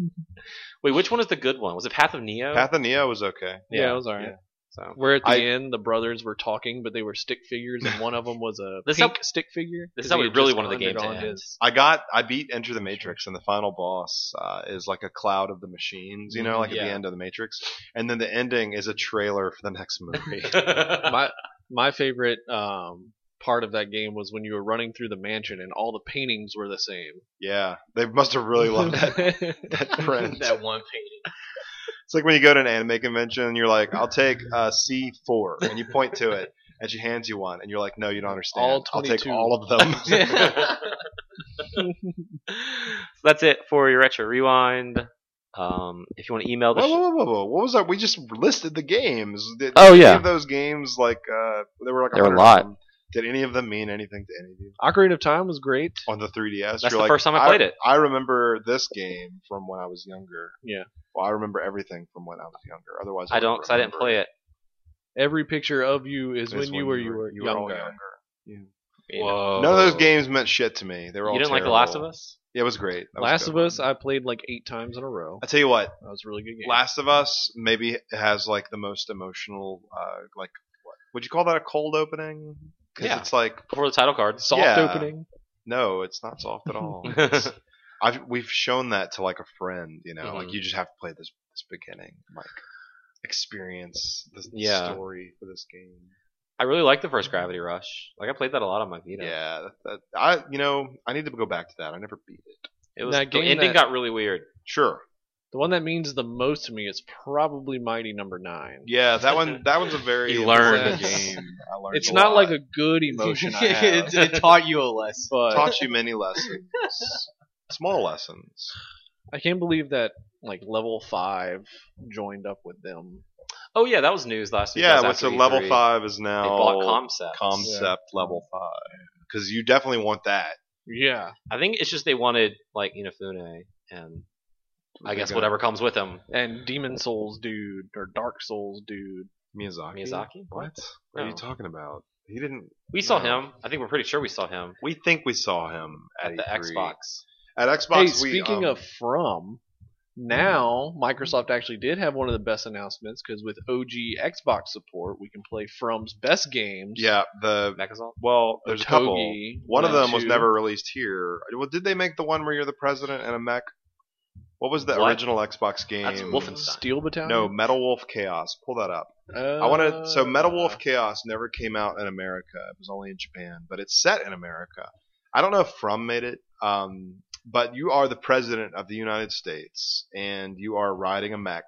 Speaker 3: Wait, which one is the good one? Was it Path of Neo?
Speaker 1: Path of Neo was okay.
Speaker 2: Yeah,
Speaker 3: Yeah,
Speaker 2: it was alright.
Speaker 1: yeah.
Speaker 3: So-
Speaker 2: We're at the
Speaker 1: I-
Speaker 2: end. The brothers were talking, but they were stick figures, and one of them was a
Speaker 3: This
Speaker 2: pink
Speaker 3: how-
Speaker 2: stick figure.
Speaker 3: this is
Speaker 2: 'cause
Speaker 3: how
Speaker 2: he
Speaker 3: we
Speaker 2: had
Speaker 3: really
Speaker 2: just
Speaker 3: wanted the game
Speaker 2: earned it
Speaker 3: to
Speaker 2: on
Speaker 3: end.
Speaker 2: his-
Speaker 1: I got I beat Enter the Matrix, and the final boss uh, is like a cloud of the machines. You know, like at
Speaker 2: Mm, Yeah.
Speaker 1: the end of the Matrix, and then the ending is a trailer for the next movie.
Speaker 2: my my favorite um, part of that game was when you were running through the mansion, and all the paintings were the same.
Speaker 1: yeah, they must have really loved that, that print.
Speaker 6: that one painting.
Speaker 1: It's like when you go to an anime convention and you're like, "I'll take uh, C 4 and you point to it, and she hands you one, and you're like, "No, you don't understand.
Speaker 2: All
Speaker 1: I'll take
Speaker 2: 22.
Speaker 1: all of them."
Speaker 3: so that's it for your retro rewind. Um, if you want to email the
Speaker 1: Whoa,
Speaker 3: show,
Speaker 1: whoa, whoa, whoa, whoa! What was that? We just listed the games. Did,
Speaker 3: Oh,
Speaker 1: did
Speaker 3: yeah.
Speaker 1: any of those games like uh, there were like
Speaker 3: There were
Speaker 1: 100
Speaker 3: a lot.
Speaker 1: of them. Did any of them mean anything to any of you
Speaker 2: Ocarina of Time was great.
Speaker 1: on the 3DS?
Speaker 3: That's
Speaker 1: you're
Speaker 3: the
Speaker 1: like,
Speaker 3: first time I played it."
Speaker 1: I remember this game from when I was younger.
Speaker 2: Yeah.
Speaker 1: Well, I remember everything from when I was younger. Otherwise,
Speaker 3: I don't because I didn't play it.
Speaker 2: Every picture of you is when, you were you were
Speaker 1: you were all
Speaker 2: younger.
Speaker 3: Whoa.
Speaker 1: None of those games meant shit to me. They were
Speaker 3: Oh.
Speaker 1: all.
Speaker 3: You didn't like The
Speaker 1: terrible.
Speaker 3: Last of Us?
Speaker 1: Yeah, it was great. That was a
Speaker 2: Last
Speaker 1: good
Speaker 2: of Us,
Speaker 1: one.
Speaker 2: I played like eight times in a row.
Speaker 1: I tell you what,
Speaker 2: That was a really good game.
Speaker 1: Last of Us maybe has like the most emotional, uh, like what would you call that a cold opening? Because
Speaker 3: Yeah.
Speaker 1: it's like
Speaker 3: Before the title card.
Speaker 2: soft
Speaker 1: yeah.
Speaker 2: opening.
Speaker 1: no, it's not soft at all. It's- I've we've shown that to like a friend, you know, like
Speaker 3: Mhm.
Speaker 1: you just have to play this this beginning, like experience the
Speaker 3: Yeah.
Speaker 1: story for this game.
Speaker 3: I really liked the first Gravity Rush. Like I played that a lot on my Vita.
Speaker 1: Yeah, that, that, I you know I need to go back to that. I never beat it.
Speaker 3: It was
Speaker 2: That
Speaker 3: the
Speaker 2: game
Speaker 3: ending
Speaker 2: that-
Speaker 3: got really weird.
Speaker 1: Sure.
Speaker 2: The one that means the most to me is probably Mighty Number Nine.
Speaker 1: Yeah, that one that one's a very
Speaker 3: You learn.
Speaker 1: important game. I learned.
Speaker 2: It's
Speaker 1: a
Speaker 2: not
Speaker 1: lot.
Speaker 2: like a good emotion I
Speaker 6: it,
Speaker 2: have,
Speaker 6: it taught you a lesson.
Speaker 2: but
Speaker 1: taught you many lessons, small lessons.
Speaker 2: I can't believe that like level five joined up with them.
Speaker 3: Oh yeah, that was news last week. That
Speaker 1: Yeah,
Speaker 3: was
Speaker 1: what's a
Speaker 3: after
Speaker 1: level
Speaker 3: E3.
Speaker 1: five is
Speaker 3: They
Speaker 1: now
Speaker 3: bought Concept.
Speaker 1: concept level five because you definitely want that.
Speaker 2: Yeah,
Speaker 3: I think it's just they wanted like Inafune and I guess whatever comes with him.
Speaker 2: and Demon Souls dude or Dark Souls dude.
Speaker 1: Miyazaki.
Speaker 3: Miyazaki? Oh.
Speaker 1: What? What are
Speaker 3: No.
Speaker 1: you talking about? He didn't.
Speaker 3: We saw
Speaker 1: No.
Speaker 3: him. I think we're pretty sure we saw him
Speaker 1: We think we saw him at, E
Speaker 3: at the
Speaker 1: E3.
Speaker 3: Xbox.
Speaker 1: At Xbox.
Speaker 2: hey,
Speaker 1: we, um,
Speaker 2: speaking of from, now Microsoft actually did have one of the best announcements because with OG Xbox support, we can play From's best games.
Speaker 1: yeah, the
Speaker 3: Mechazol?
Speaker 1: well, there's a couple.
Speaker 2: Otogi,
Speaker 1: One of
Speaker 2: Web
Speaker 1: them was
Speaker 2: 2.
Speaker 1: never released here. Well, did they make the one where you're the president and a mech? What was the
Speaker 3: What?
Speaker 1: original Xbox game?
Speaker 3: That's Wolfenstein.
Speaker 2: Steel Battalion.
Speaker 1: No, Metal Wolf Chaos. Pull that up.
Speaker 2: Uh,
Speaker 1: I want to. So, Metal Wolf Chaos never came out in America. It was only in Japan, but it's set in America. I don't know if From made it, um, but you are the president of the United States, and you are riding a mech,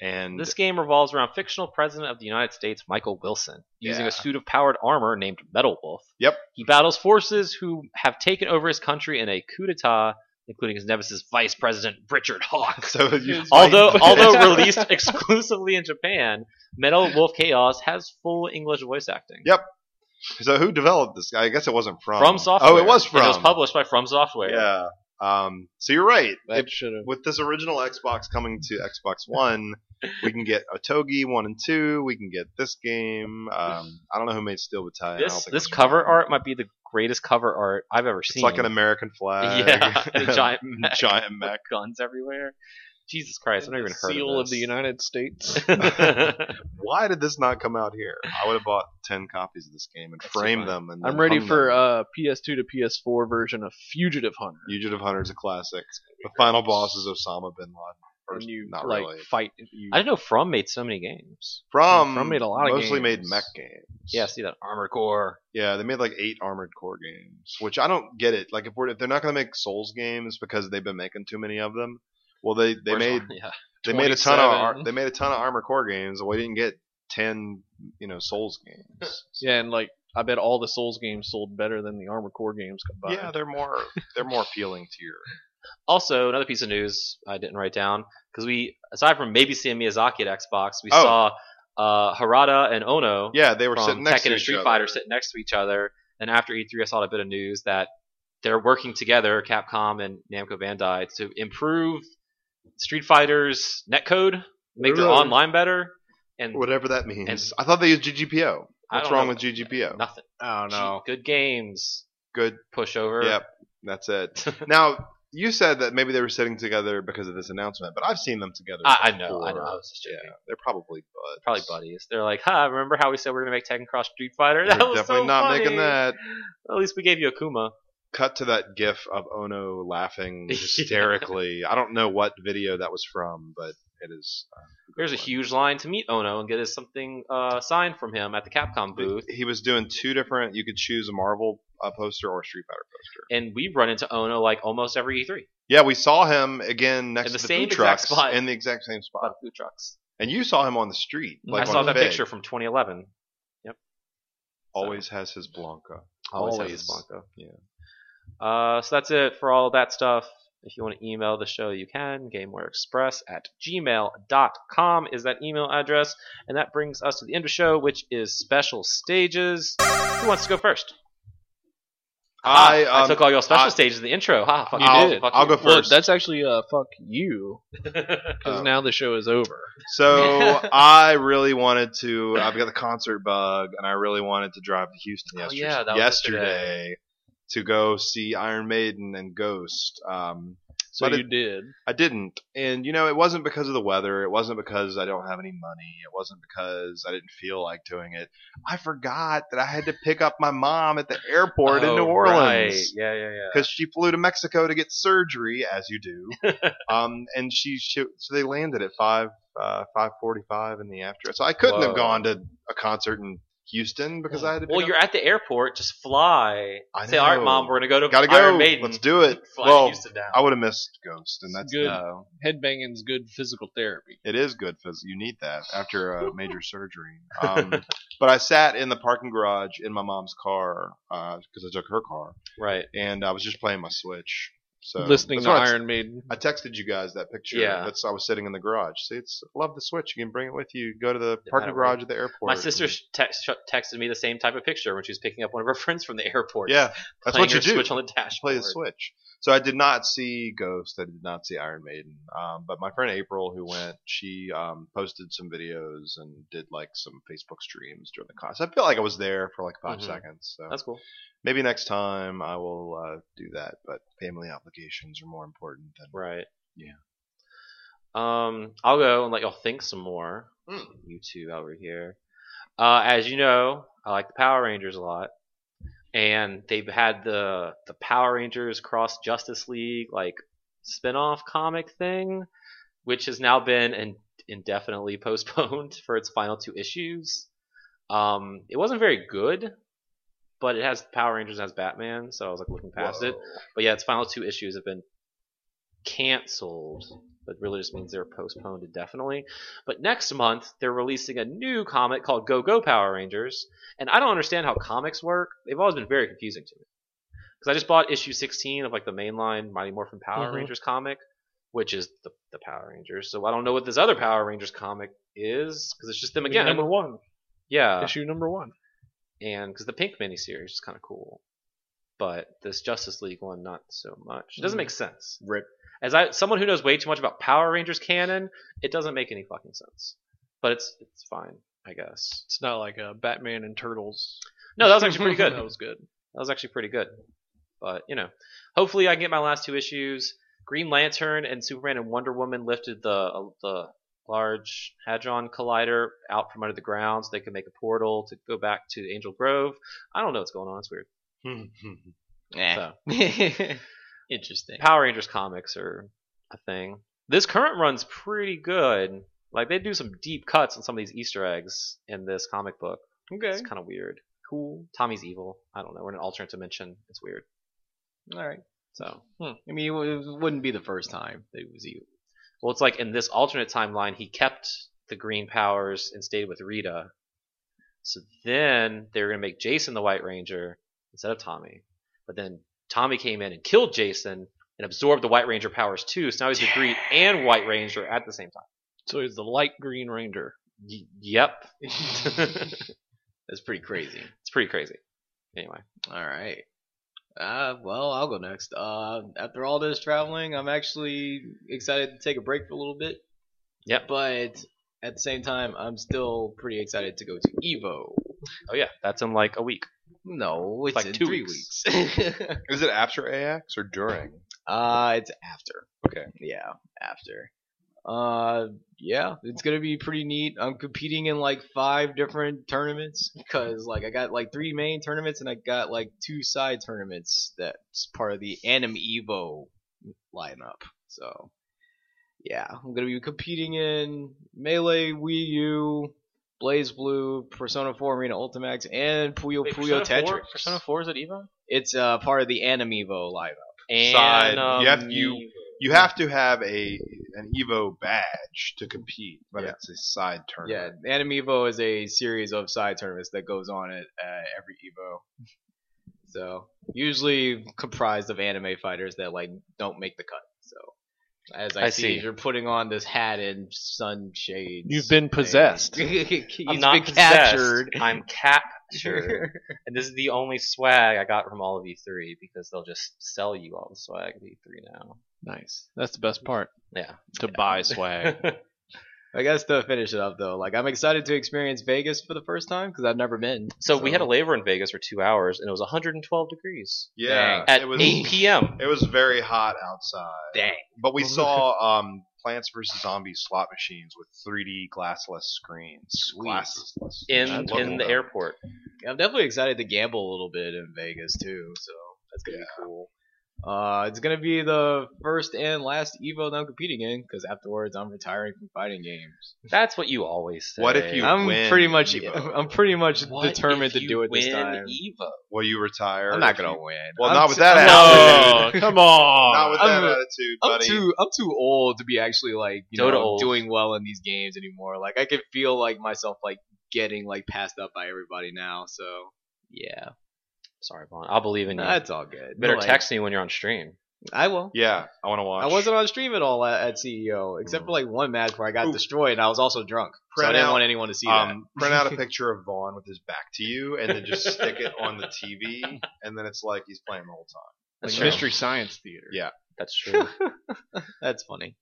Speaker 1: and
Speaker 3: This game revolves around fictional president of the United States, Michael Wilson, using
Speaker 1: Yeah.
Speaker 3: a suit of powered armor named Metal Wolf.
Speaker 1: Yep.
Speaker 3: He battles forces who have taken over his country in a coup d'etat, including his nemesis, Vice President Richard Hawk.
Speaker 1: so you
Speaker 3: although
Speaker 1: fight-
Speaker 3: although released exclusively in Japan, Metal Wolf Chaos has full English voice acting.
Speaker 1: Yeah, so who developed this? I guess it wasn't From.
Speaker 3: From Software.
Speaker 1: Oh, it was
Speaker 3: And
Speaker 1: From.
Speaker 3: It was published by From Software.
Speaker 1: Yeah. Um, so you're right.
Speaker 2: That
Speaker 1: If-
Speaker 2: should have.
Speaker 1: with this original Xbox coming to Xbox One, we can get Otogi one and two. We can get this game. Um, I don't know who made Steel Battalion. I don't
Speaker 3: This
Speaker 1: think it's-
Speaker 3: this cover art might be the greatest cover art I've ever
Speaker 1: It's
Speaker 3: seen.
Speaker 1: like an American flag.
Speaker 3: yeah, the giant mech
Speaker 1: giant
Speaker 3: with
Speaker 1: mech.
Speaker 3: guns everywhere. Jesus Christ, I've never even heard
Speaker 2: seal
Speaker 3: of,
Speaker 2: of the United States.
Speaker 3: United.
Speaker 1: Why did this not come out here? I would have bought ten copies of this game and
Speaker 3: That's
Speaker 1: framed
Speaker 3: fine.
Speaker 1: them. And
Speaker 2: I'm
Speaker 1: then
Speaker 2: ready
Speaker 1: hung
Speaker 2: for
Speaker 1: them.
Speaker 2: uh, PS2 to PS4 version of Fugitive Hunter.
Speaker 1: Fugitive Hunter's a classic. The final boss is Osama bin Laden. Or
Speaker 2: When you
Speaker 1: not
Speaker 2: like
Speaker 1: really.
Speaker 2: fight. You,
Speaker 3: I didn't know From made so many games.
Speaker 1: From,
Speaker 2: From made a lot of
Speaker 1: mostly made
Speaker 2: games.
Speaker 1: mech games.
Speaker 3: Yeah, see that Armored Core.
Speaker 1: Yeah, they made like eight Armored Core games, which I don't get it. Like if we're if they're not gonna make Souls games because they've been making too many of them. Well, they they
Speaker 3: Where's
Speaker 1: made
Speaker 3: Ar- yeah.
Speaker 1: they made a ton of ar-
Speaker 2: 27.
Speaker 1: they made a ton of Armored Core games. and We didn't get ten you know Souls games.
Speaker 2: yeah, and like I bet all the Souls games sold better than the Armor Core games combined.
Speaker 1: yeah, they're more they're more appealing to your.
Speaker 3: Also, another piece of news I didn't write down because we, aside from maybe seeing Miyazaki at Xbox, we
Speaker 1: Oh.
Speaker 3: saw uh, Harada and Ono
Speaker 1: Yeah, they were
Speaker 3: from
Speaker 1: sitting
Speaker 3: Tekken
Speaker 1: next to
Speaker 3: and
Speaker 1: each
Speaker 3: Street
Speaker 1: other.
Speaker 3: Fighter sitting next to each other. And after E3, I saw a bit of news that they're working together, Capcom and Namco Bandai, to improve Street Fighter's netcode, make their
Speaker 1: Really?
Speaker 3: online better, and
Speaker 1: Whatever that means. I thought they used GGPO.
Speaker 3: I
Speaker 1: What's
Speaker 3: don't
Speaker 1: wrong
Speaker 3: know.
Speaker 1: with GGPO?
Speaker 3: nothing.
Speaker 6: I don't know.
Speaker 3: Good games.
Speaker 1: Good.
Speaker 3: Pushover.
Speaker 1: Oh, Yep. That's it. now you said that maybe they were sitting together because of this announcement, but I've seen them together.
Speaker 3: I, I know. I know.
Speaker 1: before.
Speaker 3: I was just joking.
Speaker 1: Yeah, they're probably buds.
Speaker 3: Probably buddies. They're like, huh, remember how we said we are going to make Tekken Cross Street Fighter?
Speaker 1: They're
Speaker 3: That was
Speaker 1: definitely
Speaker 3: so
Speaker 1: not
Speaker 3: funny.
Speaker 1: making that.
Speaker 3: At least we gave you Akuma.
Speaker 1: Cut to that GIF of Ono laughing
Speaker 3: Yeah.
Speaker 1: hysterically. I don't know what video that was from, but it is. uh, good
Speaker 3: There's a
Speaker 1: one.
Speaker 3: huge line to meet Ono and get his something uh, signed from him at the Capcom booth.
Speaker 1: He was doing two different. You could choose a Marvel uh, poster or a Street Fighter poster.
Speaker 3: And we run into Ono like almost every E E3
Speaker 1: Yeah, we saw him again next
Speaker 3: In the
Speaker 1: to the
Speaker 3: same
Speaker 1: food
Speaker 3: exact
Speaker 1: trucks
Speaker 3: spot.
Speaker 1: in the exact same
Speaker 3: about
Speaker 1: spot.
Speaker 3: food trucks.
Speaker 1: And you saw him on the street. Like
Speaker 3: Mm, I
Speaker 1: on
Speaker 3: saw
Speaker 1: a
Speaker 3: that
Speaker 1: bed.
Speaker 3: picture from 2011.
Speaker 1: Always has his Blanca.
Speaker 3: Always, has
Speaker 1: Always.
Speaker 3: his Blanco.
Speaker 1: Yeah.
Speaker 3: Uh, so that's it for all that stuff. If you want to email the show, you can. GameWareExpress at gmail.com is that email address. And that brings us to the end of the show, which is special stages. Who wants to go first?
Speaker 1: I,
Speaker 3: Ah,
Speaker 1: um,
Speaker 3: took all your special
Speaker 1: I-
Speaker 3: stages in the intro. Ha, fuck
Speaker 2: You
Speaker 3: you.
Speaker 2: did.
Speaker 3: Fuck
Speaker 1: I'll
Speaker 3: you.
Speaker 1: go
Speaker 2: Look,
Speaker 1: first.
Speaker 2: that's actually uh, fuck you, because
Speaker 1: Oh.
Speaker 2: now the show is over.
Speaker 1: So I really wanted to. I've got the concert bug, and I really wanted to drive to Houston
Speaker 3: Oh,
Speaker 1: yesterday,
Speaker 3: yeah, that was
Speaker 1: yesterday to go see Iron Maiden and Ghost. Um,
Speaker 2: So
Speaker 1: But
Speaker 2: you did.
Speaker 1: I didn't, and you know, it wasn't because of the weather. It wasn't because I don't have any money. It wasn't because I didn't feel like doing it. I forgot that I had to pick up my mom at the airport in
Speaker 3: Oh,
Speaker 1: New
Speaker 3: right.
Speaker 1: Orleans
Speaker 3: Yeah, yeah, yeah.
Speaker 1: because she flew to Mexico to get surgery, as you do. um, and she, she so they landed at five uh, five forty five in the afternoon. So I couldn't
Speaker 3: Whoa.
Speaker 1: have gone to a concert in Houston because I had to. pick
Speaker 3: Well,
Speaker 1: up-
Speaker 3: you're at the airport. Just fly.
Speaker 1: I
Speaker 3: Say, all right,
Speaker 1: know.
Speaker 3: mom, we're going to go to
Speaker 1: gotta go.
Speaker 3: Iron Maiden.
Speaker 1: Let's do it.
Speaker 3: Fly to
Speaker 1: well,
Speaker 3: Houston now.
Speaker 1: I would have missed Ghost, and that's
Speaker 2: Good.
Speaker 1: no.
Speaker 2: Headbanging's good physical therapy.
Speaker 1: It is good because you need that after a major surgery. Um, but I sat in the parking garage in my mom's car because I took her car,
Speaker 3: Right.
Speaker 1: and I was just playing my Switch. So
Speaker 2: Listening
Speaker 1: that's
Speaker 2: to
Speaker 1: what I-
Speaker 2: Iron Maiden.
Speaker 1: I texted you guys that picture.
Speaker 3: Yeah.
Speaker 1: That's I was sitting in the garage. See, it's love the switch. You can bring it with you. Go to the
Speaker 3: matter
Speaker 1: parking
Speaker 3: where.
Speaker 1: garage at the airport. Mm-hmm.
Speaker 3: My sister sh- text, sh- texted me the same type of picture when she was picking up one of her friends from the airport.
Speaker 1: Yeah, that's
Speaker 3: Playing
Speaker 1: what you
Speaker 3: her
Speaker 1: do.
Speaker 3: Switch on the dashboard.
Speaker 1: Play the switch. So I did not see Ghost. I did not see Iron Maiden. Um, but my friend April, who went, she um, posted some videos and did like some Facebook streams during the concert. I feel like I was there for like 5
Speaker 3: Mhm.
Speaker 1: seconds. So
Speaker 3: That's cool.
Speaker 1: maybe next time I will uh, do that. But family obligations are more important than
Speaker 3: Right.
Speaker 1: Yeah.
Speaker 3: Um, I'll go and let y'all think some more. You two over here. Uh, as you know, I like the Power Rangers a lot, and they've had the the Power Rangers Cross Justice League like spin-off comic thing, which has now been in, indefinitely postponed for its final two issues. Um, it wasn't very good, but it has Power Rangers and has Batman, so I was like looking past it. But yeah, its final two issues have been canceled. That really just means they're postponed indefinitely. But next month they're releasing a new comic called Go Go Power Rangers, and I don't understand how comics work. They've always been very confusing to me because I just bought issue 16 of like the mainline Mighty Morphin Power
Speaker 2: Mhm.
Speaker 3: Rangers comic, which is the, the Power Rangers. So I don't know what this other Power Rangers comic is because it's just them again.
Speaker 2: number one,
Speaker 3: yeah,
Speaker 2: issue number one.
Speaker 3: and because the Pink miniseries is kind of cool, but this Justice League one not so much. It doesn't
Speaker 2: Mhm.
Speaker 3: make sense.
Speaker 6: Rip.
Speaker 3: As I someone who knows way too much about Power Rangers canon, it doesn't make any fucking sense. But it's it's fine, I guess.
Speaker 2: It's not like uh, Batman and Turtles.
Speaker 3: No, that was actually pretty good.
Speaker 2: that was good.
Speaker 3: That was actually pretty good. But, you know, hopefully I can get my last two issues. Green Lantern and Superman and Wonder Woman lifted the the large Hadron Collider out from under the ground so they could make a portal to go back to Angel Grove. I don't know what's going on. It's weird. So,
Speaker 2: Eh.
Speaker 6: Interesting.
Speaker 3: Power Rangers comics are a thing. This current run's pretty good. Like, they do some deep cuts on some of these Easter eggs in this comic book.
Speaker 6: Okay.
Speaker 3: It's kind of weird. Cool. Tommy's evil. I don't know. We're in an alternate dimension. It's weird.
Speaker 6: All right.
Speaker 3: So.
Speaker 6: Hmm. I mean, it w- it wouldn't be the first time that it was you.
Speaker 3: Well, it's like in this alternate timeline, he kept the green powers and stayed with Rita. So then they were going to make Jason the White Ranger instead of Tommy. But then Tommy came in and killed Jason and absorbed the White Ranger powers too. So now he's the Green and White Ranger at the same time.
Speaker 2: So he's the light green ranger.
Speaker 3: Y- yep.
Speaker 6: That's pretty crazy.
Speaker 3: It's pretty crazy. Anyway.
Speaker 6: All right. Uh, well, I'll go next. Uh, after all this traveling, I'm actually excited to take a break for a little bit.
Speaker 3: Yep.
Speaker 6: But at the same time, I'm still pretty excited to go to Evo.
Speaker 3: Oh, yeah. That's in like a week.
Speaker 6: No, it's
Speaker 3: Like
Speaker 6: in
Speaker 3: two
Speaker 6: three
Speaker 3: weeks.
Speaker 6: weeks.
Speaker 1: Is it after AX or during?
Speaker 6: uh, it's after.
Speaker 1: Okay.
Speaker 6: Yeah, after. Uh, yeah, it's gonna be pretty neat. I'm competing in like five different tournaments because like I got like three main tournaments and I got like two side tournaments that's part of the Anim Evo lineup. So, yeah, I'm gonna be competing in Melee, Wii U, Blaze Blue, Persona 4 Arena Ultimax, and Puyo Puyo Tetris.
Speaker 3: Persona 4 is at Evo?
Speaker 6: It's uh part of the Anim Evo lineup.
Speaker 1: Side.
Speaker 3: um,
Speaker 1: You have- you- You have to have a an Evo badge to compete, but
Speaker 6: Yeah.
Speaker 1: it's a side
Speaker 6: Yeah,
Speaker 1: tournament.
Speaker 6: Anim Evo is a series of side tournaments that goes on at uh, every Evo. So usually comprised of anime fighters that like don't make the cut. So as I,
Speaker 3: I
Speaker 6: see,
Speaker 3: see.
Speaker 6: you're putting on this hat and sunshades.
Speaker 2: You've been possessed.
Speaker 3: I'm
Speaker 6: I'm
Speaker 3: not
Speaker 6: been
Speaker 3: possessed.
Speaker 6: captured.
Speaker 3: I'm captured. And this is the only swag I got from all of E3 because they'll just sell you all the swag at E3 now.
Speaker 2: Nice. That's the best part.
Speaker 3: Yeah.
Speaker 2: To buy swag.
Speaker 6: I guess to finish it up though, like I'm excited to experience Vegas for the first time because I've never been.
Speaker 3: so, we had a layover in Vegas for two hours and it was 112 degrees
Speaker 1: Yeah,
Speaker 3: at
Speaker 1: it was
Speaker 3: 8 p.m.
Speaker 1: it was very hot outside.
Speaker 6: dang.
Speaker 1: But we saw um, Plants vs Zombies slot machines with 3D glassless screens,
Speaker 6: Sweet.
Speaker 1: glassless
Speaker 3: In
Speaker 1: I love
Speaker 3: in the
Speaker 1: that.
Speaker 3: airport,
Speaker 6: I'm definitely excited to gamble a little bit in Vegas too, so that's gonna be cool. Uh, it's gonna be the first and last Evo that I'm competing in, because afterwards I'm retiring from fighting games.
Speaker 3: that's what you always say.
Speaker 1: What if you-
Speaker 6: I'm
Speaker 1: win
Speaker 6: pretty much,
Speaker 1: Evo.
Speaker 6: I'm pretty much
Speaker 3: What
Speaker 6: determined
Speaker 3: if
Speaker 6: to
Speaker 3: you
Speaker 6: do it this
Speaker 3: win
Speaker 6: time.
Speaker 3: Evo?
Speaker 1: Will you retire?
Speaker 6: I'm not
Speaker 1: if you-
Speaker 6: gonna win.
Speaker 1: Well,
Speaker 6: I'm
Speaker 1: not with
Speaker 6: too-
Speaker 1: that
Speaker 6: I'm
Speaker 1: attitude.
Speaker 6: not-
Speaker 2: no, come on.
Speaker 1: Not with
Speaker 6: I'm-
Speaker 1: that attitude,
Speaker 6: I'm
Speaker 1: buddy.
Speaker 6: too I'm too old to be actually like you
Speaker 3: Dota
Speaker 6: know
Speaker 3: old.
Speaker 6: doing well in these games anymore. Like I can feel like myself like getting like passed up by everybody now. So yeah,
Speaker 3: Sorry, Vaughn. I'll believe in you.
Speaker 6: that's all good.
Speaker 3: Better
Speaker 6: Like,
Speaker 3: text me when you're on stream.
Speaker 6: I will.
Speaker 1: yeah, I want to watch.
Speaker 6: I wasn't on stream at all at, at CEO, except for like one match where I got
Speaker 1: Ooh.
Speaker 6: destroyed and I was also drunk. So I
Speaker 1: Print
Speaker 6: didn't
Speaker 1: out,
Speaker 6: want anyone to see
Speaker 1: Um, print out a picture of Vaughn with his back to you, and then just stick it on the TV, and then it's like he's playing the whole time.
Speaker 3: That's
Speaker 2: Like
Speaker 3: true.
Speaker 2: Mystery Science Theater.
Speaker 1: Yeah.
Speaker 3: That's true.
Speaker 6: that. That's funny.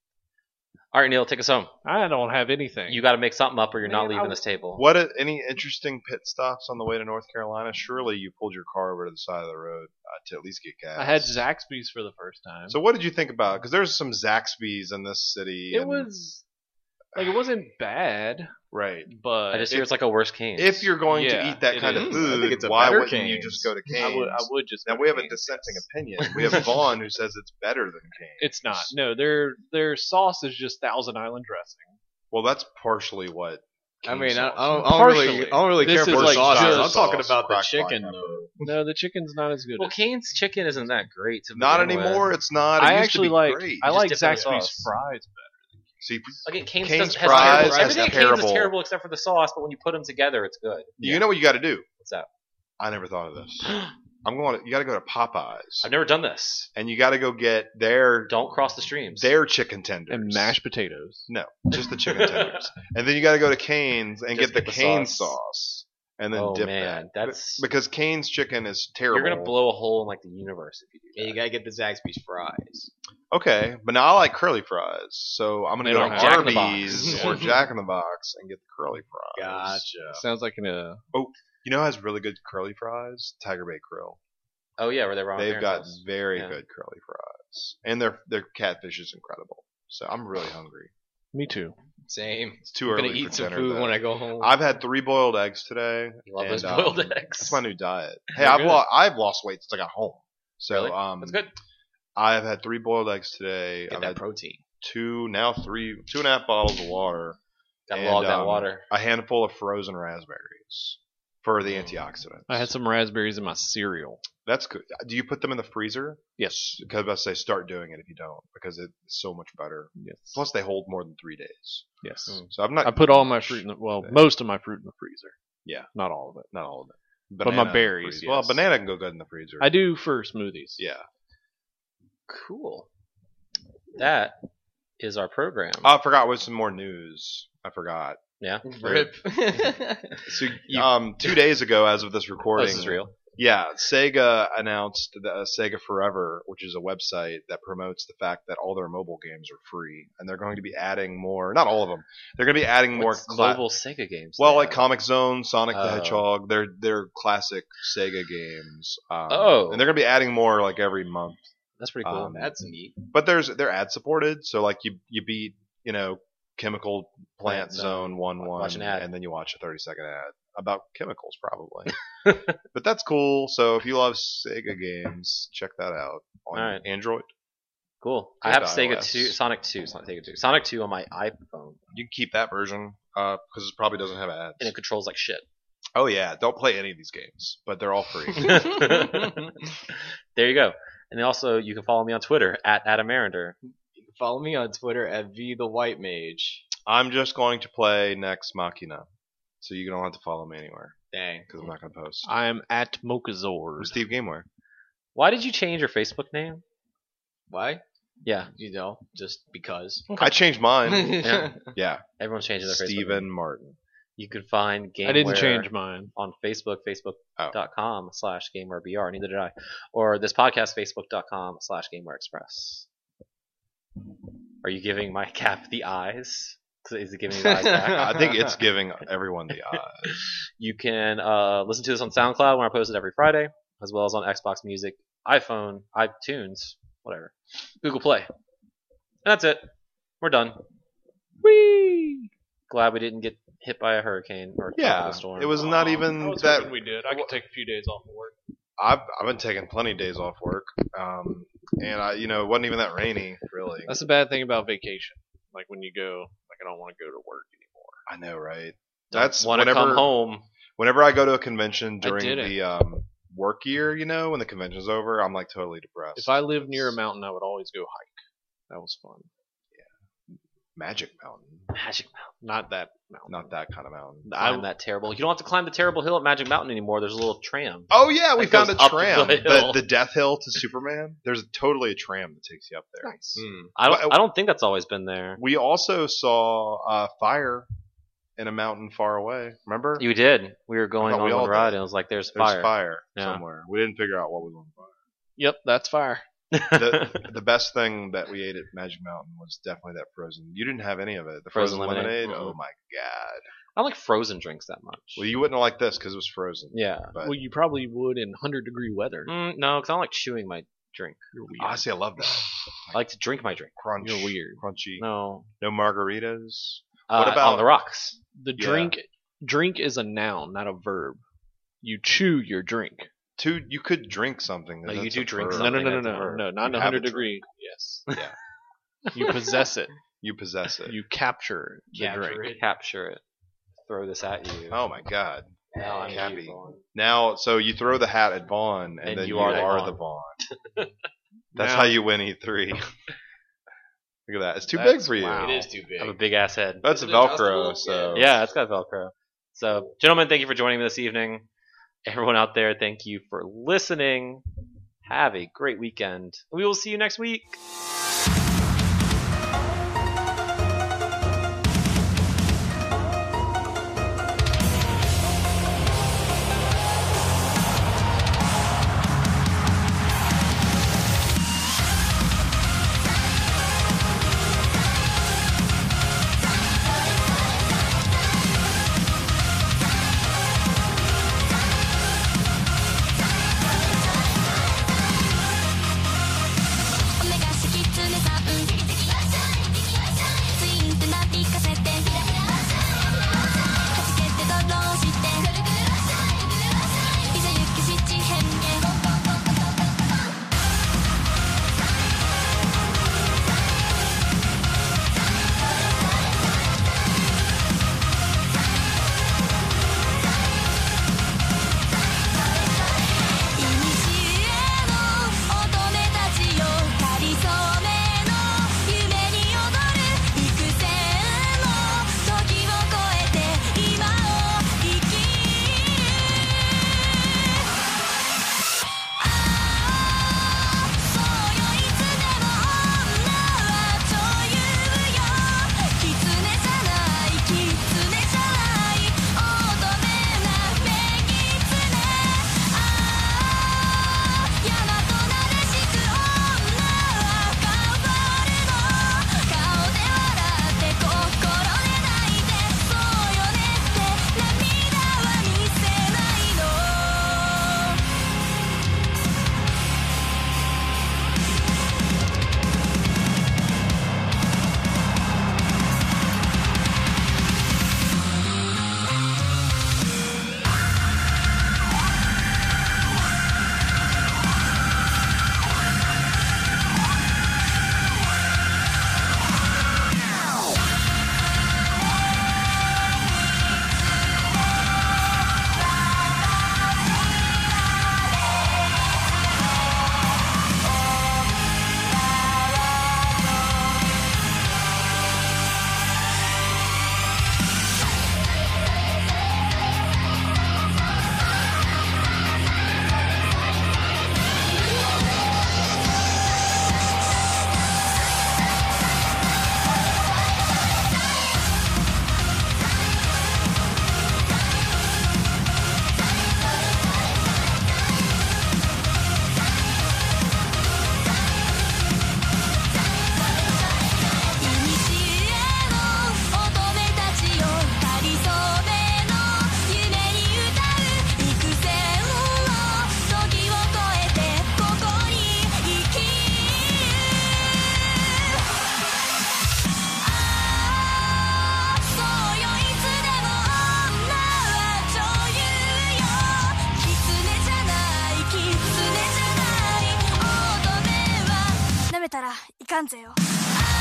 Speaker 3: all right, Neil, take us home.
Speaker 2: I don't have anything.
Speaker 3: You got to make something up, or you're not
Speaker 6: Man,
Speaker 3: leaving
Speaker 6: I-
Speaker 3: this table.
Speaker 1: What? A, any interesting pit stops on the way to North Carolina? Surely you pulled your car over to the side of the road uh, to at least get gas.
Speaker 2: I had Zaxby's for the first time.
Speaker 1: So what did you think about? Because there's some Zaxby's in this city.
Speaker 2: it
Speaker 1: and-
Speaker 2: was like it wasn't bad,
Speaker 1: right.
Speaker 2: but
Speaker 3: I just
Speaker 2: it-
Speaker 3: hear it's like a worst case.
Speaker 1: If you're going to
Speaker 2: Yeah,
Speaker 1: eat that
Speaker 2: it
Speaker 1: kind of
Speaker 2: is.
Speaker 6: I think
Speaker 1: food,
Speaker 6: it's a
Speaker 1: why
Speaker 6: better
Speaker 1: wouldn't you
Speaker 6: Cane's.
Speaker 1: just go to Cane's?
Speaker 2: I would, I would just.
Speaker 1: now
Speaker 2: go
Speaker 1: we have a
Speaker 2: to Cane's.
Speaker 1: dissenting opinion. We have Vaughn who says it's better than Cane's.
Speaker 2: It's not. No, their their sauce is just Thousand Island dressing.
Speaker 1: Well, that's partially what
Speaker 6: I mean, I,
Speaker 1: sauce.
Speaker 6: I, don't, I don't really,
Speaker 2: Partially.
Speaker 6: I don't really
Speaker 2: This
Speaker 6: care for
Speaker 2: is
Speaker 6: the
Speaker 2: like
Speaker 6: sauce.
Speaker 2: just-
Speaker 6: I'm talking about the
Speaker 1: Crock-Pot
Speaker 6: chicken
Speaker 1: pepper.
Speaker 6: though.
Speaker 2: No, the chicken's not as good.
Speaker 3: Well, Kane's chicken isn't that great. To
Speaker 1: Not
Speaker 3: begin with.
Speaker 1: anymore. It's not. It
Speaker 2: I
Speaker 1: used to
Speaker 2: actually
Speaker 1: be
Speaker 2: like
Speaker 1: Great.
Speaker 2: I
Speaker 3: Just
Speaker 2: like
Speaker 3: different
Speaker 2: Zaxby's
Speaker 3: sauce.
Speaker 2: fries
Speaker 1: See,
Speaker 3: Again, Kane's,
Speaker 1: Kane's
Speaker 3: does, has
Speaker 1: fries
Speaker 3: terrible,
Speaker 1: has
Speaker 3: everything at Kane's is
Speaker 1: terrible-
Speaker 3: terrible except for the sauce, but when you put them together, it's good.
Speaker 1: you know what you got to do.
Speaker 3: What's that?
Speaker 1: I never thought of this. I'm going. To, you got to go to Popeyes,
Speaker 3: I've never done this.
Speaker 1: and you got to go get their
Speaker 3: Don't cross the streams.
Speaker 1: their chicken tenders
Speaker 2: and mashed potatoes.
Speaker 1: just the chicken tenders, and then you got to go to Cane's and
Speaker 3: Just
Speaker 1: get the,
Speaker 3: get the
Speaker 1: Cane's
Speaker 3: sauce.
Speaker 1: sauce. and then
Speaker 3: oh
Speaker 1: dip
Speaker 3: man,
Speaker 1: that
Speaker 3: that's
Speaker 1: because Cane's chicken is terrible.
Speaker 3: you're gonna blow a hole in like the universe if you do
Speaker 6: Yeah, you gotta get the Zaxby's fries.
Speaker 1: Okay, but now I like curly fries, so I'm gonna
Speaker 2: They
Speaker 1: go
Speaker 2: don't
Speaker 1: to
Speaker 3: have Jack in the
Speaker 1: Arby's
Speaker 2: Box.
Speaker 1: or Jack in the Box and get the curly fries.
Speaker 6: Gotcha.
Speaker 2: Sounds like an uh,
Speaker 1: You know, who has really good curly fries. Tiger Bay Grill.
Speaker 3: Oh yeah, where they wrong.
Speaker 1: They've got very
Speaker 3: Yeah.
Speaker 1: good curly fries, and their their catfish is incredible. So I'm really hungry.
Speaker 2: me too.
Speaker 6: Same.
Speaker 1: It's too
Speaker 6: I'm
Speaker 1: early
Speaker 6: gonna
Speaker 1: for
Speaker 6: eat some
Speaker 1: dinner.
Speaker 6: food
Speaker 1: though.
Speaker 6: when I go home.
Speaker 1: I've had three boiled eggs today.
Speaker 3: You love
Speaker 1: and,
Speaker 3: Ah, those
Speaker 6: uh,
Speaker 1: um,
Speaker 3: boiled eggs.
Speaker 1: That's my new diet. Hey,
Speaker 2: They're
Speaker 1: I've
Speaker 2: good.
Speaker 1: lost I've lost weight since I got home. So
Speaker 3: Really?
Speaker 1: um,
Speaker 3: That's good.
Speaker 1: I've had three boiled eggs today.
Speaker 6: get
Speaker 1: I've
Speaker 6: that
Speaker 1: had
Speaker 6: protein.
Speaker 1: two now three two and a half bottles of water.
Speaker 3: Gotta
Speaker 1: and,
Speaker 3: log that
Speaker 1: um,
Speaker 3: water.
Speaker 1: A handful of frozen raspberries for the antioxidants.
Speaker 2: I had some raspberries in my cereal.
Speaker 1: That's good. Do you put them in the freezer?
Speaker 2: Yes.
Speaker 1: Because I say start doing it if you don't, because it's so much better.
Speaker 2: Yes.
Speaker 1: Plus, they hold more than three days.
Speaker 2: yes.
Speaker 1: So I'm not.
Speaker 2: I put all my fruit in the well, most of my fruit in the freezer.
Speaker 1: Yeah.
Speaker 2: Not all of it.
Speaker 1: not all of it.
Speaker 2: my
Speaker 1: Banana in the
Speaker 2: berries,
Speaker 1: freezer. Well,
Speaker 2: yes.
Speaker 1: banana can go good in the freezer.
Speaker 2: I do for smoothies.
Speaker 1: Yeah.
Speaker 3: Cool. That is our program.
Speaker 1: Oh, I forgot with some more news. I forgot.
Speaker 3: yeah.
Speaker 6: Rip.
Speaker 1: So, um, two days ago, as of this recording,
Speaker 3: Oh, This is real.
Speaker 1: Yeah, Sega announced the uh, Sega Forever, which is a website that promotes the fact that all their mobile games are free, and they're going to be adding more. Not all of them. They're going to be adding more
Speaker 3: What's
Speaker 1: cla-
Speaker 3: global Sega games.
Speaker 1: Well,
Speaker 3: they
Speaker 1: like
Speaker 3: have?
Speaker 1: Comic Zone, Sonic
Speaker 3: Oh.
Speaker 1: the Hedgehog, they're they're classic Sega games. Um,
Speaker 3: Oh.
Speaker 1: and they're gonna be adding more like every month.
Speaker 3: that's pretty cool.
Speaker 1: um,
Speaker 6: That's neat.
Speaker 1: But there's they're ad supported, so like you you beat you know Chemical Plant
Speaker 3: Plant Zone.
Speaker 1: Zone one one,
Speaker 3: Watch an ad.
Speaker 1: and then you watch a thirty second ad about chemicals probably. but that's cool. So if you love Sega games, check that out on
Speaker 3: All right.
Speaker 1: Android.
Speaker 3: cool. I
Speaker 1: Good
Speaker 3: have Sega
Speaker 1: iOS.
Speaker 3: Two, Sonic Two, Sonic Sega Two, Sonic Two on my iPhone,
Speaker 1: You can keep that version because it probably doesn't have ads.
Speaker 3: and it controls like shit.
Speaker 1: oh yeah, don't play any of these games, but they're all free.
Speaker 3: there you go. And then also, you can follow me on Twitter at Adamarander.
Speaker 6: You can Follow me on Twitter at V the White Mage.
Speaker 1: I'm just going to play next Machina, so you don't have to follow me anywhere
Speaker 6: Dang.
Speaker 1: because I'm not going to post.
Speaker 3: Uh,
Speaker 2: I am at Mochazor.
Speaker 1: I'm Steve Gameware.
Speaker 3: Why did you change your Facebook name?
Speaker 6: Why?
Speaker 3: Yeah,
Speaker 6: You know, just because.
Speaker 1: I changed mine.
Speaker 3: Yeah.
Speaker 1: yeah,
Speaker 3: everyone's changing their Facebook. name.
Speaker 1: Steven Martin.
Speaker 3: You can find Gameware
Speaker 2: I didn't change mine.
Speaker 3: on Facebook,
Speaker 1: Oh.
Speaker 3: facebook.com slash GamewareBR, neither did I. Or this podcast, facebook.com slash GameWare Express. Are you giving my cap the eyes? Is it giving me the eyes back?
Speaker 1: I think it's giving everyone the eye.
Speaker 3: You can uh, listen to this on SoundCloud when I post it every Friday, as well as on Xbox Music, iPhone, iTunes, whatever, Google Play. And that's it. We're done. Whee! Glad we didn't get hit by a hurricane or a
Speaker 1: Yeah,
Speaker 3: tropical storm.
Speaker 1: it was not even that.
Speaker 2: we did. I could take a few days off of work.
Speaker 1: I've, I've been taking plenty of days off work, um, and I, you know, it wasn't even that rainy, really.
Speaker 2: That's the bad thing about vacation. Like when you go, like I don't want to go to work anymore.
Speaker 1: I know, right?
Speaker 3: Don't
Speaker 1: That's
Speaker 3: wanna
Speaker 1: whenever-
Speaker 3: come home.
Speaker 1: Whenever I go to a convention during
Speaker 2: didn't.
Speaker 1: the um, work year, you know, when the convention's over, I'm like totally depressed.
Speaker 2: If I lived near a mountain, I would always go hike. That was fun.
Speaker 1: Magic Mountain,
Speaker 3: Magic
Speaker 2: Not that mountain.
Speaker 1: not that kind of mountain.
Speaker 3: Mountain. Climb that terrible. You don't have to climb the terrible hill at Magic Mountain anymore. There's a little tram.
Speaker 1: Oh yeah, we
Speaker 3: That
Speaker 1: found
Speaker 3: goes
Speaker 1: a
Speaker 3: up
Speaker 1: tram.
Speaker 3: the
Speaker 1: The,
Speaker 3: hill.
Speaker 1: the, Death Hill to Superman. There's totally a tram that takes you up there.
Speaker 2: Nice.
Speaker 6: Hmm.
Speaker 3: I don't.
Speaker 1: Well,
Speaker 3: I don't think that's always been there.
Speaker 1: We also saw uh, fire in a mountain far away. Remember?
Speaker 3: You did. We were going
Speaker 1: I thought
Speaker 3: on
Speaker 1: we all
Speaker 3: the ride,
Speaker 1: did.
Speaker 3: and it was like, "There's
Speaker 1: There's
Speaker 3: fire."
Speaker 1: fire,
Speaker 3: Yeah.
Speaker 1: somewhere. We didn't figure out what was on fire.
Speaker 2: Yep, that's fire.
Speaker 1: The, the best thing that we ate at Magic Mountain was definitely that frozen. You didn't have any of it. The frozen,
Speaker 3: Frozen lemonade.
Speaker 1: lemonade.
Speaker 3: Mhm.
Speaker 1: Oh my god.
Speaker 3: I don't like frozen drinks that much.
Speaker 1: Well, you wouldn't like this because it was frozen.
Speaker 3: yeah.
Speaker 1: But-
Speaker 2: Well, you probably would in hundred degree weather.
Speaker 3: Mm, no, because I don't like chewing my drink.
Speaker 2: You're weird.
Speaker 1: Honestly, Ah, I love that.
Speaker 3: I like to drink my drink.
Speaker 1: Crunch.
Speaker 2: You're weird.
Speaker 1: Crunchy. No,
Speaker 3: No.
Speaker 1: margaritas.
Speaker 3: Uh,
Speaker 1: What about-
Speaker 3: on the rocks?
Speaker 2: The
Speaker 1: Yeah.
Speaker 2: drink drink is a noun, not a verb. You chew your drink.
Speaker 1: Two. You could drink something.
Speaker 3: No, you
Speaker 1: That's
Speaker 3: do
Speaker 1: a
Speaker 3: drink
Speaker 1: verb.
Speaker 2: No, no,
Speaker 3: something.
Speaker 2: no, no,
Speaker 3: that's a
Speaker 2: no,
Speaker 3: verb.
Speaker 2: no, not in
Speaker 1: You
Speaker 2: a
Speaker 1: have a
Speaker 2: hundred
Speaker 1: drink.
Speaker 2: degree. Yes,
Speaker 1: Yeah.
Speaker 2: you possess it.
Speaker 1: You possess it.
Speaker 2: You capture the
Speaker 6: Capture
Speaker 2: drink.
Speaker 6: it.
Speaker 3: Capture it. throw this at you.
Speaker 1: Oh my god.
Speaker 3: Now I'm
Speaker 1: Cappy.
Speaker 3: evil.
Speaker 1: Now, so you throw the hat at Vaughn, and, then you, are,
Speaker 3: Vaughn.
Speaker 1: the Vaughn. That's
Speaker 2: Now-
Speaker 1: how you win E3. Look at that. It's too big
Speaker 2: That's-
Speaker 1: for you.
Speaker 2: wow.
Speaker 6: It is too big.
Speaker 3: I have a big ass head.
Speaker 1: That's
Speaker 6: Is it
Speaker 1: Velcro,
Speaker 6: adjustable?
Speaker 1: so
Speaker 3: Yeah, it's got Velcro. So, gentlemen, thank you for joining me this evening. Everyone out there, thank you for listening. Have a great weekend. We will see you next week.
Speaker 10: 「オメガシキツネさん」「スインってなびかせて」「はじけてドローして」「いざゆきしちへんへん」「いにしえの乙女たちよかりそめの夢に踊る」「幾千も時を超えて今を生きる」「ああそうよいつでも女は女優よ」「狐じゃない狐じゃない乙女な目狐」「ああ山となでしく女は輝く」「顔わるの」「顔で笑って心で泣いて」「そうよねって涙は見せないの」「いにしえの乙女たちよかりそめの夢に歌う」「幾千を時を超えてここに生きる」「ああそうよいつでも女は女優よ」「狐じゃない狐じゃない乙女は」「なめたらいかんぜよ」「ああ